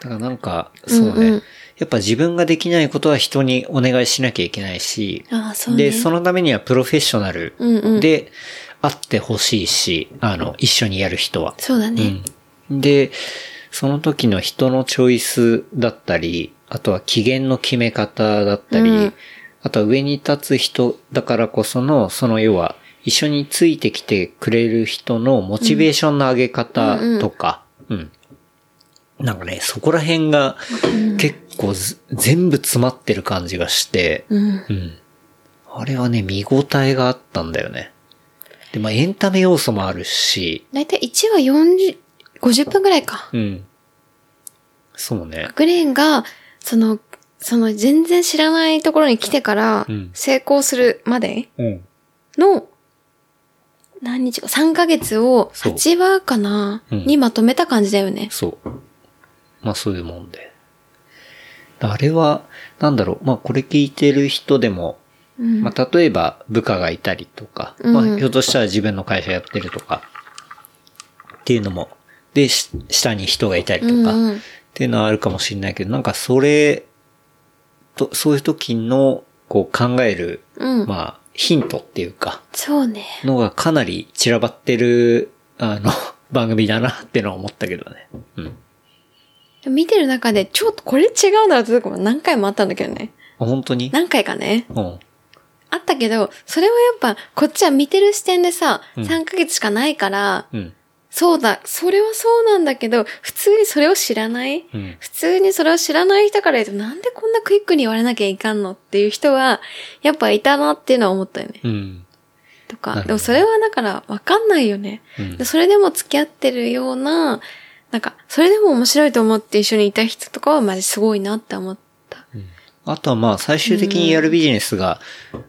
S2: からなんか、そうね、
S3: うんうん
S2: やっぱ自分ができないことは人にお願いしなきゃいけないし、
S3: ああ、そうね。
S2: で、そのためにはプロフェッショナル
S3: うんうん
S2: であってほしいし、あの、一緒にやる人は。
S3: そうだね。
S2: うん。で、その時の人のチョイスだったり、あとは機嫌の決め方だったり、
S3: うん
S2: あとは上に立つ人だからこその、その要は、一緒についてきてくれる人のモチベーションの上げ方とか、うん。なんかね、そこら辺が結構ず全部詰まってる感じがして、
S3: うん。
S2: うん。あれはね、見応えがあったんだよね。で、まあエンタメ要素もあるし、
S3: だいたい1は40、50分ぐらいか。
S2: うん。そうね。
S3: グレンが、その、その全然知らないところに来てから
S2: うん、
S3: 成功するまで
S2: うん。
S3: の、何日か、3ヶ月を
S2: そう
S3: 8話かな、
S2: うん
S3: にまとめた感じだよね。
S2: そう。まあそういうもんで。あれは、なんだろう。まあこれ聞いてる人でも、
S3: うん
S2: まあ例えば部下がいたりとか、
S3: うん
S2: まあひょっとしたら自分の会社やってるとか、っていうのも、で、し下に人がいたりとか、
S3: うんうん
S2: っていうのはあるかもしれないけど、なんかそれと、そういう時の、こう考える、
S3: うん。
S2: まあ、ヒントっていうか、
S3: そうね。
S2: のがかなり散らばってる、あの、 番組だなってのは思ったけどね。うん。
S3: 見てる中で、ちょっとこれ違うなってとこも何回もあったんだけどね。
S2: あ本当に
S3: 何回かね。
S2: うん。
S3: あったけど、それはやっぱ、こっちは見てる視点でさ、
S2: うん
S3: 3ヶ月しかないから、
S2: うん。
S3: そうだ、それはそうなんだけど、普通にそれを知らない、
S2: うん。
S3: 普通にそれを知らない人から言うと、なんでこんなクイックに言われなきゃいかんのっていう人は、やっぱいたなっていうのは思ったよね。
S2: うん。な
S3: と
S2: る
S3: か。
S2: ほど
S3: でもそれはだから、わかんないよね。
S2: うん
S3: でそれでも付き合ってるような、なんか、それでも面白いと思って一緒にいた人とかは、まじすごいなって思った。
S2: あとはまあ、最終的にやるビジネスが、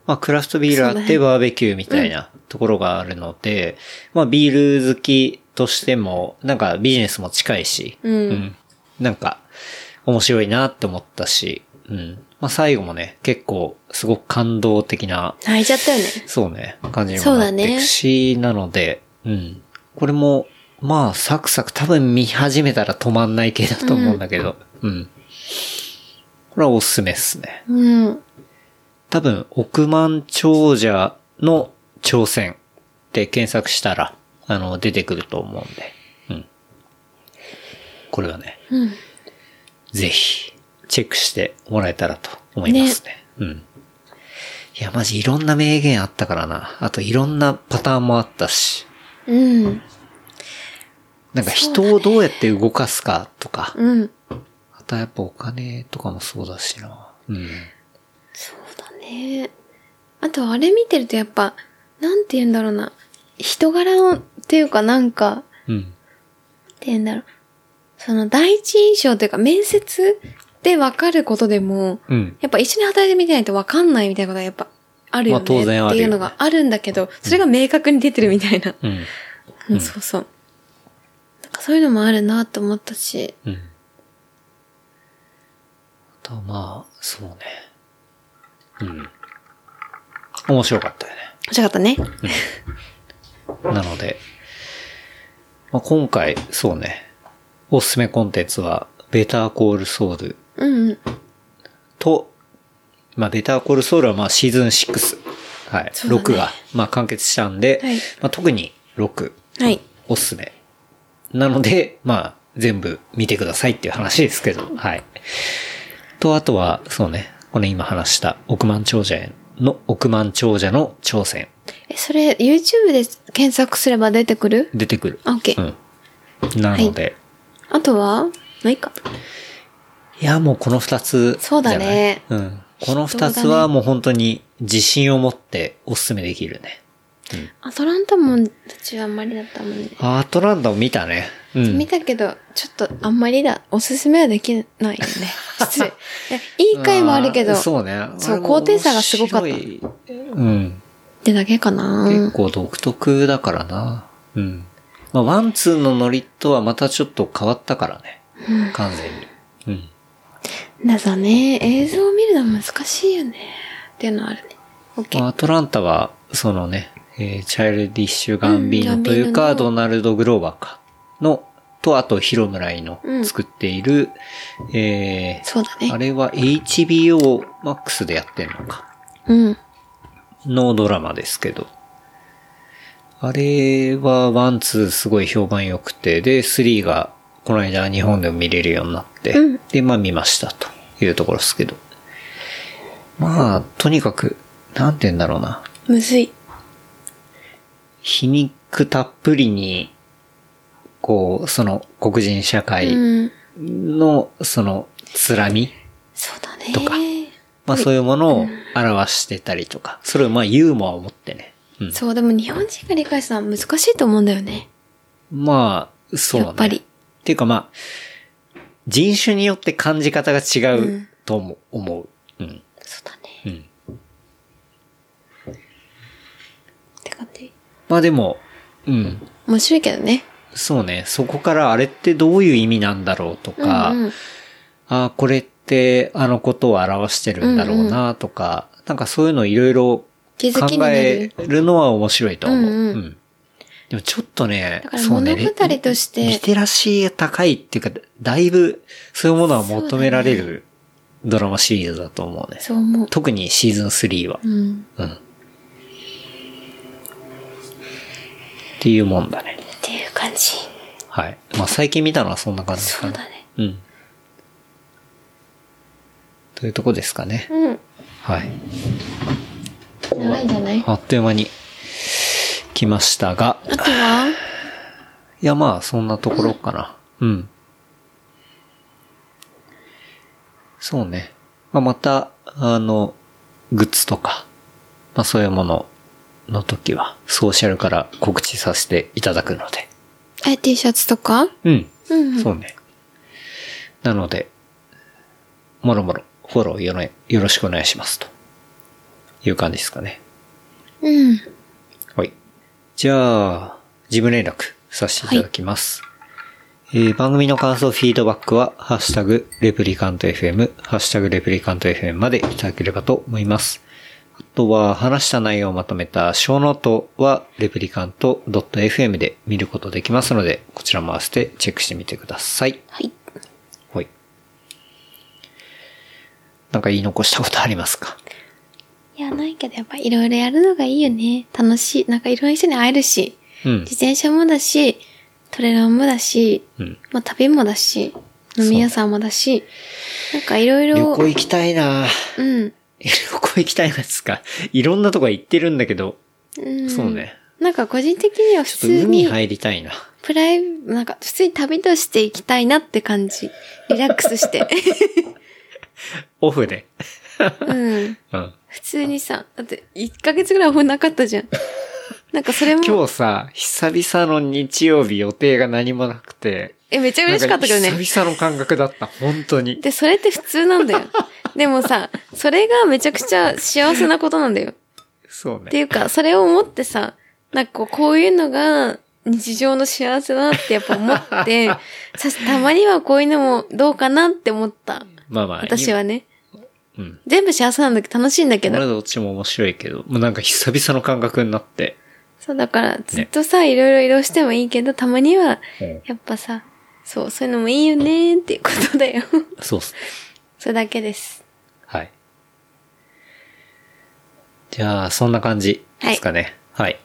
S2: まあ、クラフトビールあ
S3: そう
S2: っ
S3: だね
S2: てバーベキューみたいなところがあるので、まあ、ビール好きとしても、なんかビジネスも近いし、
S3: うん
S2: なんか、面白いなって思ったし、うん。まあ、最後もね、結構、すごく感動的な
S3: 泣いちゃったよね。
S2: そうね。感じに
S3: そ
S2: も
S3: う
S2: なっ
S3: だね
S2: ていくし、なので、うん。これも、まあ、サクサク多分見始めたら止まんない系だと思うんだけど、うん。これはおすすめっすね。
S3: うん。
S2: 多分、億万長者の挑戦って検索したら、あの、出てくると思うんで。うん。これはね、
S3: うん。
S2: ぜひ、チェックしてもらえたらと思いますね。うん。いや、マジいろんな名言あったからな。あといろんなパターンもあったし。
S3: うん。
S2: なんか人をどうやって動かすかとか。
S3: うん。
S2: あとはやっぱお金とかもそうだしな。うん。
S3: そうだね。あと、あれ見てるとやっぱ、なんて言うんだろうな。人柄の、っていうかなんか、なん
S2: うん。
S3: て言うんだろう。その第一印象というか面接で分かることでも、
S2: うん。
S3: やっぱ一緒に働いてみてないと分かんないみたいなことはやっぱあるよ
S2: ま
S3: ね。
S2: あ当然あるよね
S3: っていうのがあるんだけど、それが明確に出てるみたいな。
S2: うん。
S3: うん、そうそう。なんかそういうのもあるなと思ったし。
S2: うん。あとはまあ、そうね。うん。面白かったよね。
S3: 面白かったね。
S2: なので、まあ、今回、そうね、おすすめコンテンツは、ベターコールソウル
S3: うんうん。
S2: と、まあ、ベターコールソウルはまあシーズン6、はい、
S3: そうだね
S2: 6が、まあ、完結したんで、
S3: はい
S2: まあ、特に6、
S3: はい。
S2: おすすめ。なので、まあ、全部見てくださいっていう話ですけど、はい。と、あとは、そうね、これ今話した億万長者への、億万長者の挑戦、
S3: え、それ、YouTube で検索すれば出てくる
S2: 出てくる。
S3: あ ?OK。
S2: うん。なので、
S3: あとはないか。
S2: いや、もうこの二つじゃない。
S3: そうだね
S2: うん。この二つはもう本当に自信を持っておすすめできるね。
S3: アトランタもうちはあんまりだったもんね。
S2: アートランダを見たね。うん。
S3: 見たけど、ちょっとあんまりだ。おすすめはでき ないよね。失礼。いやいい回もあるけど、
S2: うんそうね。
S3: そう
S2: あれも
S3: 高低差がすごかった
S2: 面白いうん。
S3: ってだけかな。
S2: 結構独特だからな。うん。まあ、ワンツーのノリとはまたちょっと変わったからね。完全に。
S3: だからね、映像を見るのは難しいよね。っていうのはあるね。
S2: うん。ま
S3: OK。
S2: あアトランタは、そのね、えーチャイルディッシュ・ガンビー
S3: う
S2: ノ
S3: ん
S2: というか、
S3: ガンビー
S2: ドナルド・グローバーか。の、と、あと、ヒロムライの
S3: うん
S2: 作っている、え
S3: そうだ
S2: ー、あ
S3: ね。
S2: れは HBO Max でやってんのか。
S3: うん。
S2: のドラマですけど。あれは、ワン、ツーすごい評判良くて、で、スリーが、この間日本でも見れるようになって、
S3: うん
S2: で、まあ見ましたというところですけど。まあ、とにかく、なんて言うんだろうな。
S3: むずい。
S2: 皮肉たっぷりに、こう、その黒人社会
S3: うん。
S2: の、その、つらみ、
S3: そうだね。
S2: とかまあそういうものを表してたりとか、それをまあユーモアを持ってね。うん、
S3: そう、でも日本人が理解するのは難しいと思うんだよね。
S2: まあ、そうね。
S3: やっぱり
S2: っていうかまあ、人種によって感じ方が違
S3: う
S2: うんとも思う。うん。
S3: そうだね。
S2: うん。
S3: って感じ。
S2: まあでも、うん。
S3: 面白いけどね。
S2: そうね。そこからあれってどういう意味なんだろうとか、
S3: うんうん、
S2: ああ、これってあのことを表してるんだろうなとか、なんかそういうのいろいろ
S3: 気づ
S2: 考
S3: きにな
S2: え
S3: る。
S2: るのは面白いと思う。
S3: う
S2: うんん、
S3: うん
S2: でもちょっとね
S3: だ、から
S2: そう
S3: 物
S2: ね。
S3: 語とし
S2: リリ
S3: て、
S2: テラシーが高いっていうか、だいぶそういうものは求められるドラマシリーズだと思うね。
S3: そう思う。
S2: 特にシーズン3は
S3: う。ん。
S2: うん。っていうもんだね。
S3: っていう感じ。
S2: はい。まあ最近見たのはそんな感じです
S3: そ
S2: か
S3: う
S2: ね
S3: だ。ね。
S2: うん。というとこですかね。
S3: うん。
S2: はい。
S3: 長いんじゃない
S2: あっという間に来ましたが、
S3: あとはい
S2: やまあそんなところかな。うん。そうね。まあまた、あの、グッズとか、まあそういうものの時は、ソーシャルから告知させていただくので。
S3: え、T シャツとか
S2: うん。
S3: うんうん。
S2: そうね。なので、もろもろ、フォローよろよろしくお願いします。という感じですかね。
S3: うん。
S2: はい。じゃあ、事務連絡させていただきます。えー番組の感想、フィードバックは、ハッシュタグ、レプリカント FM、ハッシュタグ、レプリカント FM までいただければと思います。あとは、話した内容をまとめた小ノートは、レプリカント .fm で見ることできますので、こちらも合わせてチェックしてみてください。
S3: はい。
S2: はい。なんか言い残したことありますか
S3: いや、ないけど、やっぱいろいろやるのがいいよね。楽しい。なんかいろんな人に会えるし、
S2: うん
S3: 自。転車もだし、トレランもだし、
S2: うん。
S3: まあ旅もだし、飲み屋さんもだし、なんかいろい
S2: 旅
S3: ろ
S2: 行、行きたいな
S3: うん、
S2: 旅行行きたいなですか。いろんなとこ行ってるんだけど、
S3: うん。
S2: そう。ね。
S3: なんか個人的には普
S2: ちょっと
S3: 通
S2: 海
S3: に、
S2: 入りたいな。
S3: プライ、なんか普通に旅として行きたいなって感じ。リラックス して。
S2: オフで。
S3: うん。
S2: うん。
S3: 普通にさ、だって1ヶ月ぐらいほんなかった じゃん。なんかそれも、
S2: 今日さ、久々の日曜日予定が何もなくて。
S3: え、めちゃ嬉しかったけど
S2: なん
S3: ね。
S2: 久々の感覚だった、本当に。
S3: で、それって普通なんだよ。でもさ、それがめちゃくちゃ幸せなことなんだよ。
S2: そう
S3: って
S2: ね。
S3: いうか、それを思ってさ、なんかこう、こういうのが日常の幸せだなってやっぱ 思って、さ、たまにはこういうのもどうかなって思った。
S2: まあまあ。
S3: 私はね。
S2: うん。
S3: 全部幸せなんだけど、楽しいんだけ
S2: 俺
S3: ど。
S2: どっちも面白いけど、もうなんか久々の感覚になって。
S3: そう、だから、ずっとさ、いろいろ移動してもいいけど、たまには、
S2: うん
S3: やっぱさ、そう、そういうのもいいよねっていうことだよ。
S2: そうっす。
S3: それだけです。
S2: はい。じゃあ、そんな感じですかね。はい。い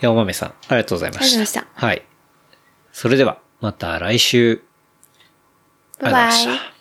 S2: や、おまめさん、ありがとうございました。
S3: ありがとうございま
S2: はい。それでは、また来週。
S3: バイバ
S2: ありがとうございま
S3: イ
S2: し。た